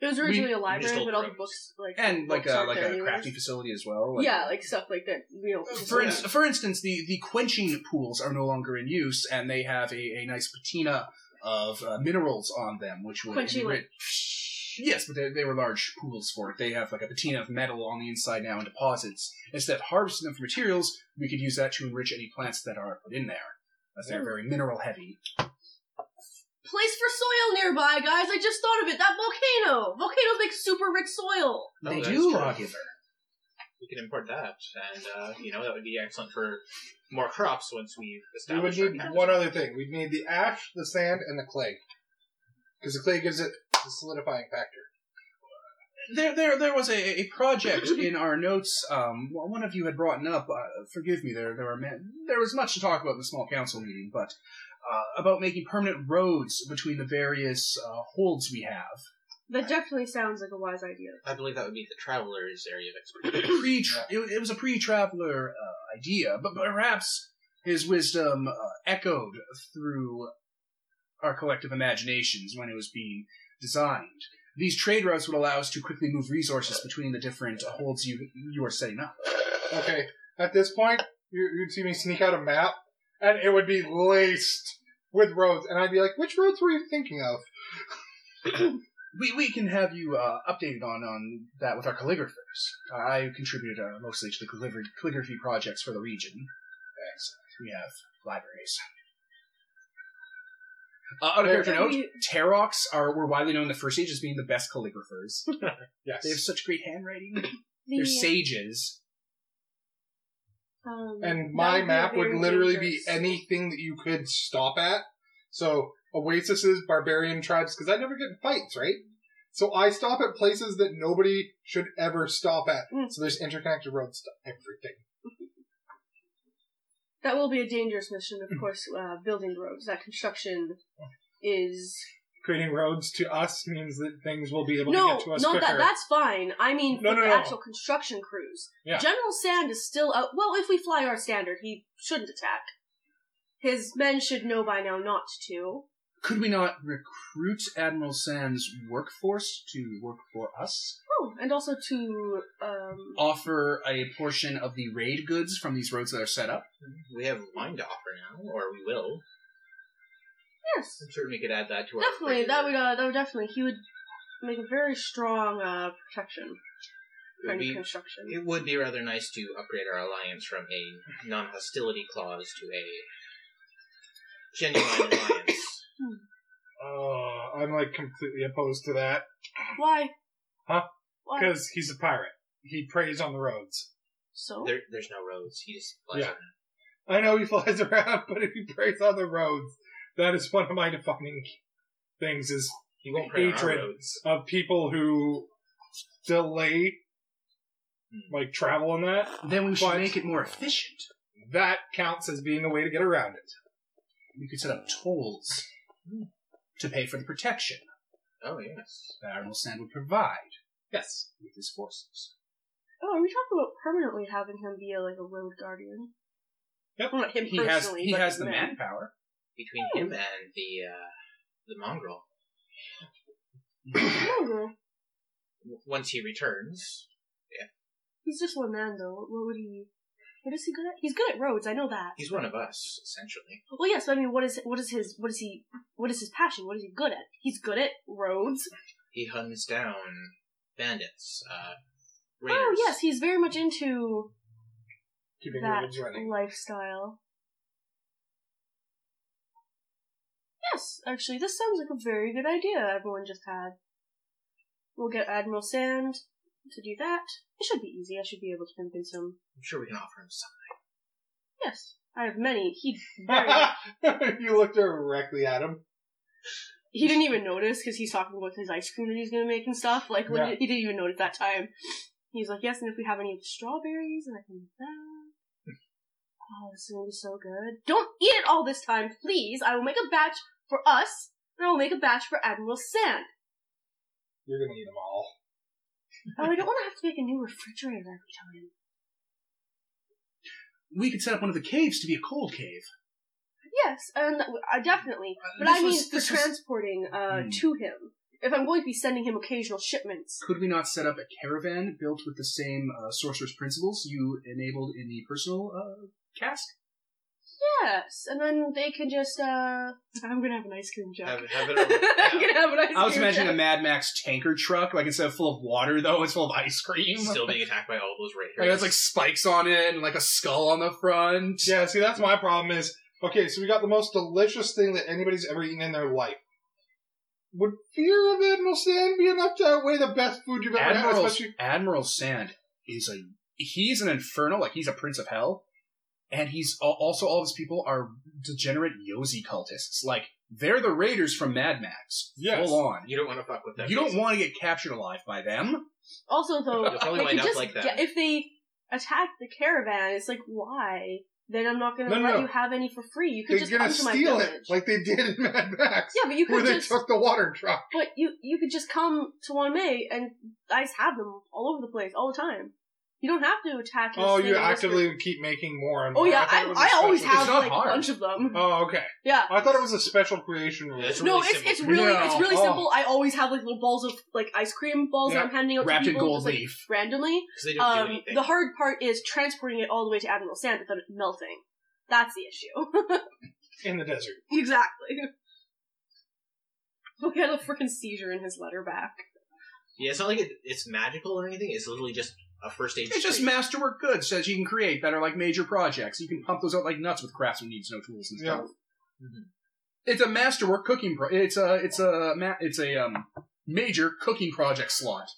Speaker 3: It was originally a
Speaker 2: just
Speaker 3: library,
Speaker 2: old
Speaker 3: but all the
Speaker 2: rooms.
Speaker 3: books like
Speaker 1: and like
Speaker 3: books
Speaker 1: a
Speaker 3: aren't
Speaker 1: like
Speaker 3: there
Speaker 1: a
Speaker 3: anyway.
Speaker 1: crafting facility as well. Like,
Speaker 3: yeah, like stuff like that. We don't.
Speaker 1: For, in, for instance, the, the quenching pools are no longer in use, and they have a, a nice patina of uh, minerals on them, which would
Speaker 3: Quenching, like,
Speaker 1: enri- yes, but they, they were large pools for it. They have like a patina of metal on the inside now and deposits. Instead of harvesting them for materials, we could use that to enrich any plants that are put in there, as they're very mineral heavy.
Speaker 3: place for soil nearby, guys. I just thought of it. That volcano. Volcanoes make super rich soil.
Speaker 2: No,
Speaker 1: they
Speaker 2: Oh, that's
Speaker 1: do
Speaker 2: true.
Speaker 1: lawgiver.
Speaker 2: We can import that, and uh, you know that would be excellent for more crops once we've
Speaker 5: We would
Speaker 2: established. our
Speaker 5: need
Speaker 2: path.
Speaker 5: one other thing. We'd need the ash, the sand, and the clay. Because the clay gives it the solidifying factor.
Speaker 1: There, there, there was a, a project in our notes. Um, well, one of you had brought up. Uh, forgive me. There, there were ma- there was much to talk about in the small council meeting, but uh, about making permanent roads between the various uh, holds we have.
Speaker 3: That definitely sounds like a wise idea.
Speaker 2: I believe that would be the traveler's area of expertise.
Speaker 1: Pre, it, it was a pre-traveler uh, idea, but perhaps his wisdom uh, echoed through our collective imaginations when it was being designed. These trade routes would allow us to quickly move resources between the different holds you you are setting up.
Speaker 5: Okay, at this point, you, you'd see me sneak out a map, and it would be laced with roads, and I'd be like, which roads were you thinking of?
Speaker 1: We, we can have you uh, updated on, on that with our calligraphers. Uh, I contributed uh, mostly to the calligra- calligraphy projects for the region. Excellent. We have libraries. Uh, on a
Speaker 4: They're-
Speaker 1: character note,
Speaker 3: we-
Speaker 1: Taroks are were widely known in the first age as being the best calligraphers.
Speaker 4: Yes.
Speaker 1: they have such great handwriting.
Speaker 3: The,
Speaker 1: They're sages.
Speaker 3: um,
Speaker 4: and
Speaker 3: that
Speaker 4: my
Speaker 3: be
Speaker 4: map would
Speaker 3: very
Speaker 4: literally
Speaker 3: dangerous.
Speaker 4: be anything that you could stop at. So oases, barbarian tribes, because I never get in fights, right? So I stop at places that nobody should ever stop at.
Speaker 3: Mm.
Speaker 4: So there's interconnected roads to everything.
Speaker 3: That will be a dangerous mission,
Speaker 4: Hmm.
Speaker 3: of course. Uh, building roads, that construction is
Speaker 4: Creating roads to us means that things will be able to
Speaker 3: no,
Speaker 4: get to us
Speaker 3: no.
Speaker 4: quicker.
Speaker 3: That that's fine. I mean,
Speaker 4: No,
Speaker 3: for
Speaker 4: no,
Speaker 3: the
Speaker 4: no.
Speaker 3: actual construction crews.
Speaker 4: Yeah.
Speaker 3: General Sand is still out. Well, if we fly our standard, he shouldn't attack. His men should know by now not to.
Speaker 1: Could we not recruit Admiral Sand's workforce to work for us?
Speaker 3: Oh, and also to um,
Speaker 1: Offer a portion of the raid goods from these roads that are set up?
Speaker 2: We have wine to offer now, or we will.
Speaker 3: yes,
Speaker 2: I'm sure we could add that to our.
Speaker 3: definitely. That would
Speaker 2: regular-
Speaker 3: uh, that would definitely he would make a very strong uh, protection
Speaker 2: It
Speaker 3: kind
Speaker 2: would,
Speaker 3: of
Speaker 2: be,
Speaker 3: construction.
Speaker 2: it would be rather nice to upgrade our alliance from a non-hostility clause to a genuine alliance.
Speaker 4: Uh, I'm like completely opposed to that
Speaker 3: Why?
Speaker 4: Huh?
Speaker 3: Why?
Speaker 4: because he's a pirate. He preys on the roads.
Speaker 3: So
Speaker 2: There, there's no roads. He just flies
Speaker 4: Yeah.
Speaker 2: around.
Speaker 4: I know he flies around, but if he preys on the roads, that is one of my defining things. Is
Speaker 2: He won't prey on our
Speaker 4: hatred
Speaker 2: roads.
Speaker 4: of people who delay
Speaker 2: Hmm.
Speaker 4: like travel and that
Speaker 1: Then we should
Speaker 4: But-
Speaker 1: make it more efficient.
Speaker 4: that counts as being a way to get around it
Speaker 1: We could set up tolls to pay for the protection
Speaker 2: Oh yes.
Speaker 1: that Admiral Sand would provide
Speaker 4: yes
Speaker 1: with his forces.
Speaker 3: Oh, are we talking about permanently having him be a, like a road guardian?
Speaker 4: Yep.
Speaker 3: Well, Not him
Speaker 1: He has
Speaker 3: personally,
Speaker 1: he
Speaker 3: but
Speaker 1: has
Speaker 3: the
Speaker 1: the
Speaker 3: man.
Speaker 1: manpower.
Speaker 2: Between
Speaker 3: Hmm.
Speaker 2: him and the uh, the mongrel,
Speaker 3: Mongrel.
Speaker 2: W- once he returns,
Speaker 3: He's just one man, though. What would he? What is he good at? He's good at roads. I know that.
Speaker 2: he's one of us essentially.
Speaker 3: Well, yes, but I mean, what is what is his what is he what is his passion? What is he good at? He's good at roads.
Speaker 2: He hunts down bandits, uh, raiders.
Speaker 3: Oh, yes, he's very much into
Speaker 4: keeping the
Speaker 3: that
Speaker 4: roads running
Speaker 3: lifestyle. Yes, actually, this sounds like a very good idea everyone just had. We'll get Admiral Sand to do that. It should be easy. I should be able to convince him.
Speaker 2: I'm sure we can offer him some.
Speaker 3: Yes, I have many. He very,
Speaker 4: you look directly at him
Speaker 3: he didn't even notice because he's talking about his ice cream that he's gonna make and stuff. Like when
Speaker 4: Yeah.
Speaker 3: he didn't even notice that time. He's like, yes, and if we have any strawberries, and I can make that. Oh, this is gonna be so good. Don't eat it all this time, please. I will make a batch for us, and I will make a batch for Admiral Sand.
Speaker 4: you're gonna eat them all
Speaker 3: Oh, I don't want to have to make a new refrigerator every time.
Speaker 1: We could set up one of the caves to be a cold cave.
Speaker 3: Yes, and I definitely, but
Speaker 1: Uh, This
Speaker 3: I mean
Speaker 1: was-
Speaker 3: for
Speaker 1: this was-
Speaker 3: transporting uh,
Speaker 1: Hmm.
Speaker 3: to him. If I'm going to be sending him occasional shipments,
Speaker 1: Could we not set up a caravan built with the same uh, sorcerer's principles you enabled in the personal uh, cask?
Speaker 3: Yes, and then they can just, uh. I'm gonna have an ice cream jug.
Speaker 2: Have, have it over.
Speaker 3: I'm
Speaker 2: yeah.
Speaker 3: gonna have an ice cream
Speaker 1: I was imagining a
Speaker 3: jug.
Speaker 1: Mad Max tanker truck, like instead of full of water though, it's full of ice cream.
Speaker 2: Still being attacked by all those raiders.
Speaker 1: Like, it has like spikes on it and like a skull on the front.
Speaker 4: yeah see that's my problem is okay so we got the most delicious thing that anybody's ever eaten in their life would fear of Admiral Sand be enough to outweigh the best food you've ever had?
Speaker 1: Admiral
Speaker 4: Especially,
Speaker 1: Admiral Sand is a he's an infernal, like he's a prince of hell, and he's al- also all of his people are degenerate Yozi cultists. Like they're the raiders from Mad Max,
Speaker 4: Yes.
Speaker 1: full on.
Speaker 2: you don't want to fuck with them.
Speaker 1: You don't
Speaker 2: basically.
Speaker 1: want to get captured alive by them.
Speaker 3: Also, though,
Speaker 2: You'll probably
Speaker 3: they
Speaker 2: wind
Speaker 3: could
Speaker 2: up
Speaker 3: just
Speaker 2: like that.
Speaker 3: get- if they attack the caravan, it's like, why? Then I'm not gonna
Speaker 4: No, no,
Speaker 3: let
Speaker 4: no.
Speaker 3: you have any for free. You could
Speaker 4: they're
Speaker 3: just
Speaker 4: gonna
Speaker 3: come to my
Speaker 4: steal
Speaker 3: village.
Speaker 4: it like they did in Mad Max,
Speaker 3: yeah, but you
Speaker 4: where
Speaker 3: could
Speaker 4: they
Speaker 3: just.
Speaker 4: took the water truck.
Speaker 3: But you you could just come to One May and I just have them all over the place, all the time. You don't have to attack. and
Speaker 4: Oh,
Speaker 3: sling
Speaker 4: you
Speaker 3: and whisper.
Speaker 4: actively keep making more and
Speaker 3: Oh
Speaker 4: more.
Speaker 3: yeah,
Speaker 4: thought
Speaker 3: I,
Speaker 4: it was a
Speaker 3: I always
Speaker 4: special-
Speaker 3: have
Speaker 1: not
Speaker 3: like
Speaker 1: hard.
Speaker 3: a bunch of them.
Speaker 4: Oh, okay.
Speaker 3: Yeah.
Speaker 4: I thought it was a special creation rule.
Speaker 2: That's
Speaker 3: no,
Speaker 2: really
Speaker 3: it's,
Speaker 2: simple
Speaker 3: it's
Speaker 2: to
Speaker 3: really
Speaker 1: No.
Speaker 3: it's really
Speaker 4: Oh.
Speaker 3: simple. I always have like little balls of like ice cream balls
Speaker 4: Yeah.
Speaker 3: that I'm handing out
Speaker 1: Wrapped
Speaker 3: to
Speaker 1: in
Speaker 3: people
Speaker 1: gold
Speaker 3: just, like,
Speaker 1: leaf.
Speaker 3: randomly.
Speaker 2: because they don't do
Speaker 3: Um,
Speaker 2: anything.
Speaker 3: the hard part is transporting it all the way to Admiral Sand without it melting. That's the issue.
Speaker 4: in the desert.
Speaker 3: exactly. Look at a freaking seizure in his letter back.
Speaker 2: yeah, it's not like it, it's magical or anything. It's literally just a first aid.
Speaker 1: It's just
Speaker 2: screen.
Speaker 1: masterwork goods that you can
Speaker 2: Mm-hmm.
Speaker 1: create that are like major projects. You can pump those out like nuts with craftsman needs no tools and stuff. it's a masterwork cooking. Pro- it's a it's a ma- it's a um, major cooking project slot,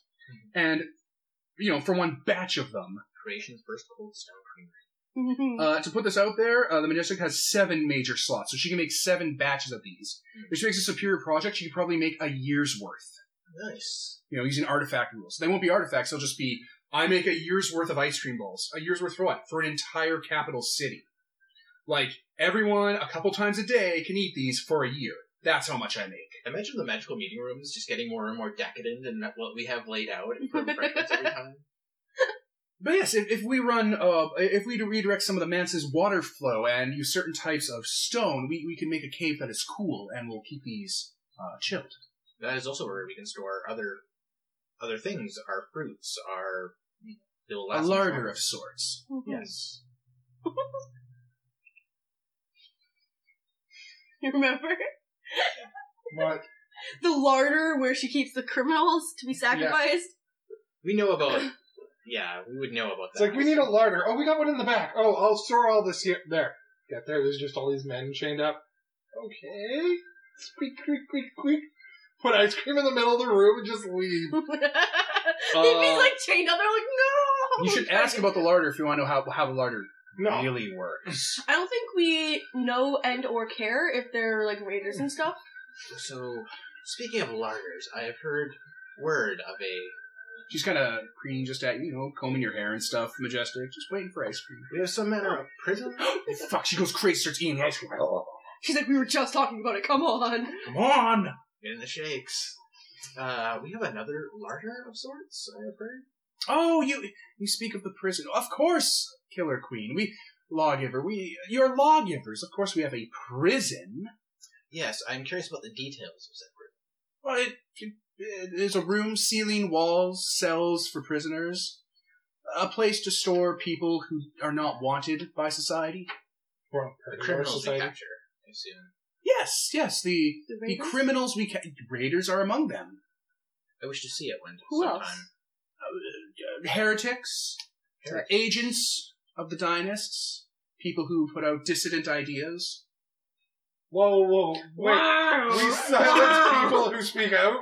Speaker 1: and you know for one batch of them.
Speaker 2: Creation's first cold stone creamery.
Speaker 1: Uh, to put this out there, uh, the Majestic has seven major slots, so she can make seven batches of these, which makes this a superior project. She could probably make a year's worth.
Speaker 2: Nice.
Speaker 1: you know, using artifact rules. They won't be artifacts, they'll just be I make a year's worth of ice cream balls. A year's worth for what? For an entire capital city. Like, everyone a couple times a day can eat these for a year. That's how much I make.
Speaker 2: Imagine the magical meeting room is just getting more and more decadent and what we have laid out for breakfast every time.
Speaker 1: But yes, if, if we run, uh, if we redirect some of the Mance's water flow and use certain types of stone, we, we can make a cave that is cool and we'll keep these uh, chilled.
Speaker 2: That is also where we can store other other things, our fruits, our
Speaker 1: A
Speaker 2: they'll last much
Speaker 1: larder
Speaker 2: longer.
Speaker 1: of sorts.
Speaker 2: Yes.
Speaker 3: You remember
Speaker 5: But
Speaker 3: the larder where she keeps the criminals to be sacrificed?
Speaker 2: We know about yeah, we would know about
Speaker 5: it's
Speaker 2: that.
Speaker 5: like we need a larder. Oh, we got one in the back. Oh, I'll store all this here. There. Get there. There's just all these men chained up. Okay. Squeak, squeak, squeak, squeak. Put ice cream in the middle of the room and just leave.
Speaker 3: They'd
Speaker 1: Uh,
Speaker 3: be like chained up. They're like, no.
Speaker 1: You should ask about the larder if you want to know how, how the larder
Speaker 5: No.
Speaker 1: really works.
Speaker 3: I don't think we know and or care if they're like raiders and stuff.
Speaker 2: So speaking of larders, I have heard word of a
Speaker 1: She's kind of preening just at you, you know, combing your hair and stuff, majestic, just waiting for ice cream.
Speaker 2: we have some manner of prison.
Speaker 1: And fuck, she goes crazy, starts eating ice cream. Oh,
Speaker 3: She's like, we were just talking about it. Come on.
Speaker 1: come on!
Speaker 2: in the shakes. Uh, we have another larder of sorts, I have heard.
Speaker 1: Oh, you you speak of the prison, of course, Killer Queen. We lawgiver, we you're lawgivers. Of course, we have a prison.
Speaker 2: Yes, I'm curious about the details of that room.
Speaker 1: Well, it, it, there's a room, ceiling, walls, cells for prisoners, a place to store people who are not wanted by society.
Speaker 5: Well,
Speaker 2: The criminals we
Speaker 5: society.
Speaker 2: capture, I assume.
Speaker 1: Yes, yes, the the criminals we ca- raiders are among them.
Speaker 2: I wish to see it one
Speaker 3: Who
Speaker 2: sometime.
Speaker 3: else?
Speaker 1: uh, heretics, uh, agents of the Dynasts, people who put out dissident ideas.
Speaker 5: Whoa, whoa. Wait.
Speaker 1: wow!
Speaker 5: We silence people who speak out.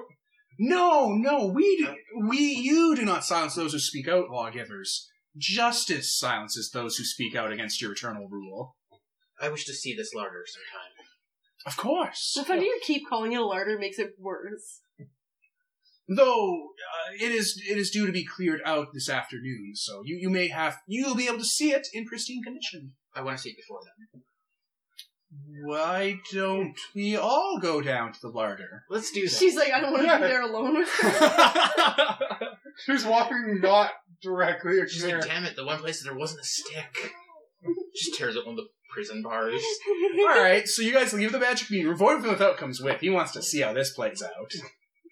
Speaker 1: No, no, we do, we you do not silence those who speak out, lawgivers. Justice silences those who speak out against your eternal rule.
Speaker 2: I wish to see this larder sometime.
Speaker 1: Of course.
Speaker 3: The fact that you keep calling it a larder makes it worse.
Speaker 1: Though uh, it is it is due to be cleared out this afternoon, so you, you may have you'll be able to see it in pristine condition.
Speaker 2: I want to see it before then.
Speaker 1: Why don't we all go down to the larder?
Speaker 2: Let's do that.
Speaker 3: She's like, I don't want to
Speaker 5: Yeah.
Speaker 3: be there alone with her.
Speaker 5: She's walking not directly at
Speaker 2: She's
Speaker 5: Mir.
Speaker 2: like, damn it, the one place that there wasn't a stick. She tears up one of the prison bars.
Speaker 1: Alright, so you guys leave the magic meeting. Void with out comes with. He wants to see how this plays out.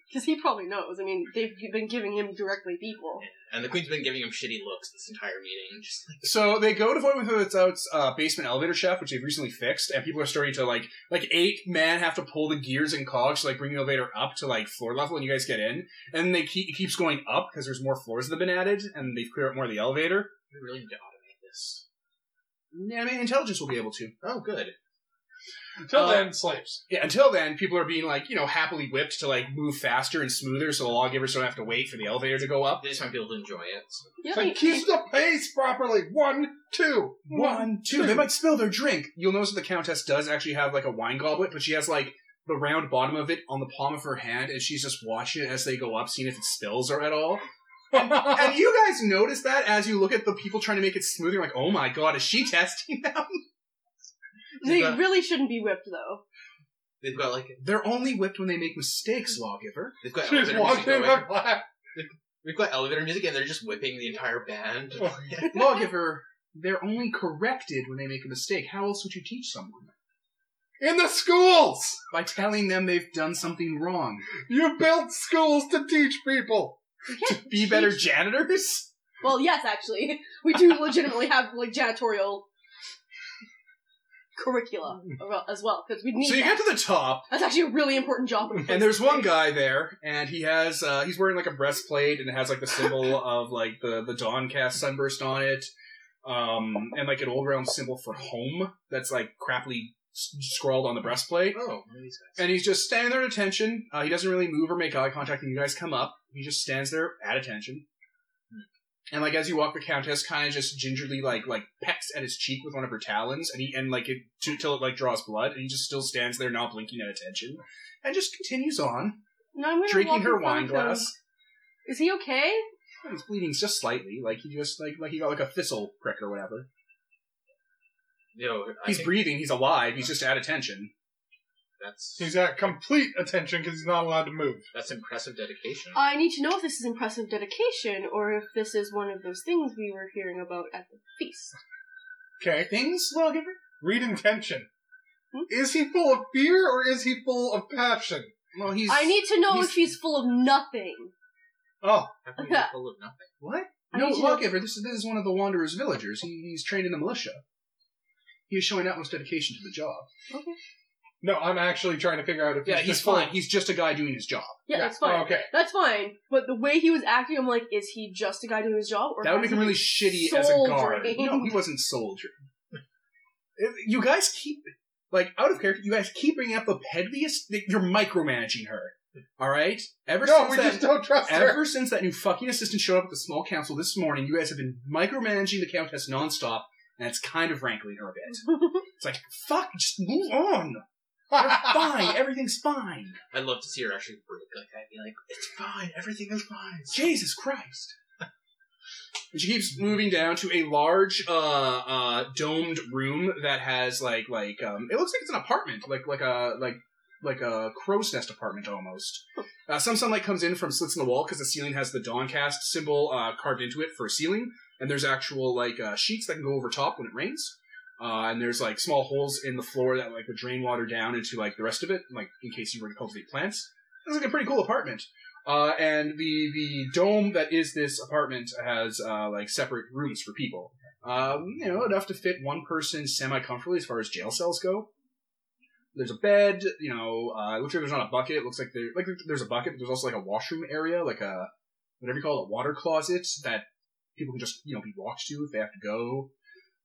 Speaker 3: Because he probably knows. I mean, they've been giving him directly people.
Speaker 2: And the queen's been giving him shitty looks this entire meeting. Just like,
Speaker 1: So they go to Void Without Out's uh, basement elevator shaft, which they've recently fixed, and people are starting to like like eight men have to pull the gears and cogs to like bring the elevator up to like floor level, and you guys get in. And they keep it keeps going up because there's more floors that have been added, and they've cleared up more of the elevator.
Speaker 2: we really need to automate this.
Speaker 1: Yeah, I mean, intelligence will be able to.
Speaker 2: Oh, good.
Speaker 5: Till
Speaker 1: Uh,
Speaker 5: then, slaves.
Speaker 1: Yeah, until then, people are being like you know happily whipped to like move faster and smoother, so the lawgivers don't have to wait for the elevator to go up.
Speaker 2: They just want people to enjoy it. so-
Speaker 3: Yeah,
Speaker 5: It's like, keep the pace properly. One, two, one.
Speaker 1: One, two. They might spill their drink. You'll notice that the Countess does actually have like a wine goblet, but she has like the round bottom of it on the palm of her hand, and she's just watching it as they go up, seeing if it spills or at all. And you guys notice that as you look at the people trying to make it smoother, you're like, oh my god, is she testing them?
Speaker 3: they really shouldn't be whipped, though.
Speaker 2: They've got like
Speaker 1: They're only whipped when they make mistakes, lawgiver.
Speaker 2: they've got
Speaker 5: She's
Speaker 2: elevator music
Speaker 5: walking in
Speaker 2: going.
Speaker 5: her black.
Speaker 2: We've got elevator music and they're just whipping the entire band.
Speaker 1: lawgiver, they're only corrected when they make a mistake. How else would you teach someone?
Speaker 5: In the schools!
Speaker 1: By telling them they've done something wrong.
Speaker 5: You built schools to teach people!
Speaker 3: We can't
Speaker 1: Be better
Speaker 3: teach-
Speaker 1: janitors?
Speaker 3: Well, yes, actually. We do legitimately have, like, janitorial curricula as well, because we need
Speaker 1: Mm. So you
Speaker 3: that.
Speaker 1: get to the top,
Speaker 3: That's actually a really important job.
Speaker 1: And there's one guy there, and he has uh, he's wearing like a breastplate, and it has like the symbol of like the the dawn cast sunburst on it, um, and like an old round symbol for home that's like crappily s- scrawled on the breastplate.
Speaker 2: Oh, one of these guys.
Speaker 1: And he's just standing there at attention. Uh, he doesn't really move or make eye contact when you guys come up. He just stands there at attention. And like as you walk, the countess kind of just gingerly like like pecks at his cheek with one of her talons, and he and like it to, till it like draws blood, and he just still stands there not blinking at attention, and just continues on
Speaker 3: No, I'm gonna
Speaker 1: drinking
Speaker 3: walk
Speaker 1: her
Speaker 3: in front
Speaker 1: wine
Speaker 3: of him.
Speaker 1: glass. Oh,
Speaker 3: Is he okay?
Speaker 1: He's bleeding just slightly, like he just like like he got like a thistle prick or whatever.
Speaker 2: Yo, I
Speaker 1: He's
Speaker 2: think
Speaker 1: breathing, he's alive, he's just at attention.
Speaker 2: that's
Speaker 5: He's at complete attention because he's not allowed to move.
Speaker 2: that's impressive dedication.
Speaker 3: I need to know if this is impressive dedication or if this is one of those things we were hearing about at the feast.
Speaker 5: Okay.
Speaker 1: Things, lawgiver.
Speaker 5: Read intention.
Speaker 3: Hmm?
Speaker 5: Is he full of fear or is he full of passion?
Speaker 1: Well, he's.
Speaker 3: I need to know
Speaker 1: he's-
Speaker 3: if he's full of nothing.
Speaker 5: Oh,
Speaker 2: How come you're full of nothing?
Speaker 1: what?
Speaker 3: I
Speaker 1: no,
Speaker 3: need to know-
Speaker 1: lawgiver. This is this is one of the wanderers' villagers. He, he's trained in the militia. He was showing utmost dedication to the job.
Speaker 5: no, I'm actually trying to figure out if
Speaker 1: Yeah,
Speaker 5: he's,
Speaker 1: he's
Speaker 5: just full-
Speaker 1: fine. He's just a guy doing his job.
Speaker 3: Yeah, that's fine.
Speaker 5: Oh, okay.
Speaker 3: That's fine. But the way he was acting, I'm like, is he just a guy doing his job? Or
Speaker 1: That would
Speaker 3: has
Speaker 1: make him
Speaker 3: he
Speaker 1: really
Speaker 3: been
Speaker 1: shitty as a guard.
Speaker 3: soldiering?
Speaker 1: No, he wasn't soldiering. If- you guys keep like out of character. You guys keep bringing up the pedliest. You're micromanaging her. All right. Ever
Speaker 5: No,
Speaker 1: since
Speaker 5: we
Speaker 1: that,
Speaker 5: just don't trust her.
Speaker 1: Ever since that new fucking assistant showed up at the small council this morning, you guys have been micromanaging the countess nonstop, and it's kind of rankling her a bit. it's like, fuck, just move on. Fine, everything's fine.
Speaker 2: I'd love to see her actually break like that. and Be like, it's fine. Everything is fine.
Speaker 1: Jesus Christ. And she keeps moving down to a large, uh, uh, domed room that has like, like, um, it looks like it's an apartment, like, like a, like, like a crow's nest apartment almost. Uh, some sunlight comes in from slits in the wall because the ceiling has the Dawncast symbol uh, carved into it for ceiling, and there's actual like uh, sheets that can go over top when it rains. Uh, and there's like small holes in the floor that like would drain water down into like the rest of it, like in case you were to cultivate plants. It's like a pretty cool apartment. Uh, and the the dome that is this apartment has uh, like separate rooms for people. Um, you know, enough to fit one person semi comfortably as far as jail cells go there's a bed, you know, uh, it looks like there's not a bucket. It looks like there, like there's a bucket, but there's also like a washroom area, like a, whatever you call it, a water closet that people can just, you know, be walked to if they have to go.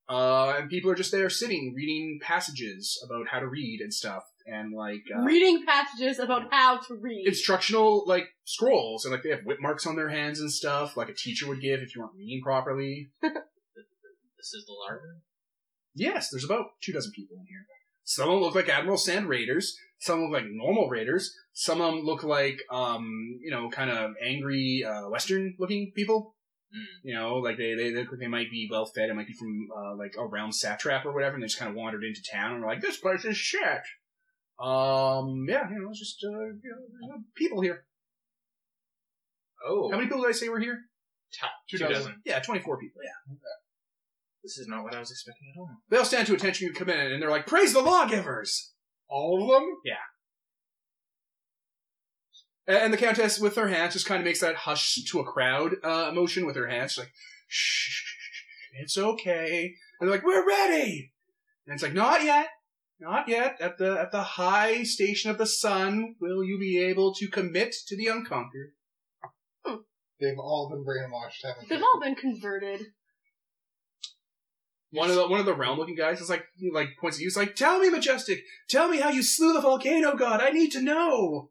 Speaker 1: Uh, and people are just there sitting, reading passages about how to read and stuff, and like, uh,
Speaker 3: reading passages about how to read?
Speaker 1: instructional, like, scrolls, and like they have whip marks on their hands and stuff, like a teacher would give if you weren't reading properly.
Speaker 2: This is the larder.
Speaker 1: Yes, there's about two dozen people in here. Some of them look like Admiral Sand Raiders. Some look like normal Raiders. Some of them look like, um, you know, kind of angry uh, Western-looking people.
Speaker 2: Mm.
Speaker 1: You know, like they, they look like they might be well-fed. It might be from uh, like around Satrap or whatever, and they just kind of wandered into town and were like, "This place is shit." Um, yeah, you know, it's just uh, you know, people here.
Speaker 2: Oh,
Speaker 1: How many people did I say were here?
Speaker 2: two,
Speaker 5: dozen.
Speaker 2: dozen.
Speaker 1: Yeah, twenty-four people. Yeah,
Speaker 2: This is not what I was expecting at all.
Speaker 1: they all stand to attention. You come in, and they're like, "Praise the lawgivers!"
Speaker 5: All of them?
Speaker 1: And and the countess, with her hands, just kind of makes that hush to a crowd uh, motion with her hands. She's like, shh, shh, shh, it's okay. And they're like, we're ready. And it's like, not yet, not yet. At the at the high station of the sun, will you be able to commit to the unconquered?
Speaker 5: They've all been brainwashed, haven't they?
Speaker 3: They've all been converted.
Speaker 1: One of the one of the realm looking guys is like he, like points at you. He's like, tell me, majestic, tell me how you slew the volcano god. I need to know.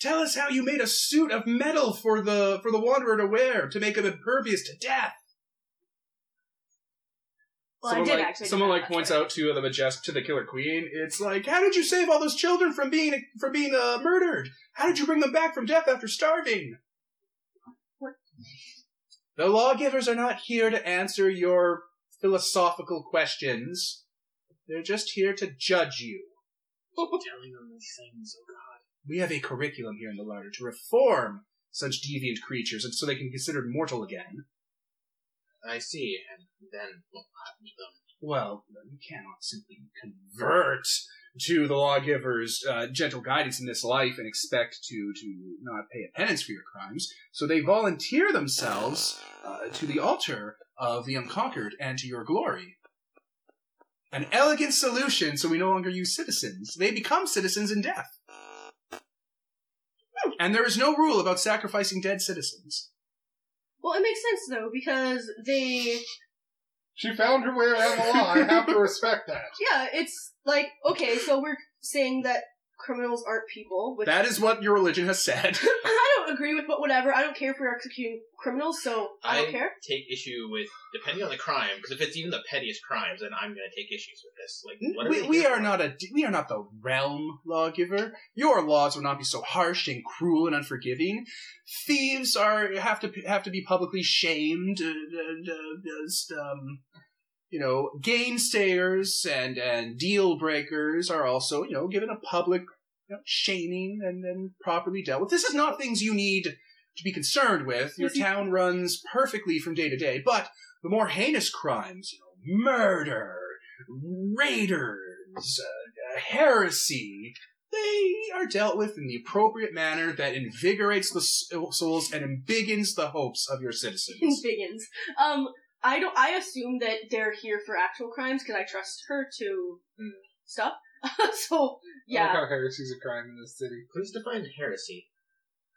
Speaker 1: Tell us how you made a suit of metal for the for the wanderer to wear to make him impervious to death.
Speaker 3: Well, I
Speaker 1: someone
Speaker 3: did
Speaker 1: like,
Speaker 3: actually do
Speaker 1: someone
Speaker 3: that,
Speaker 1: like
Speaker 3: that's
Speaker 1: points
Speaker 3: right.
Speaker 1: out to the majest to the killer queen. It's like, how did you save all those children from being from being uh, murdered? How did you bring them back from death after starving?
Speaker 3: What?
Speaker 1: The lawgivers are not here to answer your philosophical questions. They're just here to judge you.
Speaker 2: Telling them these things. Oh God.
Speaker 1: We have a curriculum here in the larder to reform such deviant creatures, and so they can be considered mortal again.
Speaker 2: I see, and then we'll have them.
Speaker 1: Well, you cannot simply convert to the lawgiver's uh, gentle guidance in this life and expect to, to not pay a penance for your crimes. So they volunteer themselves uh, to the altar of the unconquered and to your glory. An elegant solution so we no longer use citizens. They become citizens in death. And there is no rule about sacrificing dead citizens.
Speaker 3: Well, it makes sense though because they
Speaker 5: She found her way around the law. I have to respect that.
Speaker 3: Yeah, it's like okay, so we're saying that criminals aren't people. Which
Speaker 1: That is what your religion has said.
Speaker 3: I don't agree with, but whatever. I don't care if we're executing criminals, so I,
Speaker 2: I-
Speaker 3: don't care.
Speaker 2: Take issue with depending on the crime, because if it's even the pettiest crimes, then I'm going to take issues with this. Like, what
Speaker 1: we,
Speaker 2: Mm, we,
Speaker 1: we
Speaker 2: here
Speaker 1: are
Speaker 2: for?
Speaker 1: not a we are not the realm lawgiver. Your laws will not be so harsh and cruel and unforgiving. Thieves are have to have to be publicly shamed. Uh, uh, uh, just, um, you know, gainsayers and and deal breakers are also you know given a public you know, shaming and then properly dealt with. This is not things you need to be concerned with. Your
Speaker 3: Yes, you-
Speaker 1: town runs perfectly from day to day, but the more heinous crimes, you know, murder, raiders, uh, uh, heresy, they are dealt with in the appropriate manner that invigorates the s- souls and embiggens the hopes of your citizens.
Speaker 3: Biggins. Um, I don't. I assume that they're here for actual crimes because I trust her to stuff. so
Speaker 5: I like
Speaker 3: yeah,
Speaker 5: how heresy's a crime in this city.
Speaker 2: Please define heresy.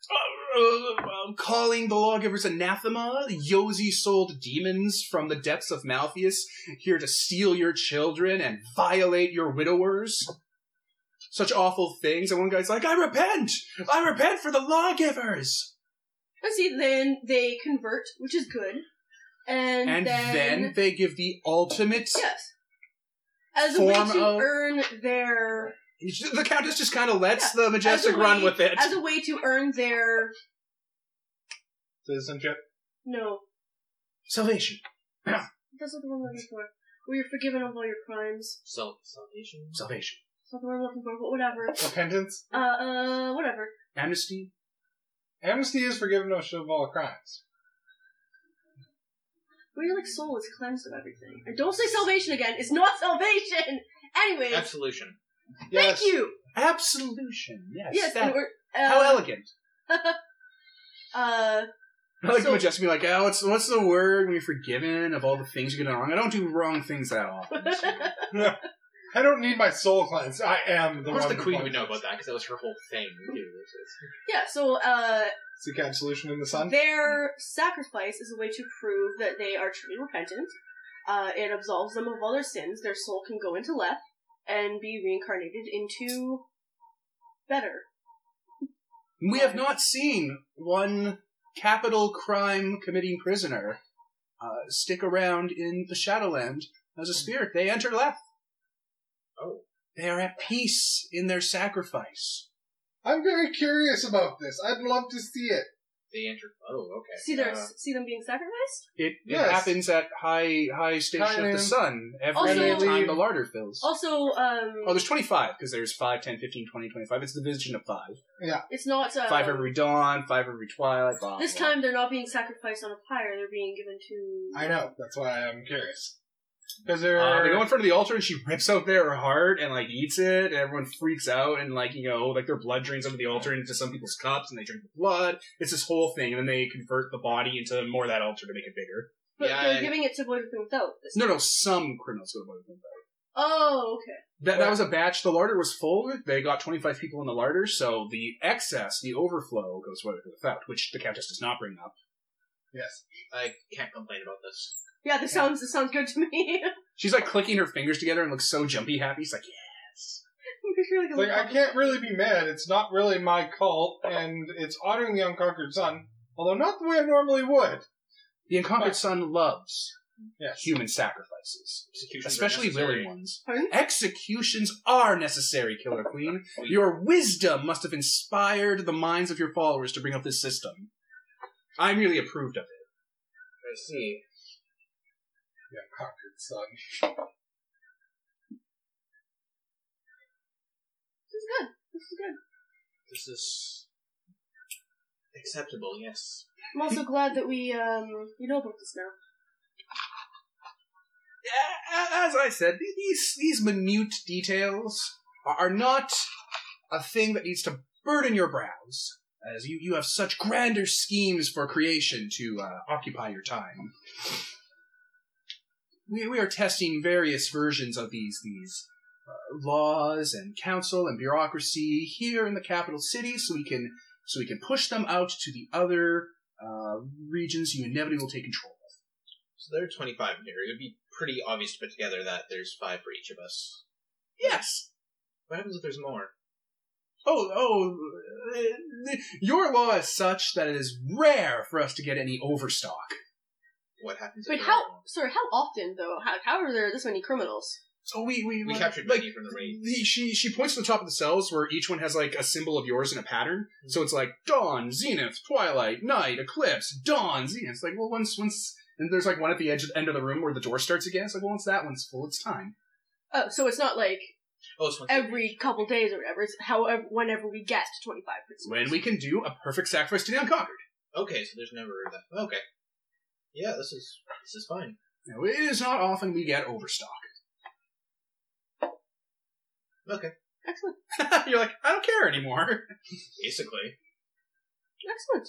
Speaker 1: Uh, uh, uh, calling the lawgivers anathema, the yosi-souled demons from the depths of Malpheus, here to steal your children and violate your widowers. Such awful things, and one guy's like, I repent! I repent for the lawgivers!
Speaker 3: and see, then they convert, which is good, and,
Speaker 1: and then, they give the ultimate.
Speaker 3: yes, as a way
Speaker 1: Form
Speaker 3: to
Speaker 1: of-
Speaker 3: earn their
Speaker 1: The countess just kind of lets the
Speaker 3: as
Speaker 1: majestic
Speaker 3: a
Speaker 1: run
Speaker 3: way-
Speaker 1: with it.
Speaker 3: as a way to earn their
Speaker 5: Citizenship.
Speaker 3: no.
Speaker 1: Salvation,
Speaker 3: That's not the one I'm looking for. Where you're forgiven of all your crimes.
Speaker 2: Self salvation.
Speaker 1: salvation,
Speaker 3: That's not the one I'm looking for, but whatever.
Speaker 5: Repentance.
Speaker 3: Uh, uh, whatever.
Speaker 1: amnesty.
Speaker 5: Amnesty is forgiveness of all crimes.
Speaker 3: Where your like soul is cleansed of everything. And don't say salvation again. It's not salvation. Anyway,
Speaker 2: Absolution.
Speaker 5: Yes.
Speaker 3: thank you.
Speaker 1: Absolution. Yes.
Speaker 3: Yes,
Speaker 1: that-
Speaker 3: and we're, uh,
Speaker 1: how elegant.
Speaker 3: uh,
Speaker 1: I like
Speaker 3: so-
Speaker 1: the majestic be like, oh, what's what's the word when you're forgiven of all the things you're wrong? I don't do wrong things that often. so-
Speaker 5: I don't need my soul cleansed. I am the
Speaker 2: Of course,
Speaker 5: one
Speaker 2: the
Speaker 5: who
Speaker 2: queen would
Speaker 5: cleanses.
Speaker 2: know about that because that was her whole thing. Too.
Speaker 3: yeah. So, uh,
Speaker 5: Seek absolution in the sun.
Speaker 3: their sacrifice is a way to prove that they are truly repentant. Uh, it absolves them of all their sins. Their soul can go into Leth and be reincarnated into better.
Speaker 1: We have not seen one capital crime committing prisoner uh, stick around in the Shadowland as a spirit. They enter left.
Speaker 2: Oh.
Speaker 1: They are at peace in their sacrifice.
Speaker 5: I'm very curious about this. I'd love to see it.
Speaker 2: They entered. Oh, okay.
Speaker 3: See their
Speaker 2: Uh,
Speaker 3: see them being sacrificed.
Speaker 1: It,
Speaker 5: Yes.
Speaker 1: it happens at high high station of
Speaker 5: Time.
Speaker 1: the sun every
Speaker 3: Also-
Speaker 1: time the larder fills.
Speaker 3: Also, um,
Speaker 1: Oh, there's 25, because there's 5, 10, 15, 20, 25. It's the vision of 5.
Speaker 3: it's not uh,
Speaker 1: 5 every dawn, 5 every twilight. Blah,
Speaker 3: This
Speaker 1: blah.
Speaker 3: time they're not being sacrificed on a pyre, they're being given to.
Speaker 5: I know. That's why I'm curious. Because there
Speaker 1: Uh,
Speaker 5: are.
Speaker 1: they go in front of the altar and she rips out their heart and like eats it and everyone freaks out and like you know like their blood drains out of the altar into some people's cups and they drink the blood. It's this whole thing and then they convert the body into more of that altar to make it bigger.
Speaker 3: But
Speaker 2: yeah,
Speaker 3: they're
Speaker 2: I-
Speaker 3: giving it to boys and without. This
Speaker 1: No, no, some criminals go to Blood Moon.
Speaker 3: Oh, okay.
Speaker 1: That that was a batch. The larder was full. They got twenty five people in the larder, so the excess, the overflow, goes to the fount, which the countess does not bring up.
Speaker 5: Yes.
Speaker 2: I can't complain about this.
Speaker 3: Yeah, this sounds this sounds good to me.
Speaker 1: She's like clicking her fingers together and looks so jumpy happy. She's like,
Speaker 3: Because you're like, a
Speaker 5: Like, I
Speaker 3: little-
Speaker 5: can't really be mad. It's not really my cult, and it's honoring the unconquered son, although not the way I normally would.
Speaker 1: the unconquered son loves
Speaker 5: Yes.
Speaker 1: human sacrifices.
Speaker 2: Executions are
Speaker 1: especially
Speaker 2: necessary.
Speaker 1: willing ones.
Speaker 3: Pardon?
Speaker 1: Executions are necessary, Killer Queen. Your wisdom must have inspired the minds of your followers to bring up this system. I merely approved of it.
Speaker 2: I see.
Speaker 5: The unconquered son.
Speaker 3: This is good. This is good.
Speaker 2: This is acceptable. Yes.
Speaker 3: I'm also glad that we um you know about this now.
Speaker 1: A- a- As I said, these these minute details are are not a thing that needs to burden your brows, as you, you have such grander schemes for creation to uh, occupy your time. We, we are testing various versions of these these uh, laws and council and bureaucracy here in the capital city, so we can so we can push them out to the other uh, regions you inevitably will take control.
Speaker 2: So there are 25 in here. It would be pretty obvious to put together that there's five for each of us.
Speaker 1: Yes.
Speaker 2: What happens if there's more?
Speaker 1: Oh, oh. uh, th- Your law is such that it is rare for us to get any overstock.
Speaker 2: What happens?
Speaker 3: But
Speaker 2: if there
Speaker 3: how?
Speaker 2: are more?
Speaker 3: Sorry, how often though? How, how are there this many criminals?
Speaker 1: So we we,
Speaker 2: we
Speaker 1: like-
Speaker 2: captured
Speaker 1: like
Speaker 2: money from the raid?
Speaker 1: the, she she points to the top of the cells where each one has like a symbol of yours in a pattern. So it's like dawn, zenith, twilight, night, eclipse, dawn, zenith. It's like well, once once and there's like one at the edge end of the room where the door starts again. It's like well, once that one's full, it's time.
Speaker 3: Oh, so it's not like
Speaker 2: Oh, so
Speaker 3: every couple days or whatever. It's however whenever we get to twenty five percent.
Speaker 1: When we can do a perfect sacrifice to the unconquered.
Speaker 2: okay. So there's never that. Okay. Yeah, this is this is fine.
Speaker 1: Now, it is not often we get overstock.
Speaker 3: Excellent,
Speaker 1: You're like, I don't care anymore.
Speaker 2: Basically,
Speaker 3: excellent.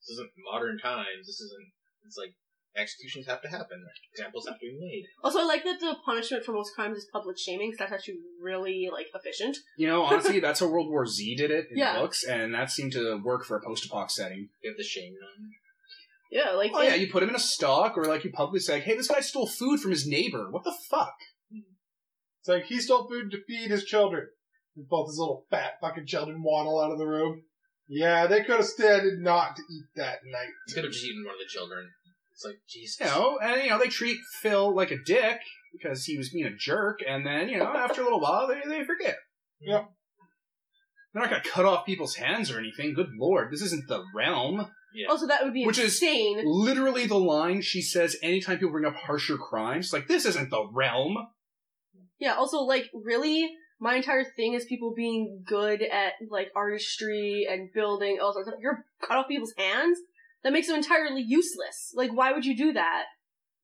Speaker 2: this isn't modern times. This isn't. It's like executions have to happen. Examples have to be made.
Speaker 3: Also, I like that the punishment for most crimes is public shaming. 'cause that's actually really like efficient.
Speaker 1: You know, honestly, that's how World War Z did it in
Speaker 3: Yeah.
Speaker 1: books, and that seemed to work for a post-apoc setting.
Speaker 2: We have the shame run.
Speaker 3: Yeah, like
Speaker 1: Oh yeah, you put him in a stock, or like you publicly say, "Hey, this guy stole food from his neighbor. What the fuck?"
Speaker 5: It's like he stole food to feed his children. And both his little fat fucking children waddle out of the room. Yeah, they could have stayed not to eat that night.
Speaker 2: You could have just eaten one of the children. It's like Jesus.
Speaker 1: You know, and you know they treat Phil like a dick because he was being a jerk, and then you know after a little while they they forget.
Speaker 5: Yep.
Speaker 1: They're not gonna cut off people's hands or anything. Good lord, this isn't the realm.
Speaker 3: Also, that would be
Speaker 1: Which is-
Speaker 3: insane.
Speaker 1: Literally, the line she says anytime people bring up harsher crimes, like this isn't the realm.
Speaker 3: Yeah. Also, like really, my entire thing is people being good at like artistry and building. all sorts of you're cut off people's hands. That makes them entirely useless. Like, why would you do that?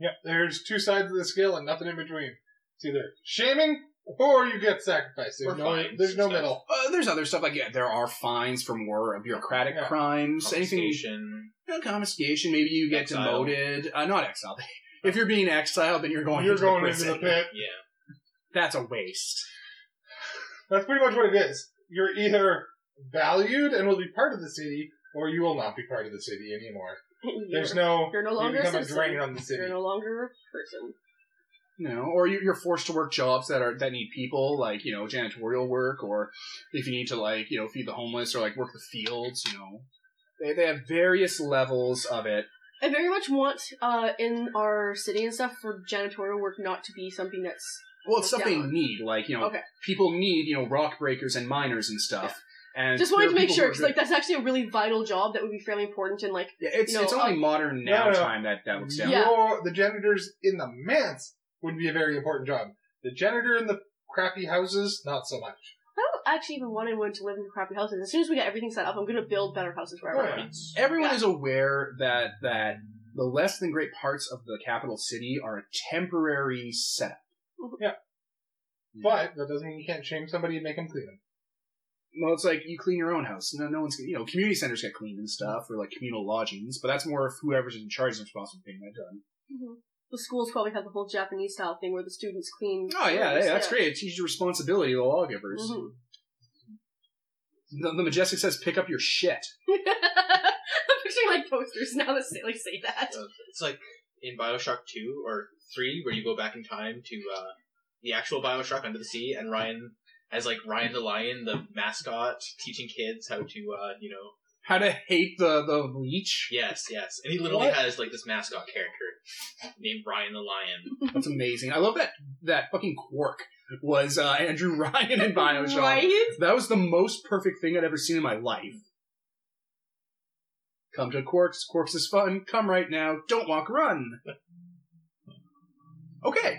Speaker 5: Yep, there's two sides of the scale and nothing in between. It's either shaming or you get sacrificed. There's
Speaker 2: Or
Speaker 5: no,
Speaker 2: fines
Speaker 5: there's
Speaker 2: and
Speaker 5: no
Speaker 2: stuff.
Speaker 5: middle.
Speaker 1: Uh, there's other stuff like yeah, there are fines from war, bureaucratic
Speaker 5: Yeah.
Speaker 1: crimes, anything you
Speaker 2: Confiscation.
Speaker 1: No confiscation. Maybe you get
Speaker 2: Exile.
Speaker 1: demoted. Uh, not exiled. If you're being exiled, then you're going.
Speaker 5: You're
Speaker 1: into
Speaker 5: going
Speaker 1: the
Speaker 5: into the
Speaker 1: prison.
Speaker 5: pit.
Speaker 2: Yeah.
Speaker 1: That's a waste.
Speaker 5: That's pretty much what it is. You're either valued and will be part of the city, or you will not be part of the city anymore. There's
Speaker 3: You're-
Speaker 5: no
Speaker 3: You're no
Speaker 5: you
Speaker 3: longer a
Speaker 5: become a
Speaker 3: citizen.
Speaker 5: drain on the
Speaker 3: You're
Speaker 5: city.
Speaker 3: no longer a person.
Speaker 1: You know, or you- you're forced to work jobs that are that need people, like you know, janitorial work, or if you need to like you know feed the homeless or like work the fields. You know, they they have various levels of it.
Speaker 3: I very much want uh, in our city and stuff for janitorial work not to be something that's
Speaker 1: Well, it's
Speaker 3: Work
Speaker 1: stuff they
Speaker 3: down.
Speaker 1: need, like you know,
Speaker 3: Okay.
Speaker 1: people need you know rock breakers and miners and stuff. And
Speaker 3: just
Speaker 1: there are
Speaker 3: wanted to make
Speaker 1: people who
Speaker 3: sure
Speaker 1: are
Speaker 3: because
Speaker 1: good-
Speaker 3: like that's actually a really vital job that would be fairly important and like
Speaker 1: yeah, it's
Speaker 3: you know,
Speaker 1: it's only
Speaker 3: uh,
Speaker 1: modern now
Speaker 5: no, no.
Speaker 1: time that that looks down.
Speaker 3: Yeah.
Speaker 5: You're- the janitors in the manse would be a very important job. The janitor in the crappy houses, not so much.
Speaker 3: I don't actually even want anyone to live in crappy houses. As soon as we get everything set up, I'm gonna build better houses for everyone.
Speaker 1: everyone
Speaker 3: Yeah.
Speaker 1: is aware that that the less than great parts of the capital city are a temporary setup.
Speaker 5: But that doesn't mean you can't shame somebody and make them clean them.
Speaker 1: Well, it's like you clean your own house. No, no one's you know community centers get cleaned and stuff, or like communal lodgings. But that's more of whoever's in charge is responsible for getting that done.
Speaker 3: Mm-hmm. The schools probably have the whole Japanese style thing where the students clean.
Speaker 1: Oh yeah,
Speaker 3: rooms,
Speaker 1: yeah, that's great. It's huge responsibility of the lawgivers.
Speaker 3: Mhm.
Speaker 1: The, the majestic says, "Pick up your shit."
Speaker 3: I'm picturing like posters now that say like say that.
Speaker 2: Uh, it's like in Bioshock two or three, where you go back in time to uh, the actual Bioshock Under the Sea, and Ryan as like Ryan the Lion, the mascot, teaching kids how to, uh, you know,
Speaker 1: How to hate the the leech?
Speaker 2: yes, yes, and he literally
Speaker 5: What?
Speaker 2: has like this mascot character named Ryan the Lion.
Speaker 1: That's amazing. I love that that fucking quark was uh, Andrew Ryan in Bioshock.
Speaker 3: Right?
Speaker 1: That was the most perfect thing I'd ever seen in my life. Come to Quarks. Quarks is fun. Come right now. Don't walk, run. Okay.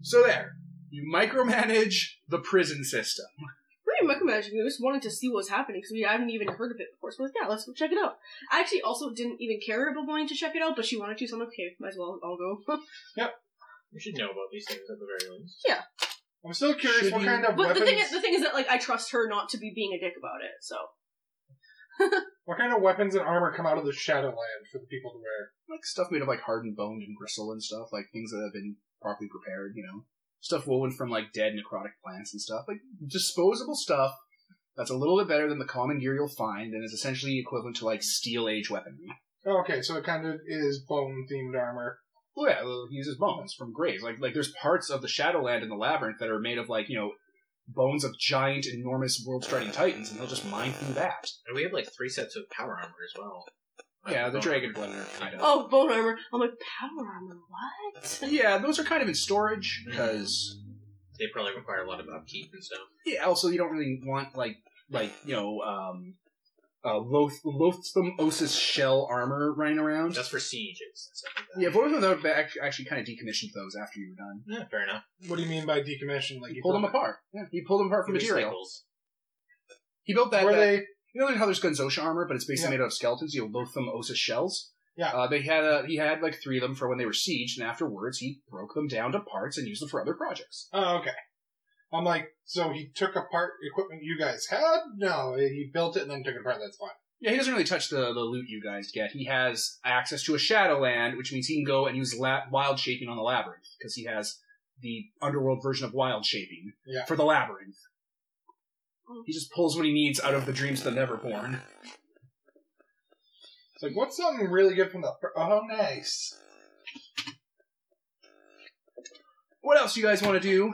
Speaker 1: So there. You micromanage the prison system.
Speaker 3: Pretty micromanaging. We just wanted to see what was happening because we hadn't even heard of it before. So we're like, yeah, let's go check it out. I actually also didn't even care about wanting to check it out, but she wanted to, so I'm like, okay, might as well. I'll go.
Speaker 2: You should know about these things at the very least.
Speaker 5: I'm still curious
Speaker 1: Should
Speaker 5: what
Speaker 1: you-
Speaker 5: kind of
Speaker 3: but
Speaker 5: weapons.
Speaker 3: the thing is, the thing is that like I trust her not to be being a dick about it. So
Speaker 5: What kind of weapons and armor come out of the Shadowland for the people to wear?
Speaker 1: Like stuff made of like hardened bone and gristle and stuff. Like things that have been properly prepared, you know. Stuff woven from like dead necrotic plants and stuff. Like disposable stuff that's a little bit better than the common gear you'll find and is essentially equivalent to like steel age weaponry.
Speaker 5: Oh, okay, so it kind of is bone themed armor.
Speaker 1: Well, yeah, well, he uses bones from graves. Like, like there's parts of the Shadowland and the Labyrinth that are made of like you know bones of giant, enormous, world-striding titans, and he'll just mine through that.
Speaker 2: And we have like three sets of power armor as well.
Speaker 1: Yeah, the
Speaker 2: Oh.
Speaker 1: dragon blood. are kind of.
Speaker 3: Oh, bone armor. I'm like, power armor, what?
Speaker 1: Yeah, those are kind of in storage because
Speaker 2: They probably require a lot of upkeep and stuff.
Speaker 1: yeah. Also, you don't really want like like you know um, uh, loath- loathsome osis shell armor running around.
Speaker 2: That's for sieges and stuff like that.
Speaker 1: yeah, both of them are act- actually kind of decommissioned those after you were done.
Speaker 2: Yeah, fair enough.
Speaker 4: What do you mean by decommissioned? Like
Speaker 1: He
Speaker 4: you
Speaker 1: pulled them
Speaker 4: broke-
Speaker 1: apart. Yeah, he pulled them apart from material.
Speaker 2: Recycles.
Speaker 1: He built that.
Speaker 4: Were
Speaker 1: that-
Speaker 4: they?
Speaker 1: You know like how there's Gunzosha armor, but it's basically made out of skeletons. You know, loathsome Osa shells.
Speaker 4: Yeah.
Speaker 1: Uh, they had a, he had like three of them for when they were sieged, and afterwards he broke them down to parts and used them for other projects.
Speaker 4: Oh, okay. I'm like, so he took apart equipment you guys had? No, he built it and then took it apart. That's fine.
Speaker 1: Yeah, he doesn't really touch the, the loot you guys get. He has access to a Shadowland, which means he can go and use la- wild shaping on the labyrinth because he has the underworld version of wild shaping
Speaker 4: Yeah.
Speaker 1: for the labyrinth. He just pulls what he needs out of the dreams of the Neverborn.
Speaker 4: It's like, what's something really good from the? Oh, nice.
Speaker 1: What else you guys want to do?